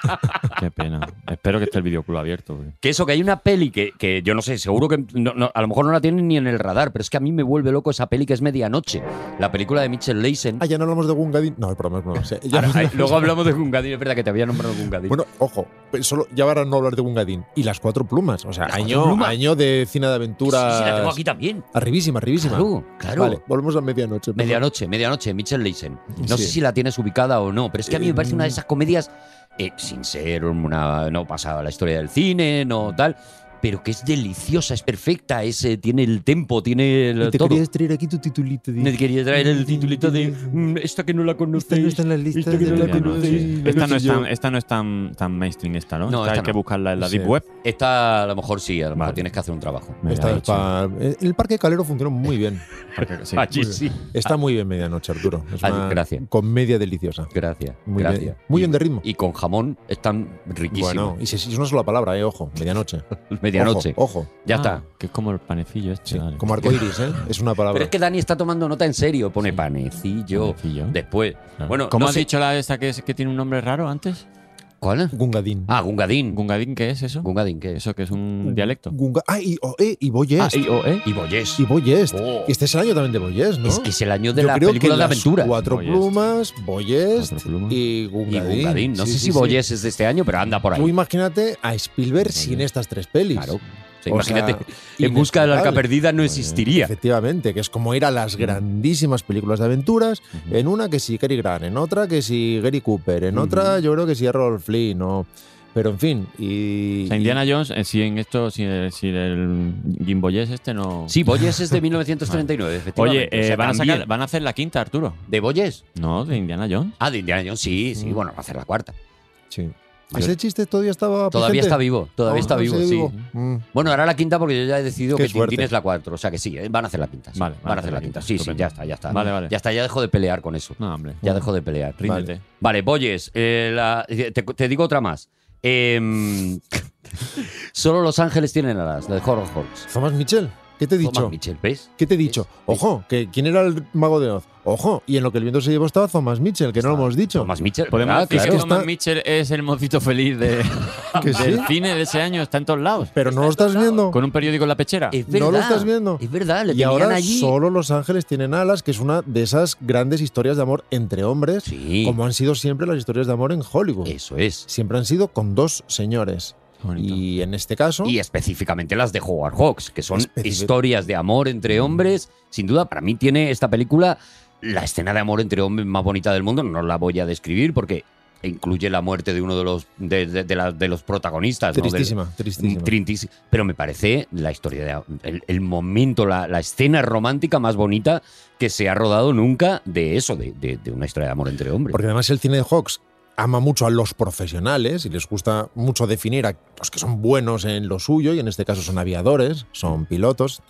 Speaker 5: Qué pena. Espero que esté el videoclub abierto. porque-
Speaker 4: Que eso, que hay una peli que, que yo no sé, seguro que no- no- a lo mejor no la tienen ni en el radar, pero es que a mí me vuelve loco esa peli que es Medianoche, la película de Mitchell Leisen.
Speaker 2: Ah, ya no hablamos de Gungadin. No, el problema es no. o sea, ya
Speaker 4: Ahora,
Speaker 2: no-
Speaker 4: ay, luego hablamos de Gungadin, es verdad que te había nombrado Gungadin.
Speaker 2: Bueno, ojo, pues solo ya para no hablar de Gungadin. Y las cuatro plumas. O sea,
Speaker 4: Las
Speaker 2: año,
Speaker 4: cuatro plumas.
Speaker 2: año de cine de
Speaker 4: Sí,
Speaker 2: aventura.
Speaker 4: sí, la tengo aquí también. Ah,
Speaker 2: Arribísima, arribísima.
Speaker 4: Claro, claro.
Speaker 2: Vale, volvemos a medianoche. por favor.
Speaker 4: Medianoche, medianoche, Mitchell Leisen. No
Speaker 2: Sí.
Speaker 4: sé si la tienes ubicada o no, pero es que a mí me parece
Speaker 2: Eh,
Speaker 4: una de esas comedias, eh, sin ser una, no pasada la historia del cine, no tal, pero que es deliciosa, es perfecta, es, eh, tiene el tempo, tiene el,
Speaker 2: Y te
Speaker 4: todo.
Speaker 2: querías traer aquí tu titulito. de-
Speaker 4: Me quería traer el titulito de mm, esta que no la
Speaker 2: Esta no
Speaker 4: conocéis.
Speaker 2: está en la lista.
Speaker 4: Esta que no la
Speaker 5: Medianoche.
Speaker 4: conocéis.
Speaker 5: Esta no, es
Speaker 2: Yo-
Speaker 5: tan, esta no es tan, tan mainstream, esta, ¿no?
Speaker 4: No,
Speaker 5: Esta
Speaker 4: esta
Speaker 5: hay que
Speaker 4: no.
Speaker 5: buscarla en la
Speaker 2: Sí.
Speaker 5: Deep Web.
Speaker 4: Esta a lo mejor sí, a lo mejor
Speaker 5: Vale.
Speaker 4: tienes que hacer un trabajo.
Speaker 2: Esta es
Speaker 5: Medianoche.
Speaker 2: pa- Eh, El Parque Calero funcionó muy bien.
Speaker 5: Porque- sí.
Speaker 4: Allí sí.
Speaker 2: Está muy bien Medianoche, Arturo. Es
Speaker 4: Ah,
Speaker 2: una
Speaker 4: gracias.
Speaker 2: comedia deliciosa.
Speaker 4: Gracias,
Speaker 2: Muy
Speaker 4: gracias.
Speaker 2: bien. Muy bien de ritmo.
Speaker 4: Y con jamón están riquísimos.
Speaker 2: Bueno, y si si es una sola palabra, eh, ojo, medianoche.
Speaker 4: Medianoche.
Speaker 2: Ojo, ojo.
Speaker 4: Ya
Speaker 5: Ah,
Speaker 4: está.
Speaker 5: Que es como el panecillo este.
Speaker 2: Sí,
Speaker 5: vale.
Speaker 2: como arcoiris, ¿eh? Es una palabra.
Speaker 4: Pero es que Dani está tomando nota en serio. Pone panecillo.
Speaker 5: Panecillo.
Speaker 4: Después.
Speaker 5: Claro.
Speaker 4: Bueno,
Speaker 5: ¿Cómo
Speaker 4: no
Speaker 5: has
Speaker 4: sé-
Speaker 5: dicho la esta que, es- que tiene un nombre raro antes?
Speaker 4: ¿Cuál?
Speaker 2: Gungadin.
Speaker 4: Ah, Gungadín.
Speaker 5: ¿Gungadín qué es eso?
Speaker 4: Gungadín, ¿qué es?
Speaker 5: Eso que es un dialecto.
Speaker 2: Gunga- ah, y, oh, eh, y Boy
Speaker 5: Ah,
Speaker 2: Est.
Speaker 5: I, O, E.
Speaker 4: Y Boyes.
Speaker 2: y Boy Est.
Speaker 4: Oh.
Speaker 2: Este es el año también de Boy Est, ¿no?
Speaker 4: Es que es el año de
Speaker 2: Yo
Speaker 4: la
Speaker 2: creo que
Speaker 4: película de
Speaker 2: las
Speaker 4: aventura.
Speaker 2: Cuatro
Speaker 5: Boy Est.
Speaker 2: plumas, Boy Est
Speaker 5: Cuatro plumas.
Speaker 2: y
Speaker 4: Y
Speaker 2: Gungadin.
Speaker 4: Gungadín. No sé si Boyes es de este año, pero anda por ahí.
Speaker 2: Tú imagínate a Spielberg
Speaker 5: Boy
Speaker 2: sin
Speaker 5: Est.
Speaker 2: estas tres pelis.
Speaker 4: Claro. O sea,
Speaker 2: O sea,
Speaker 4: imagínate, en busca del arca
Speaker 2: inexplicable.
Speaker 4: perdida no existiría.
Speaker 2: Efectivamente, que es como ir a las
Speaker 4: Mm.
Speaker 2: grandísimas películas de aventuras,
Speaker 4: Eh,
Speaker 2: en una que si Cary Grant, en otra que si Gary Cooper, en otra yo creo que si Errol Flynn, no. Pero en fin, y...
Speaker 5: O sea, Indiana Jones, eh, si en esto, si, el- si el Gimboyés este no.
Speaker 4: Sí, Boyes es de 1939, efectivamente.
Speaker 5: Oye,
Speaker 4: O
Speaker 5: eh,
Speaker 4: sea,
Speaker 5: van, a
Speaker 4: también.
Speaker 5: sacar, van a hacer la quinta, Arturo.
Speaker 4: ¿De Boyes?
Speaker 5: No, de Indiana Jones.
Speaker 4: Ah, de Indiana Jones, sí, sí,
Speaker 2: Mm.
Speaker 4: bueno, va a hacer la cuarta.
Speaker 2: sí. ¿Ese chiste todavía estaba
Speaker 4: Todavía
Speaker 2: presente?
Speaker 4: está vivo, todavía
Speaker 2: pues Ah,
Speaker 4: está
Speaker 2: ¿sigue
Speaker 4: vivo, sí.
Speaker 2: Mm.
Speaker 4: Bueno, ahora la quinta porque yo ya he decidido
Speaker 2: Qué
Speaker 4: que Tintín
Speaker 2: suerte.
Speaker 4: es la cuatro, o sea que sí, eh, van a hacer la quinta. sí,
Speaker 5: Vale,
Speaker 4: van a hacer la quinta, sí, sí,
Speaker 5: estupendo.
Speaker 4: ya está, ya está.
Speaker 5: Vale, vale.
Speaker 4: Ya está, ya dejo de pelear con eso.
Speaker 5: No, hombre.
Speaker 4: Ya dejo de pelear.
Speaker 5: Ríndete.
Speaker 4: Vale, Boyes, eh, la- te, te digo otra más. Em, solo Los Ángeles tienen alas, la de Horror Holmes.
Speaker 2: Thomas Mitchell, ¿qué te he dicho?
Speaker 4: Thomas Mitchell, ¿ves?
Speaker 2: ¿Qué te he dicho? Ojo, que ¿quién era el mago de Oz? Ojo, y en lo que el viento se llevó estaba Thomas Mitchell, que no lo hemos dicho.
Speaker 4: Thomas Mitchell.
Speaker 5: Podemos
Speaker 4: ¿verdad?
Speaker 5: decir
Speaker 4: Claro.
Speaker 5: que
Speaker 2: Es que
Speaker 5: Thomas
Speaker 2: está-
Speaker 5: Mitchell es el mocito feliz de,
Speaker 2: ¿Que
Speaker 5: del
Speaker 2: sí?
Speaker 5: cine de ese año, está en todos lados.
Speaker 2: Pero no lo estás viendo.
Speaker 5: Con un periódico en la pechera.
Speaker 4: Es
Speaker 2: ¿No lo
Speaker 4: verdad,
Speaker 2: estás viendo?
Speaker 4: Es verdad, le
Speaker 2: Y
Speaker 4: tenían
Speaker 2: ahora
Speaker 4: allí.
Speaker 2: solo Los Ángeles tienen alas, que es una de esas grandes historias de amor entre hombres,
Speaker 4: Sí,
Speaker 2: como han sido siempre las historias de amor en Hollywood.
Speaker 4: eso es.
Speaker 2: Siempre han sido con dos señores. Y en este caso,
Speaker 4: Y específicamente las de Howard Hawks, que son
Speaker 2: Específic- Mm.
Speaker 4: historias de amor entre hombres. Sin duda, para mí tiene esta película la escena de amor entre hombres más bonita del mundo. No la voy a describir porque incluye la muerte de uno de los, de, de- de la- de los protagonistas. ¿no? Del- Mm,
Speaker 2: tristísima, tristísima.
Speaker 4: Trintis- pero me parece la historia, de, el, el momento, la, la escena romántica más bonita que se ha rodado nunca de eso, de, de- de una historia de amor entre hombres.
Speaker 2: Porque además el cine de Hawks ama mucho a los profesionales y les gusta mucho definir a los que son buenos en lo suyo, y en este caso son aviadores, son pilotos,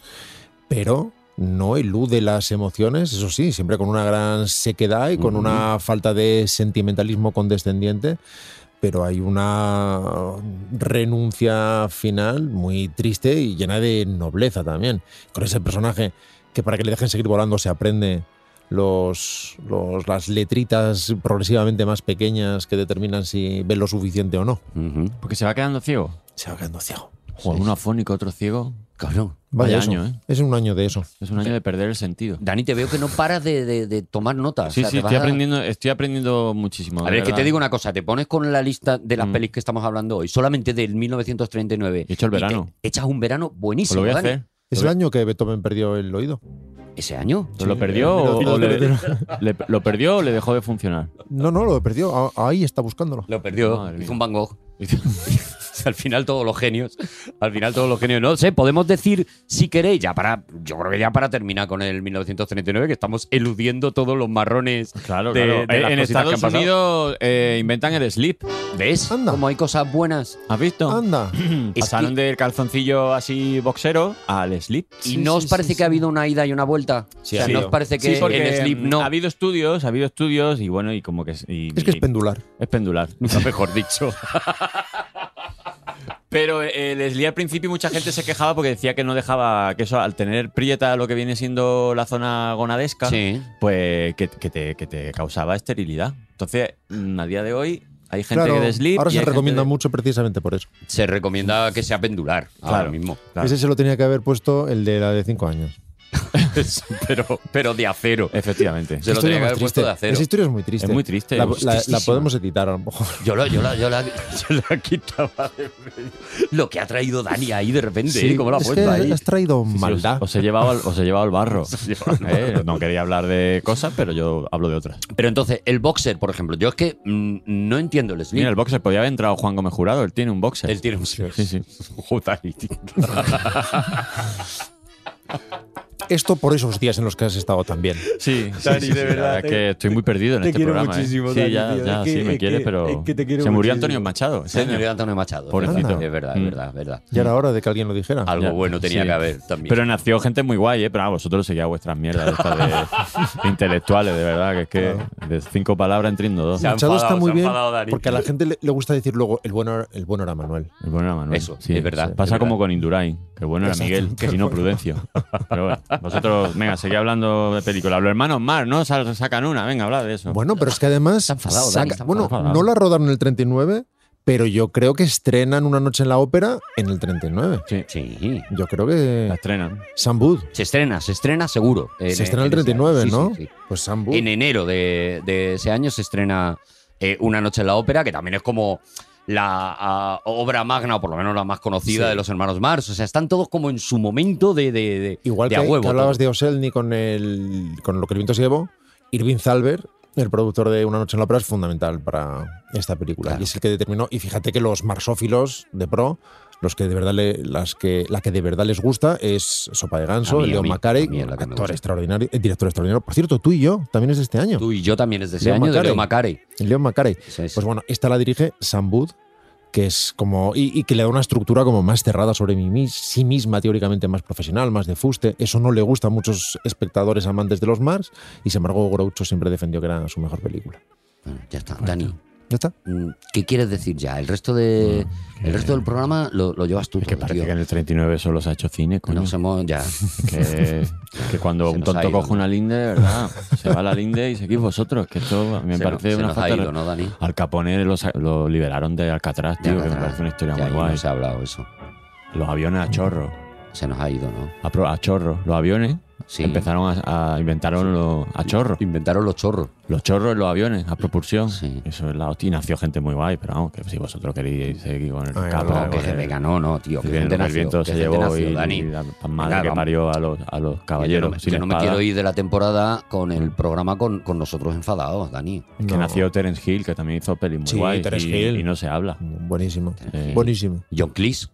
Speaker 2: pero no elude las emociones, eso sí, siempre con una gran sequedad y con
Speaker 4: Ujú.
Speaker 2: una falta de sentimentalismo condescendiente, pero hay una renuncia final muy triste y llena de nobleza también, con ese personaje que para que le dejen seguir volando se aprende los, los- las letritas progresivamente más pequeñas que determinan si ven lo suficiente o no.
Speaker 4: Ujú.
Speaker 5: Porque se va quedando ciego.
Speaker 2: Se va quedando ciego.
Speaker 5: Joder, uno afónico, otro ciego.
Speaker 4: Cabrón.
Speaker 5: Vaya
Speaker 2: eso.
Speaker 5: año, ¿eh?
Speaker 2: Es un año de eso.
Speaker 5: Es un año de perder el sentido.
Speaker 4: Dani, te veo que no paras de, de- de tomar notas.
Speaker 5: Sí,
Speaker 4: O sea,
Speaker 5: sí,
Speaker 4: te vas
Speaker 5: estoy
Speaker 4: a-
Speaker 5: aprendiendo, estoy aprendiendo muchísimo.
Speaker 4: A
Speaker 5: de
Speaker 4: ver, es que
Speaker 5: verdad.
Speaker 4: te digo una cosa, te pones con la lista de las
Speaker 5: Mm.
Speaker 4: pelis que estamos hablando hoy, solamente del 1939.
Speaker 5: He hecho el
Speaker 4: y te
Speaker 5: verano.
Speaker 4: echas un verano
Speaker 5: Pues
Speaker 4: buenísimo,
Speaker 5: lo voy a
Speaker 4: Dani.
Speaker 5: hacer.
Speaker 2: Es el año que Beethoven perdió el oído.
Speaker 4: ¿Ese año?
Speaker 5: ¿Lo perdió o, o le, le- lo perdió o le dejó de funcionar?
Speaker 2: No, no, lo perdió. A- Ahí está buscándolo.
Speaker 4: Lo perdió.
Speaker 5: Madre
Speaker 4: Hizo
Speaker 5: mía.
Speaker 4: un Van Gogh. al final todos los genios, al final todos los genios, no sé, podemos decir, si queréis, ya para, yo creo que ya para terminar con el 1939, que estamos eludiendo todos los marrones
Speaker 5: Claro,
Speaker 4: de-
Speaker 5: claro.
Speaker 4: de
Speaker 5: Eh,
Speaker 4: las
Speaker 5: en
Speaker 4: cositas que han
Speaker 5: Estados
Speaker 4: pasado.
Speaker 5: Unidos eh, inventan el slip.
Speaker 4: ¿Ves?
Speaker 2: Anda.
Speaker 4: Como hay cosas buenas.
Speaker 5: ¿Has visto?
Speaker 2: Anda.
Speaker 4: Es
Speaker 5: Pasaron
Speaker 4: que-
Speaker 5: del calzoncillo así boxero al slip.
Speaker 4: ¿Y no os parece que ha habido una ida y una vuelta? o sea, ¿no
Speaker 5: ha habido.
Speaker 4: os parece que
Speaker 5: Sí, porque,
Speaker 4: el slip no?
Speaker 5: Ha habido estudios, ha habido estudios y bueno, y como que. y-
Speaker 2: Es que es
Speaker 5: y-
Speaker 2: pendular.
Speaker 5: Es pendular, nunca mejor dicho. Pero eh, el slip al principio mucha gente se quejaba porque decía que no dejaba, que eso al tener prieta lo que viene siendo la zona gonadesca,
Speaker 4: Sí.
Speaker 5: pues que, que te, que te causaba esterilidad. Entonces, mm, a día de hoy hay gente
Speaker 2: Claro,
Speaker 5: que de slip.
Speaker 2: ahora
Speaker 5: y
Speaker 2: se
Speaker 5: hay gente
Speaker 2: recomienda
Speaker 5: de-
Speaker 2: mucho precisamente por eso.
Speaker 4: Se recomienda que sea pendular ahora
Speaker 5: Claro.
Speaker 4: mismo.
Speaker 5: Claro.
Speaker 2: Ese se lo tenía que haber puesto el de la de 5 años.
Speaker 4: pero, pero de acero.
Speaker 5: Efectivamente.
Speaker 4: Se lo tenía que haber puesto de acero.
Speaker 2: Esa historia es muy triste.
Speaker 5: Es muy triste,
Speaker 2: La,
Speaker 5: es
Speaker 2: la- la
Speaker 5: tristísima.
Speaker 2: podemos editar a lo mejor.
Speaker 4: Yo la, yo la, yo la- yo la quitaba de en medio. Lo que ha traído Dani ahí de repente, ¿eh? ¿Cómo lo ha
Speaker 2: es
Speaker 4: puesto
Speaker 2: que
Speaker 4: ahí?
Speaker 2: has traído
Speaker 5: Sí, sí, os-
Speaker 2: maldad.
Speaker 5: Os, he llevado al, os he llevado al barro.
Speaker 4: he llevado al
Speaker 5: Eh, No quería hablar de cosas, pero yo hablo de otras.
Speaker 4: Pero entonces, el boxer, por ejemplo, yo es que mm, no entiendo el slip.
Speaker 5: Mira, el boxer podía haber entrado Juan Gómez Jurado. Él tiene un boxer.
Speaker 4: Él tiene un slip.
Speaker 5: Sí, sí.
Speaker 4: Joder, tío.
Speaker 2: Esto por esos días en los que has estado también.
Speaker 5: Sí,
Speaker 11: Dani, de
Speaker 5: la
Speaker 11: verdad,
Speaker 5: es que estoy muy perdido en
Speaker 11: te
Speaker 5: este
Speaker 11: quiero
Speaker 5: programa. ¿eh?
Speaker 11: muchísimo,
Speaker 5: sí,
Speaker 11: Dani,
Speaker 5: ya,
Speaker 11: tío,
Speaker 5: ya,
Speaker 11: es
Speaker 5: sí,
Speaker 11: que-
Speaker 5: me
Speaker 11: es
Speaker 5: quiere,
Speaker 11: que-
Speaker 5: pero.
Speaker 11: es que te quiero
Speaker 5: se murió
Speaker 11: muchísimo.
Speaker 5: Antonio Machado. ¿eh? ese
Speaker 4: Se
Speaker 5: año.
Speaker 4: murió Antonio Machado.
Speaker 5: Pobrecito. Mm.
Speaker 4: Es verdad, es verdad, es verdad.
Speaker 2: Y ahora hora de que alguien lo dijera.
Speaker 4: Algo
Speaker 5: Ya,
Speaker 4: bueno tenía
Speaker 5: sí.
Speaker 4: que haber también.
Speaker 5: Pero nació gente muy guay, ¿eh? Pero a vosotros seguía vuestras mierdas estas de intelectuales, de verdad, que es que de cinco palabras entriendo dos.
Speaker 4: Se ha
Speaker 2: Machado está
Speaker 4: enfadado,
Speaker 2: muy
Speaker 4: se ha
Speaker 2: bien
Speaker 4: enfadado Dani.
Speaker 2: porque a la gente le, le gusta decir luego el bueno, era- el bueno era Manuel.
Speaker 5: El bueno era Manuel.
Speaker 4: Eso, es verdad,
Speaker 5: Pasa
Speaker 4: es
Speaker 5: como
Speaker 4: verdad.
Speaker 5: con Indurain, que el bueno era
Speaker 2: Exacto,
Speaker 5: Miguel
Speaker 2: que
Speaker 5: y no
Speaker 2: bueno.
Speaker 5: Prudencio. Pero bueno, vosotros, venga, seguí hablando de películas. Los hermanos Mar, ¿no? Sal- Sacan una, venga, hablad de eso.
Speaker 2: Bueno, pero es que además.
Speaker 4: Está enfadado, Dani, está
Speaker 2: bueno,
Speaker 5: enfadado.
Speaker 2: no la rodaron en el 39, pero yo creo que estrenan una noche en la ópera en el 39.
Speaker 5: Sí,
Speaker 4: Sí.
Speaker 2: Yo creo
Speaker 5: la
Speaker 2: que.
Speaker 5: estrenan.
Speaker 2: Sambud.
Speaker 4: Se estrena, se estrena seguro. En-
Speaker 2: Se estrena el
Speaker 4: en ese
Speaker 2: 39,
Speaker 4: año. Sí,
Speaker 2: ¿no?
Speaker 4: sí, sí.
Speaker 2: Pues
Speaker 5: Uh.
Speaker 2: Sambud.
Speaker 4: En enero de, de ese año se estrena eh, Una noche en la ópera, que también es como la ah, obra magna, o por lo menos la más conocida
Speaker 2: Sí.
Speaker 4: de los hermanos Mars. O sea, están todos como en su momento de, de- de-
Speaker 2: Igual
Speaker 4: de
Speaker 2: que,
Speaker 4: a huevo.
Speaker 2: que hablabas
Speaker 4: todo.
Speaker 2: de Oselny con, el, con lo que el viento se llevó, Irving Zalber, el productor de Una noche en la ópera, es fundamental para esta película.
Speaker 4: Claro.
Speaker 2: Y es el que determinó, y fíjate que los marsófilos de pro, los que de verdad le- las que, la que de verdad les gusta es Sopa de Ganso,
Speaker 4: A mí, a
Speaker 2: León
Speaker 4: mí,
Speaker 2: Macarey,
Speaker 4: a mí es la que me
Speaker 2: actor
Speaker 4: gusta.
Speaker 2: extraordinario, eh, director extraordinario. Por cierto, tú y yo también es de este año.
Speaker 4: Tú y yo también es de ese
Speaker 2: Leo
Speaker 4: año, de Leo
Speaker 2: Macarey.
Speaker 4: Macarey.
Speaker 2: León Macarey.
Speaker 4: Ese es.
Speaker 2: Pues bueno, esta la dirige Sam Wood, que es como. Y, y que le da una estructura como más cerrada sobre mí mis- sí misma, teóricamente más profesional, más de fuste. Eso no le gusta a muchos espectadores amantes de los Mars. Y sin embargo, Groucho siempre defendió que era su mejor película.
Speaker 4: Bueno, ya
Speaker 5: pues
Speaker 4: está, Dani.
Speaker 2: ¿Ya está?
Speaker 4: mm, ¿Qué quieres decir ya? El resto de el resto del programa lo, lo llevas tú.
Speaker 5: eh, Es que
Speaker 4: todo,
Speaker 5: parece
Speaker 4: tío.
Speaker 5: que en el 39 solo se ha hecho cine, coño.
Speaker 4: Nos hemos ya.
Speaker 5: que, que cuando
Speaker 4: Se
Speaker 5: un
Speaker 4: nos ha
Speaker 5: tonto
Speaker 4: ido,
Speaker 5: coge
Speaker 4: ¿no?
Speaker 5: una linde, de ¿verdad? Se va a la linde y seguís vosotros. Que esto a mí me
Speaker 4: se
Speaker 5: parece
Speaker 4: nos- se
Speaker 5: una
Speaker 4: nos
Speaker 5: falta
Speaker 4: ha
Speaker 5: de-
Speaker 4: ido, ¿no, Dani?
Speaker 5: Al Capone lo, sa- lo liberaron de Alcatraz, tío, que me parece una historia
Speaker 4: Ya,
Speaker 5: muy
Speaker 4: ahí
Speaker 5: guay.
Speaker 4: No se ha hablado eso.
Speaker 5: Los aviones a chorro.
Speaker 4: Se nos ha ido, ¿no?
Speaker 5: A, pro- a chorro. Los aviones
Speaker 4: Sí.
Speaker 5: empezaron a, a- inventaron los a chorro.
Speaker 4: Inventaron los chorros.
Speaker 5: Los chorros en los aviones, a propulsión.
Speaker 4: Sí.
Speaker 5: Eso es la hostia. Y nació gente muy guay, pero vamos, que si vosotros queréis seguir con el
Speaker 2: Ay,
Speaker 5: capo,
Speaker 2: no,
Speaker 4: No, que
Speaker 5: con el-
Speaker 4: venga, no, no, tío. Que
Speaker 5: que
Speaker 4: gente
Speaker 5: el,
Speaker 4: nació,
Speaker 5: viento
Speaker 4: que
Speaker 5: se
Speaker 4: gente
Speaker 5: llevó
Speaker 4: nació,
Speaker 5: y,
Speaker 4: Dani.
Speaker 5: y la madre
Speaker 4: Venga,
Speaker 5: que
Speaker 4: vamos.
Speaker 5: parió a los, a los caballeros.
Speaker 4: Yo no,
Speaker 5: sin
Speaker 4: yo no me
Speaker 5: espada.
Speaker 4: quiero ir de la temporada con el programa con, con nosotros enfadados, Dani.
Speaker 5: Que
Speaker 2: No.
Speaker 5: nació Terence Hill, que también hizo pelis muy
Speaker 2: Sí,
Speaker 5: guay.
Speaker 2: Terence
Speaker 5: y,
Speaker 2: Hill.
Speaker 5: y no se habla.
Speaker 2: Buenísimo.
Speaker 5: Eh,
Speaker 2: Buenísimo.
Speaker 4: John Cleese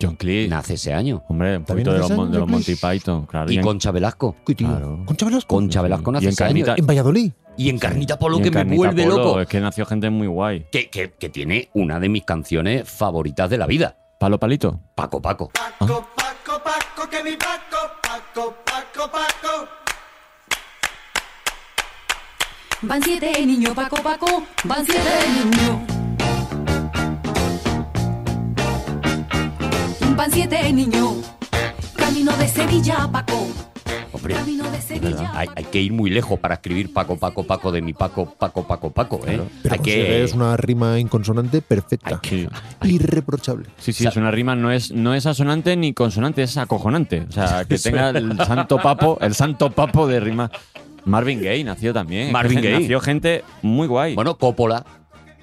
Speaker 5: John Cleese.
Speaker 4: nace ese año.
Speaker 5: Hombre, un
Speaker 2: ¿También
Speaker 5: poquito de los,
Speaker 2: nace
Speaker 5: mon-
Speaker 2: John
Speaker 5: de los Monty
Speaker 2: Cleese?
Speaker 5: Python, claro.
Speaker 4: Y
Speaker 5: en-
Speaker 4: Concha Velasco.
Speaker 2: Uy, tío,
Speaker 5: Claro.
Speaker 2: Concha Velasco.
Speaker 4: Concha Velasco nace
Speaker 5: en
Speaker 4: ese año.
Speaker 5: Carnita-
Speaker 2: En Valladolid.
Speaker 4: Y Encarnita Polo,
Speaker 5: y en
Speaker 4: que me
Speaker 5: Carnita
Speaker 4: vuelve
Speaker 5: Polo,
Speaker 4: loco.
Speaker 5: Es que nació gente muy guay.
Speaker 4: Que, que- que tiene una de mis canciones favoritas de la vida.
Speaker 5: Palo Palito.
Speaker 4: Paco Paco.
Speaker 12: Van siete niño Paco Paco, van siete niño. Van siete niño, camino de Sevilla a Paco.
Speaker 4: Hombre,
Speaker 12: Camino de
Speaker 4: es verdad.
Speaker 12: Sevilla. a
Speaker 4: Hay, hay
Speaker 12: Paco.
Speaker 4: que ir muy lejos para escribir Paco Paco Paco de mi Paco Paco Paco Paco. ¿eh?
Speaker 2: Pero
Speaker 4: hay que.
Speaker 2: es una rima inconsonante perfecta.
Speaker 5: Sí,
Speaker 2: Irreprochable.
Speaker 5: sí, sí, es una rima, no es, no es asonante ni consonante, es acojonante. O sea, que tenga el santo papo, el santo papo de rima. Marvin Gaye nació también.
Speaker 4: Marvin Gaye.
Speaker 5: Nació gente muy guay.
Speaker 4: Bueno, Coppola.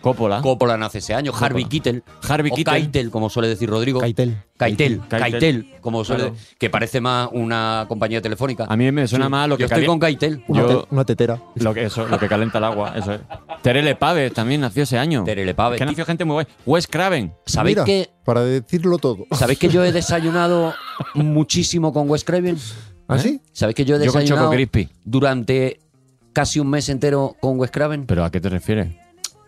Speaker 5: Coppola.
Speaker 4: Coppola nace ese año,
Speaker 5: Ah. Coppola.
Speaker 4: Harvey Keitel.
Speaker 5: Harvey
Speaker 4: o
Speaker 5: Keitel.
Speaker 4: Keitel, como suele decir Rodrigo.
Speaker 2: Keitel.
Speaker 4: Keitel,
Speaker 5: Keitel.
Speaker 4: Keitel, como suele
Speaker 5: Claro.
Speaker 4: que parece más una compañía telefónica.
Speaker 5: A mí me suena
Speaker 4: Sí.
Speaker 5: más lo que
Speaker 4: Yo estoy
Speaker 5: cali-
Speaker 4: con Keitel.
Speaker 2: Una,
Speaker 5: Yo-
Speaker 2: te- una tetera.
Speaker 5: Lo que, eso, lo que calienta el agua, eso es. Terele Pave también nació ese año.
Speaker 4: Terele Pave.
Speaker 5: Es que nació gente muy guay. Wes Craven.
Speaker 4: ¿Sabéis
Speaker 2: Mira,
Speaker 4: que
Speaker 2: Para decirlo todo.
Speaker 4: sabéis que yo he desayunado muchísimo con Wes Craven?
Speaker 2: ¿Ah, sí?
Speaker 4: ¿Sabéis que yo he
Speaker 5: Yo con Choco
Speaker 4: desayunado
Speaker 5: Crispy.
Speaker 4: durante casi un mes entero con Wes Craven?
Speaker 5: ¿Pero a qué te refieres?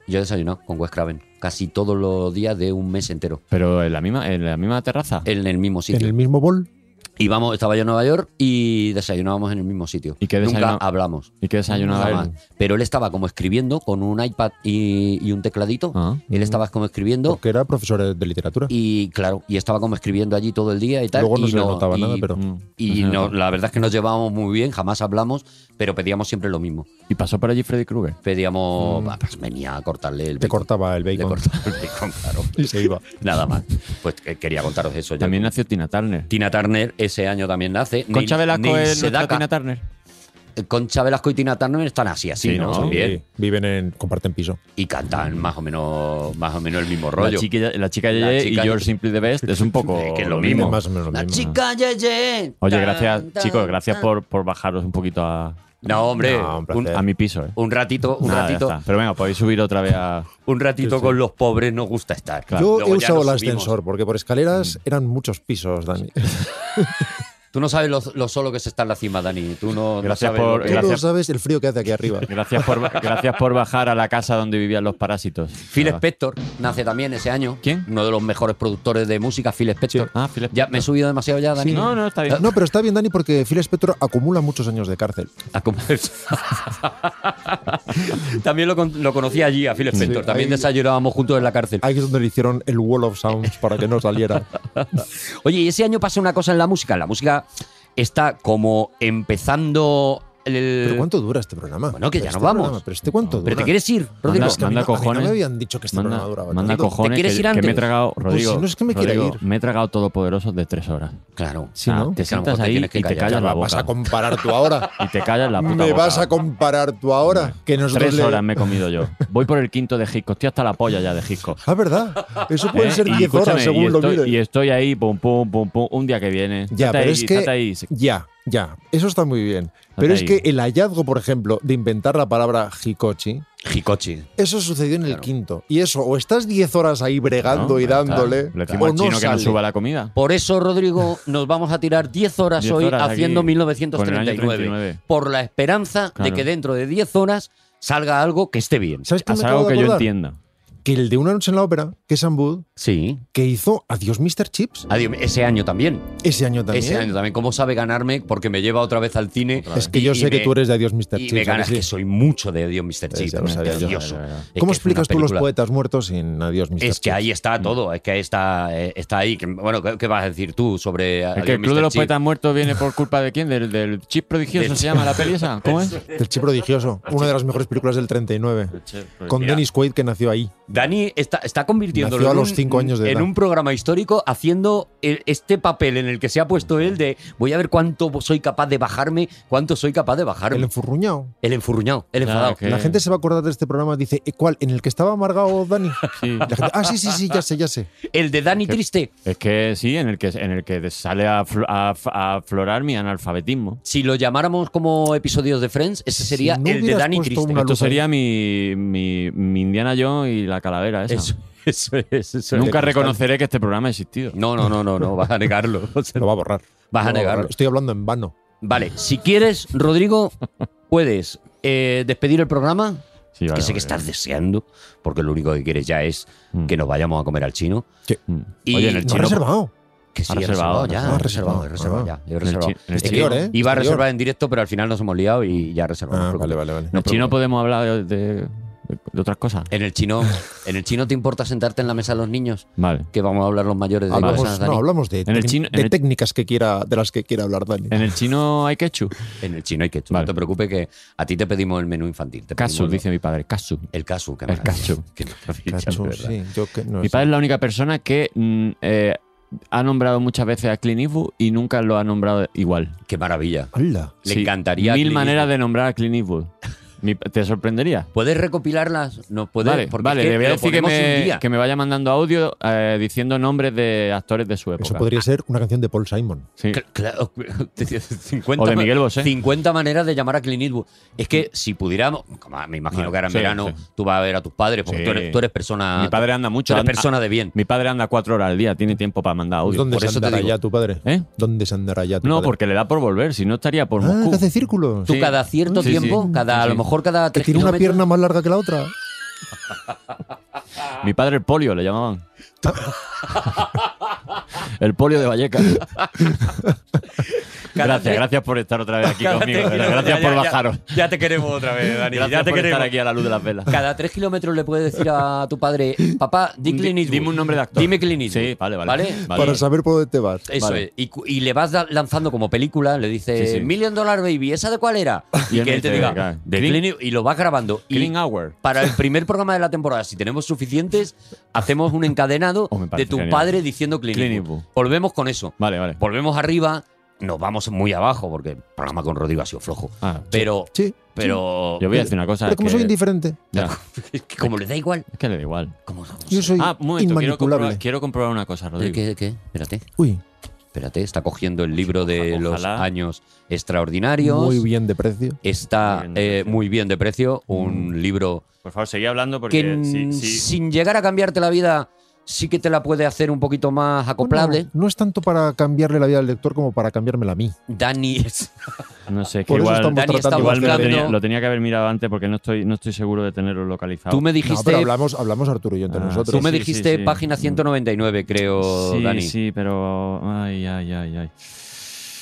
Speaker 4: Yo he desayunado con Wes Craven casi todos los días de un mes entero
Speaker 5: ¿Pero en la misma, en la misma terraza?
Speaker 4: en el mismo
Speaker 2: En
Speaker 4: sitio.
Speaker 2: el mismo bol.
Speaker 4: Íbamos, estaba yo en Nueva York y desayunábamos en el mismo sitio.
Speaker 5: ¿Y qué
Speaker 4: Nunca
Speaker 5: desayuno-
Speaker 4: hablamos.
Speaker 5: ¿Y qué desayunaba
Speaker 4: Jamás.
Speaker 5: él?
Speaker 4: Pero él estaba como escribiendo con un iPad y, y un tecladito.
Speaker 5: Ah.
Speaker 4: Él estaba como escribiendo
Speaker 2: Porque era profesor de literatura.
Speaker 4: y claro, y estaba como escribiendo allí todo el día y
Speaker 2: Ah.
Speaker 4: tal.
Speaker 2: Luego no
Speaker 4: y
Speaker 2: se le notaba
Speaker 4: y-
Speaker 2: nada, pero.
Speaker 5: Mm.
Speaker 4: Y
Speaker 5: Ajá.
Speaker 4: no- la verdad es que nos llevábamos muy bien, jamás hablamos, pero pedíamos siempre lo mismo.
Speaker 5: ¿Y pasó por allí Freddy Krueger?
Speaker 4: Pedíamos, bah, pues venía a cortarle el
Speaker 2: Mm. Te
Speaker 4: bacon.
Speaker 2: cortaba el
Speaker 4: Le
Speaker 2: bacon.
Speaker 4: cortaba el bacon, claro.
Speaker 2: Y se iba.
Speaker 4: Nada más. Pues eh, quería contaros eso. yo.
Speaker 5: También nació Tina Turner.
Speaker 4: Tina Turner ese año también nace.
Speaker 5: Concha
Speaker 4: Neil-
Speaker 5: Velasco
Speaker 4: Neil
Speaker 5: es nuestra
Speaker 4: Sedaka.
Speaker 5: Tina Turner.
Speaker 4: Concha Velasco y Tina Turner están así, así,
Speaker 5: Sí,
Speaker 4: ¿no?
Speaker 5: ¿no?
Speaker 4: También.
Speaker 2: Sí, Viven en. Comparten piso.
Speaker 4: Y cantan más o menos, más o menos el mismo rollo.
Speaker 5: La chica, la chica
Speaker 4: La
Speaker 5: Yeye y
Speaker 4: chica-
Speaker 5: You're Simply the Best es un poco
Speaker 4: Es que es lo
Speaker 2: Viven
Speaker 4: mismo.
Speaker 2: más o menos lo
Speaker 4: La
Speaker 2: mismo.
Speaker 4: chica Yeye.
Speaker 5: Oye,
Speaker 4: Tan,
Speaker 5: gracias,
Speaker 4: tan,
Speaker 5: chicos, gracias
Speaker 4: tan.
Speaker 5: por, por bajaros un poquito a,
Speaker 4: No, hombre.
Speaker 2: No, un
Speaker 4: un,
Speaker 2: placer.
Speaker 5: a mi piso. ¿eh?
Speaker 4: un ratito, un
Speaker 5: Nada, ya
Speaker 4: ratito,
Speaker 5: está. Pero venga, podéis subir otra vez a...
Speaker 4: un ratito con los pobres nos gusta estar.
Speaker 2: Yo
Speaker 4: Luego
Speaker 2: he
Speaker 4: ya
Speaker 2: usado el
Speaker 4: nos subimos.
Speaker 2: ascensor porque por escaleras eran muchos pisos, Dani.
Speaker 4: Tú no sabes lo, lo solo que se está en la cima, Dani. Tú no, no
Speaker 5: Gracias
Speaker 4: sabes
Speaker 5: por-
Speaker 4: lo
Speaker 2: Tú
Speaker 4: que-
Speaker 5: gracias.
Speaker 2: no sabes el frío que hace aquí arriba.
Speaker 5: Gracias por, gracias por bajar a la casa donde vivían los parásitos.
Speaker 4: Phil
Speaker 5: Nada.
Speaker 4: Spector nace también ese año.
Speaker 5: ¿Quién?
Speaker 4: Uno de los mejores productores de música, Phil Spector.
Speaker 5: Ah, Phil
Speaker 4: Ya me he subido demasiado ya, Dani.
Speaker 5: No, no, está bien.
Speaker 2: Eh, No, pero está bien, Dani, porque Phil Spector acumula muchos años de cárcel.
Speaker 4: A comer. también lo, con- lo conocí allí, a Phil Spector.
Speaker 2: Sí,
Speaker 4: también
Speaker 2: ahí-
Speaker 4: desayunábamos juntos en la cárcel.
Speaker 2: Ahí es donde le hicieron el Wall of Sounds para que no saliera.
Speaker 4: Oye, y ese año pasa una cosa en la música. La música está como empezando el.
Speaker 2: ¿Pero cuánto dura este programa?
Speaker 4: Bueno, que
Speaker 2: Pero
Speaker 4: ya nos
Speaker 2: este
Speaker 4: vamos.
Speaker 2: programa, ¿Pero este cuánto dura? este-
Speaker 4: ¿Pero te quieres ir, Rodrigo?
Speaker 5: Manda-
Speaker 2: Es que a mí
Speaker 5: manda
Speaker 2: no- a mí
Speaker 5: cojones.
Speaker 2: no me habían dicho que este
Speaker 5: manda,
Speaker 2: programa duraba
Speaker 5: manda
Speaker 2: tanto.
Speaker 5: cojones.
Speaker 4: quieres
Speaker 5: que,
Speaker 4: ir
Speaker 5: que me he
Speaker 4: antes?
Speaker 5: tragado, Rodrigo.
Speaker 2: Pues si no es que me quiero
Speaker 5: Rodrigo,
Speaker 2: ir.
Speaker 5: me he tragado Todopoderosos de tres horas.
Speaker 4: Claro.
Speaker 5: Sí,
Speaker 2: ¿no?
Speaker 5: Ah, Te
Speaker 4: Es que a lo
Speaker 5: sientas
Speaker 4: mejor te
Speaker 5: ahí
Speaker 4: tienes que
Speaker 5: y te
Speaker 4: callar.
Speaker 5: callas la
Speaker 2: ¿Vas a
Speaker 5: boca.
Speaker 2: comparar tú ahora?
Speaker 5: Y te callas la puta
Speaker 2: ¿Me
Speaker 5: boca.
Speaker 2: vas a comparar tú ahora? Que nos
Speaker 5: Tres
Speaker 2: duele-
Speaker 5: horas me he comido yo. Voy por el quinto de Hitchcock. Estoy hasta la polla ya de Hitchcock.
Speaker 2: Ah, ¿verdad? Eso pueden
Speaker 5: ¿Eh?
Speaker 2: ser
Speaker 5: Y
Speaker 2: 10
Speaker 5: escúchame,
Speaker 2: horas, según
Speaker 5: y
Speaker 2: lo
Speaker 5: estoy,
Speaker 2: mires.
Speaker 5: y estoy ahí, pum, pum, pum, pum, un día que viene.
Speaker 2: Ya,
Speaker 5: Estate
Speaker 2: pero
Speaker 5: ahí,
Speaker 2: es que.
Speaker 5: estate ahí.
Speaker 2: Ya, ya. Eso está muy bien. Pero es
Speaker 5: ahí.
Speaker 2: que el hallazgo, por ejemplo, de inventar la palabra hikochi,
Speaker 4: Jicochi.
Speaker 2: eso sucedió en el
Speaker 4: Claro.
Speaker 2: quinto. Y eso, o estás 10 horas ahí bregando
Speaker 5: No,
Speaker 2: y
Speaker 5: ya está.
Speaker 2: dándole,
Speaker 5: Le decimos
Speaker 2: eh, o
Speaker 5: al chino
Speaker 2: no
Speaker 5: que nos
Speaker 2: sale.
Speaker 5: suba la comida.
Speaker 4: Por eso, Rodrigo, nos vamos a tirar 10 horas
Speaker 5: 10
Speaker 4: hoy
Speaker 5: horas aquí,
Speaker 4: haciendo
Speaker 5: con el año
Speaker 4: 1939.
Speaker 5: 39.
Speaker 4: Por la esperanza de
Speaker 5: Claro.
Speaker 4: que dentro de 10 horas salga algo que esté bien.
Speaker 2: ¿Sabes qué me
Speaker 5: Haz
Speaker 2: acabo
Speaker 5: algo
Speaker 2: de
Speaker 5: que yo
Speaker 2: acordar?
Speaker 5: entienda.
Speaker 2: Que el de Una noche en la ópera, que es Sam Wood,
Speaker 4: Sí.
Speaker 2: que hizo Adiós Mr. Chips
Speaker 4: Adiós. Ese año también.
Speaker 2: ese año también.
Speaker 4: Ese año también. ¿Cómo sabe ganarme? Porque me lleva otra vez al cine.
Speaker 2: Es que
Speaker 4: y-
Speaker 2: yo
Speaker 4: y
Speaker 2: sé
Speaker 4: me-
Speaker 2: que tú eres de Adiós Mr.
Speaker 4: Y
Speaker 2: Chips.
Speaker 4: me
Speaker 2: ¿a
Speaker 4: ganas
Speaker 2: que
Speaker 4: que
Speaker 2: sí?
Speaker 4: soy mucho de Dios, Mr. Chip.
Speaker 2: ya lo sabía yo.
Speaker 4: Maravilloso.
Speaker 5: Ya, ya, ya.
Speaker 4: Es que
Speaker 2: ¿Cómo
Speaker 4: es una
Speaker 2: explicas tú los
Speaker 4: película-
Speaker 2: poetas muertos sin Adiós Mr.
Speaker 4: Es que
Speaker 2: Chips?
Speaker 4: ahí
Speaker 5: Mm.
Speaker 4: está todo, es que está, eh, está ahí. Que, Bueno, ¿qué, qué vas a decir tú sobre
Speaker 5: Es que el Club de los Poetas Muertos viene por culpa de quién? ¿Del, del chip prodigioso
Speaker 4: Del-
Speaker 5: se llama la peli esa? ¿Cómo es? Pues
Speaker 2: El Chip prodigioso, una de las mejores películas del 39. Con
Speaker 4: Mira.
Speaker 2: Dennis Quaid que nació ahí.
Speaker 4: Dani está, está convirtiéndolo
Speaker 2: Nació a
Speaker 4: en
Speaker 2: los
Speaker 4: un-
Speaker 2: cinco años de
Speaker 4: en
Speaker 2: edad.
Speaker 4: un programa histórico haciendo el- este papel en el que se ha puesto él de voy a ver cuánto soy capaz de bajarme, cuánto soy capaz de
Speaker 2: El
Speaker 4: bajarme.
Speaker 2: enfurruñado.
Speaker 4: El enfurruñado, el
Speaker 5: Claro,
Speaker 4: enfadado.
Speaker 5: que-
Speaker 2: La gente se va a acordar de este programa. Dice, "¿Eh, ¿cuál? ¿En el que estaba amargado Dani?
Speaker 5: Sí.
Speaker 2: La gente, ah, sí, sí, sí, ya sé, ya sé.
Speaker 4: El de Dani
Speaker 5: que-
Speaker 4: Triste.
Speaker 5: Es que sí, en el que, en el que sale a, fl- a f- a aflorar mi analfabetismo.
Speaker 4: Si lo llamáramos como episodios de Friends, ese
Speaker 2: Si
Speaker 4: sería
Speaker 2: no
Speaker 4: el de
Speaker 2: hubieras
Speaker 4: Dani
Speaker 2: puesto
Speaker 4: Triste.
Speaker 2: una
Speaker 5: Esto
Speaker 2: luz ahí.
Speaker 5: sería mi, mi, mi Indiana Jones y la calavera esa.
Speaker 4: Eso, eso es, eso es.
Speaker 5: Nunca
Speaker 2: de cristal.
Speaker 5: reconoceré que este programa ha existido.
Speaker 4: No, no, no, no, no, vas a negarlo. O sea,
Speaker 2: Lo va a borrar.
Speaker 4: Vas a
Speaker 2: Lo va
Speaker 4: negarlo.
Speaker 2: borrar. Estoy hablando en vano.
Speaker 4: Vale, si quieres, Rodrigo, puedes eh, despedir el programa,
Speaker 5: Sí, vale,
Speaker 4: que sé que
Speaker 5: vale.
Speaker 4: estás deseando, porque lo único que quieres ya es
Speaker 5: Mm.
Speaker 4: que nos vayamos a comer al chino.
Speaker 5: Mm.
Speaker 4: Y-
Speaker 5: Oye, en el
Speaker 2: No
Speaker 5: chino.
Speaker 2: reservado.
Speaker 4: Que sí,
Speaker 5: Ha
Speaker 4: he
Speaker 5: reservado,
Speaker 4: reservado, ya,
Speaker 2: ha
Speaker 4: he reservado, he
Speaker 2: reservado.
Speaker 4: reservado, ya, he reservado.
Speaker 5: chi- en el
Speaker 4: Es que
Speaker 2: exterior, ¿eh?
Speaker 4: Iba a
Speaker 2: Exterior.
Speaker 4: reservar en directo, pero al final nos hemos liado y ya reservamos.
Speaker 2: Ah,
Speaker 4: no os
Speaker 2: vale,
Speaker 4: preocupéis.
Speaker 2: vale, vale.
Speaker 5: En el chino podemos hablar de, de- de otras cosas.
Speaker 4: En el chino, en el chino te importa sentarte en la mesa de los niños,
Speaker 5: Vale.
Speaker 4: que vamos a hablar los mayores de
Speaker 2: Hablamos,
Speaker 4: cosas, Dani.
Speaker 2: no, hablamos de,
Speaker 5: En el
Speaker 2: tec-
Speaker 5: chino-
Speaker 2: de
Speaker 5: en el-
Speaker 2: técnicas que quiera, de las que quiera hablar Dani.
Speaker 5: En el chino hay quechu.
Speaker 4: En el chino hay que, tú
Speaker 5: Vale.
Speaker 4: no te preocupes que a ti te pedimos el menú infantil. te pedimos
Speaker 5: Casu,
Speaker 4: lo-
Speaker 5: dice mi padre. Casu.
Speaker 4: El casu, que
Speaker 5: El casu.
Speaker 2: Cacho, sí, yo que no
Speaker 5: Mi
Speaker 2: sé.
Speaker 5: padre es la única persona que mm, eh, ha nombrado muchas veces a Clint Eastwood y nunca lo ha nombrado igual.
Speaker 4: Qué maravilla.
Speaker 2: Hala.
Speaker 4: Le
Speaker 5: Sí,
Speaker 4: encantaría. a
Speaker 5: Mil
Speaker 4: Clint
Speaker 5: maneras
Speaker 4: Eastwood.
Speaker 5: de nombrar a Clint Eastwood. Mi- ¿Te sorprendería?
Speaker 4: ¿Puedes recopilarlas? No, puedes.
Speaker 5: Vale,
Speaker 4: porque
Speaker 5: vale,
Speaker 4: es que
Speaker 5: le voy a
Speaker 4: lo
Speaker 5: decir que
Speaker 4: ponemos un
Speaker 5: me,
Speaker 4: día.
Speaker 5: que me vaya mandando audio eh, diciendo nombres de actores de su época.
Speaker 2: Eso podría ser una canción de Paul Simon.
Speaker 5: Sí.
Speaker 4: Cl- Claro, 50
Speaker 5: O de
Speaker 4: ma-
Speaker 5: Miguel Bosé.
Speaker 4: 50 maneras de llamar a Clint Eastwood. Es que si pudiéramos, como me imagino
Speaker 5: Vale,
Speaker 4: que ahora en
Speaker 5: sí,
Speaker 4: verano
Speaker 5: sí.
Speaker 4: tú vas a ver a tus padres, porque
Speaker 5: Sí.
Speaker 4: tú, eres, tú eres persona.
Speaker 5: Mi padre anda mucho.
Speaker 4: Tú eres
Speaker 5: anda-
Speaker 4: Ah, persona de bien.
Speaker 5: Mi padre anda cuatro horas al día, tiene tiempo para mandar audio.
Speaker 2: Pues ¿Dónde
Speaker 4: por
Speaker 2: se
Speaker 4: eso te
Speaker 2: andará
Speaker 4: digo.
Speaker 2: ya tu padre?
Speaker 5: ¿Eh?
Speaker 2: ¿Dónde se andará ya tu
Speaker 5: No,
Speaker 2: padre?
Speaker 5: porque le da por volver, si no estaría por
Speaker 2: Ah,
Speaker 5: Moscú.
Speaker 2: que hace círculos.
Speaker 4: Tú
Speaker 5: Sí.
Speaker 4: cada cierto
Speaker 5: Sí, sí.
Speaker 4: tiempo, cada a
Speaker 5: Sí,
Speaker 4: lo
Speaker 5: sí.
Speaker 4: mejor cada
Speaker 2: Que
Speaker 4: tres
Speaker 2: tiene una
Speaker 4: kilómetros,
Speaker 2: pierna más larga que la otra.
Speaker 5: Mi padre el polio le llamaban. el polio de Vallecas. gracias, gracias por estar otra vez aquí
Speaker 4: cada
Speaker 5: conmigo.
Speaker 4: tres
Speaker 5: de verdad.
Speaker 4: kilómetros,
Speaker 5: Gracias
Speaker 4: ya-
Speaker 5: por
Speaker 4: ya-
Speaker 5: bajaros.
Speaker 4: Ya, te queremos otra vez, Dani.
Speaker 5: Gracias
Speaker 4: ya te
Speaker 5: por
Speaker 4: queremos.
Speaker 5: estar aquí a la luz de las velas.
Speaker 4: Cada tres kilómetros le puedes decir a tu padre, papá, di
Speaker 5: Di-
Speaker 4: Clint Eastwood.
Speaker 5: dime un nombre de actor.
Speaker 4: Dime Clint Eastwood.
Speaker 5: Sí, vale, vale. Vale.
Speaker 2: Para saber por dónde te vas.
Speaker 4: Eso
Speaker 5: Vale.
Speaker 4: es. Y, cu- y le vas da- lanzando como película, le dices,
Speaker 5: Sí, sí.
Speaker 4: Million Dollar Baby, ¿esa de cuál era?
Speaker 5: Y
Speaker 4: Y,
Speaker 5: él
Speaker 4: que
Speaker 5: me
Speaker 4: él te
Speaker 5: dice,
Speaker 4: diga,
Speaker 5: claro,
Speaker 4: "De
Speaker 5: Clean-
Speaker 4: Clint Eastwood", y lo vas grabando. Y
Speaker 5: Clean Hour.
Speaker 4: para el primer programa de la temporada, si tenemos suficientes, hacemos un encadenado
Speaker 5: Oh, me parece
Speaker 4: de tu
Speaker 5: genial.
Speaker 4: padre diciendo Clint
Speaker 5: Clint
Speaker 4: Eastwood.
Speaker 5: Eastwood.
Speaker 4: Volvemos con eso.
Speaker 5: Vale, vale.
Speaker 4: Volvemos arriba, nos vamos muy abajo, porque el programa con Rodrigo ha sido flojo.
Speaker 5: Ah,
Speaker 4: Pero,
Speaker 2: Sí.
Speaker 4: pero,
Speaker 5: yo voy a decir una cosa.
Speaker 2: Pero como
Speaker 5: que-
Speaker 2: soy indiferente,
Speaker 5: Ya,
Speaker 4: es que como les da igual.
Speaker 5: es que le da igual.
Speaker 4: como-
Speaker 2: yo soy
Speaker 5: Ah, un momento, quiero comprobar,
Speaker 2: inmanipulable.
Speaker 5: quiero comprobar una cosa,
Speaker 4: ¿Qué,
Speaker 5: Rodrigo.
Speaker 4: qué, qué? Espérate,
Speaker 2: Uy,
Speaker 4: espérate, está cogiendo el libro de
Speaker 5: Ojalá.
Speaker 4: los años extraordinarios.
Speaker 2: muy bien de precio.
Speaker 4: Está
Speaker 5: Muy bien de
Speaker 4: eh,
Speaker 5: precio.
Speaker 4: muy bien de precio, un libro
Speaker 5: Por favor, seguí hablando porque
Speaker 4: que
Speaker 5: sí,
Speaker 4: mm,
Speaker 5: sí.
Speaker 4: sin llegar a cambiarte la vida sí que te la puede hacer un poquito más acoplable.
Speaker 2: Bueno, no es tanto para cambiarle la vida al lector como para cambiármela a mí.
Speaker 4: Dani es-
Speaker 5: No sé, que
Speaker 2: Por eso
Speaker 5: igual,
Speaker 2: estamos
Speaker 4: Dani
Speaker 2: tratando
Speaker 4: está
Speaker 5: igual me lo,
Speaker 4: buscando-
Speaker 5: tenía, lo tenía que haber mirado antes porque no estoy, no estoy seguro de tenerlo localizado.
Speaker 4: Tú me
Speaker 2: No,
Speaker 4: dijiste,
Speaker 2: pero hablamos, hablamos Arturo y yo entre
Speaker 5: Ah,
Speaker 2: nosotros. Eh,
Speaker 4: tú me
Speaker 5: Sí, sí,
Speaker 4: dijiste
Speaker 5: sí.
Speaker 4: página 199, creo,
Speaker 5: sí,
Speaker 4: Dani.
Speaker 5: sí, pero. Ay, ay, ay, ay.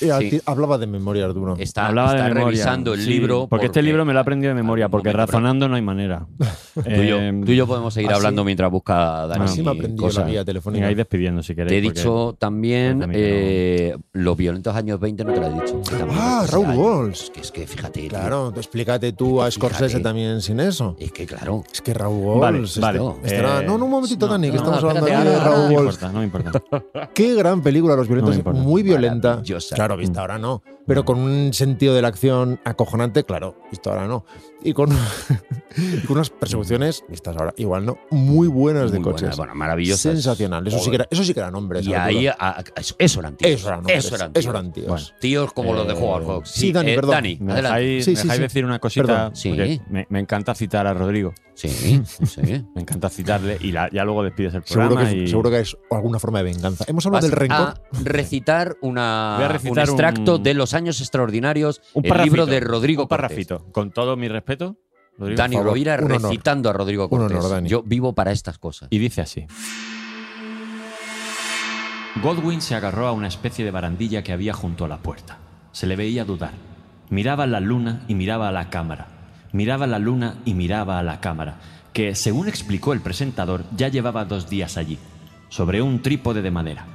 Speaker 2: Eh, a
Speaker 4: sí.
Speaker 2: ti- Hablaba de memoria, Arturo.
Speaker 4: Está,
Speaker 5: Hablaba de
Speaker 4: está
Speaker 5: memoria.
Speaker 4: revisando el
Speaker 5: Sí,
Speaker 4: libro.
Speaker 5: Porque, este libro me lo he aprendido de memoria,
Speaker 4: algún
Speaker 5: porque
Speaker 4: momento, pero-
Speaker 5: razonando no hay manera.
Speaker 4: Tú y, yo,
Speaker 5: Eh,
Speaker 4: tú y yo podemos seguir
Speaker 2: así-
Speaker 4: hablando mientras busca Dani.
Speaker 2: Así me aprendí yo la
Speaker 4: cosas.
Speaker 2: vía
Speaker 5: Venga,
Speaker 2: telefónica.
Speaker 5: ir despidiendo si queréis.
Speaker 4: Te he
Speaker 5: porque-
Speaker 4: dicho también
Speaker 5: Cuéntame que
Speaker 4: eh, los violentos años 20, no te lo he dicho. que estamos
Speaker 2: Ah,
Speaker 4: en
Speaker 2: Raoul
Speaker 4: 13
Speaker 2: Walsh.
Speaker 4: años. Que es que fíjate. tío,
Speaker 2: Claro, tú explícate tú a
Speaker 4: Fíjate.
Speaker 2: Scorsese también sin eso.
Speaker 4: Es que claro.
Speaker 2: Es que Raúl Walls
Speaker 5: Vale,
Speaker 2: está-
Speaker 5: vale.
Speaker 2: estará-
Speaker 5: Eh,
Speaker 2: este no, no, un momentito,
Speaker 5: no,
Speaker 2: Dani, que
Speaker 5: no,
Speaker 2: estamos hablando aquí
Speaker 4: espérate,
Speaker 2: de
Speaker 4: ahora, ahora.
Speaker 2: Raúl
Speaker 5: No me
Speaker 2: Walls.
Speaker 5: importa, no me importa.
Speaker 2: Qué gran película, Los
Speaker 5: No me
Speaker 2: Violentos,
Speaker 5: importa.
Speaker 2: muy violenta.
Speaker 4: Maravillosa.
Speaker 2: Claro,
Speaker 5: Mm.
Speaker 2: vista ahora no. Pero con un sentido de la acción acojonante, claro, vista ahora no. Y con, y con unas persecuciones,
Speaker 5: Mm.
Speaker 2: vistas ahora igual no, muy buenas de
Speaker 4: muy
Speaker 2: coches.
Speaker 4: buena, bueno, maravillosa.
Speaker 2: Sensacional. Eso sí, que era, eso sí que eran hombres.
Speaker 4: Y
Speaker 2: Arturo.
Speaker 4: ahí, a- a- eso, eso eran tíos.
Speaker 2: eso eran hombres.
Speaker 4: Eso eran tíos.
Speaker 2: Eso eran tíos.
Speaker 5: Bueno.
Speaker 4: Tíos como los de
Speaker 5: Eh,
Speaker 4: Juego al Fox.
Speaker 2: sí, Dani, perdón.
Speaker 4: Dani,
Speaker 5: ¿Me
Speaker 4: adelante.
Speaker 5: dejáis,
Speaker 2: Sí,
Speaker 5: me
Speaker 2: sí,
Speaker 5: dejáis
Speaker 2: sí.
Speaker 5: decir una cosita?
Speaker 2: Perdón.
Speaker 4: Sí.
Speaker 5: Porque Me, me encanta citar a Rodrigo.
Speaker 4: Sí, sí.
Speaker 5: Me encanta citarle y la- ya luego despides el programa.
Speaker 2: Seguro que,
Speaker 5: y-
Speaker 2: seguro que es alguna forma de venganza. Hemos hablado
Speaker 4: Vas
Speaker 2: del rencor.
Speaker 4: a recitar, una,
Speaker 5: Voy a recitar
Speaker 4: un extracto
Speaker 5: un-
Speaker 4: de Los Años Extraordinarios,
Speaker 5: Un
Speaker 4: el
Speaker 5: parrafito,
Speaker 4: libro de Rodrigo
Speaker 5: un
Speaker 4: Cortés.
Speaker 5: parrafito. Con todo mi respeto, Rodrigo,
Speaker 4: Dani
Speaker 5: por favor.
Speaker 4: Rovira
Speaker 2: Un honor.
Speaker 4: recitando a Rodrigo
Speaker 2: Un
Speaker 4: Cortés.
Speaker 2: honor, Dani.
Speaker 4: Yo vivo para estas cosas.
Speaker 5: Y dice así. Godwin se agarró a una especie de barandilla que había junto a la puerta. Se le veía dudar. Miraba la luna y miraba a la cámara. Miraba la luna y miraba a la cámara, que, según explicó el presentador, ya llevaba dos días allí, sobre un trípode de madera.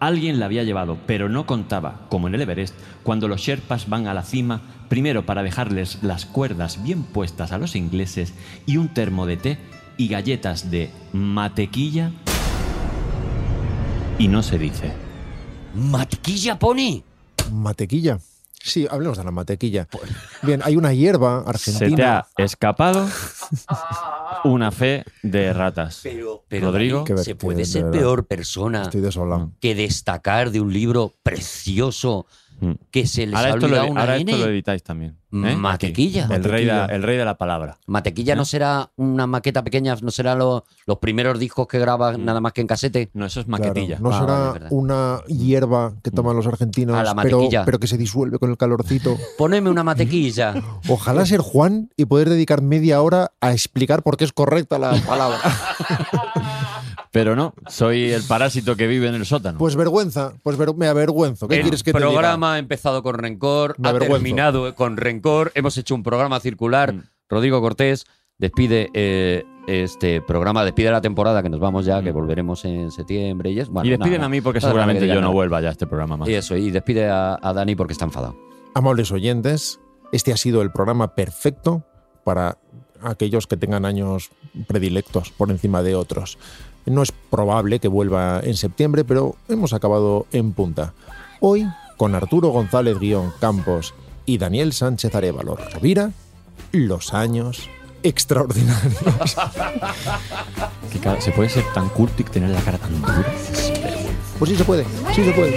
Speaker 5: Alguien la había llevado, pero no contaba, como en el Everest, cuando los Sherpas van a la cima, primero para dejarles las cuerdas bien puestas a los ingleses y un termo de té y galletas de matequilla y no se dice.
Speaker 4: ¡Matquilla Pony!
Speaker 2: Matequilla. Sí, hablemos de la matequilla. Bien, hay una hierba
Speaker 5: Pues Se te
Speaker 2: argentina.
Speaker 5: ha
Speaker 4: Ah.
Speaker 5: escapado una fe de ratas.
Speaker 4: Pero, pero
Speaker 5: Rodrigo.
Speaker 4: Dani,
Speaker 2: Qué
Speaker 4: ¿se
Speaker 2: vertiente,
Speaker 4: puede
Speaker 2: de
Speaker 4: ser
Speaker 2: verdad.
Speaker 4: peor persona
Speaker 2: Estoy desolado.
Speaker 4: que destacar de un libro precioso
Speaker 5: Mm.
Speaker 4: que se les
Speaker 5: Ahora,
Speaker 4: ha
Speaker 5: esto lo,
Speaker 4: olvidado una
Speaker 5: ahora
Speaker 4: N?
Speaker 5: esto lo editáis también. ¿eh?
Speaker 4: Matequilla.
Speaker 5: Aquí. El rey, da- el rey de la palabra.
Speaker 4: Matequilla no será una maqueta pequeña, no será lo- los primeros discos que grabas nada más que en casete.
Speaker 5: No, eso es
Speaker 2: Claro,
Speaker 5: maquetilla.
Speaker 2: No
Speaker 4: Ah,
Speaker 2: será
Speaker 4: vale, es verdad.
Speaker 2: una hierba que toman los argentinos,
Speaker 4: A la
Speaker 2: pero,
Speaker 4: mantequilla.
Speaker 2: pero que se disuelve con el calorcito.
Speaker 4: Poneme una matequilla.
Speaker 2: Ojalá ser Juan y poder dedicar media hora a explicar por qué es correcta la palabra.
Speaker 5: Pero no, soy el parásito que vive en el sótano.
Speaker 2: Pues vergüenza, pues ver- me avergüenzo. ¿Qué
Speaker 4: El
Speaker 2: quieres que te diga?
Speaker 4: programa ha empezado con rencor,
Speaker 2: Me
Speaker 4: ha
Speaker 2: avergüenzo.
Speaker 4: terminado con rencor. Hemos hecho un programa circular.
Speaker 5: Mm.
Speaker 4: Rodrigo Cortés despide eh, este programa, despide la temporada que nos vamos ya, que
Speaker 5: Mm.
Speaker 4: volveremos en septiembre. Y, es, bueno,
Speaker 5: y despiden
Speaker 4: nada.
Speaker 5: a mí porque
Speaker 4: Nada, nada que
Speaker 5: seguramente
Speaker 4: digan
Speaker 5: yo no
Speaker 4: nada.
Speaker 5: vuelva ya a este programa más.
Speaker 4: Y eso, y despide a, a Dani porque está enfadado.
Speaker 2: Amables oyentes, este ha sido el programa perfecto para aquellos que tengan años predilectos por encima de otros. No es probable que vuelva en septiembre, pero hemos acabado en punta. Hoy, con Arturo González Guión Campos y Daniel Sánchez Arevalo Rovira, los años extraordinarios.
Speaker 5: ¿Se puede ser tan culto y tener la cara tan dura?
Speaker 2: Pues sí se puede, sí se puede.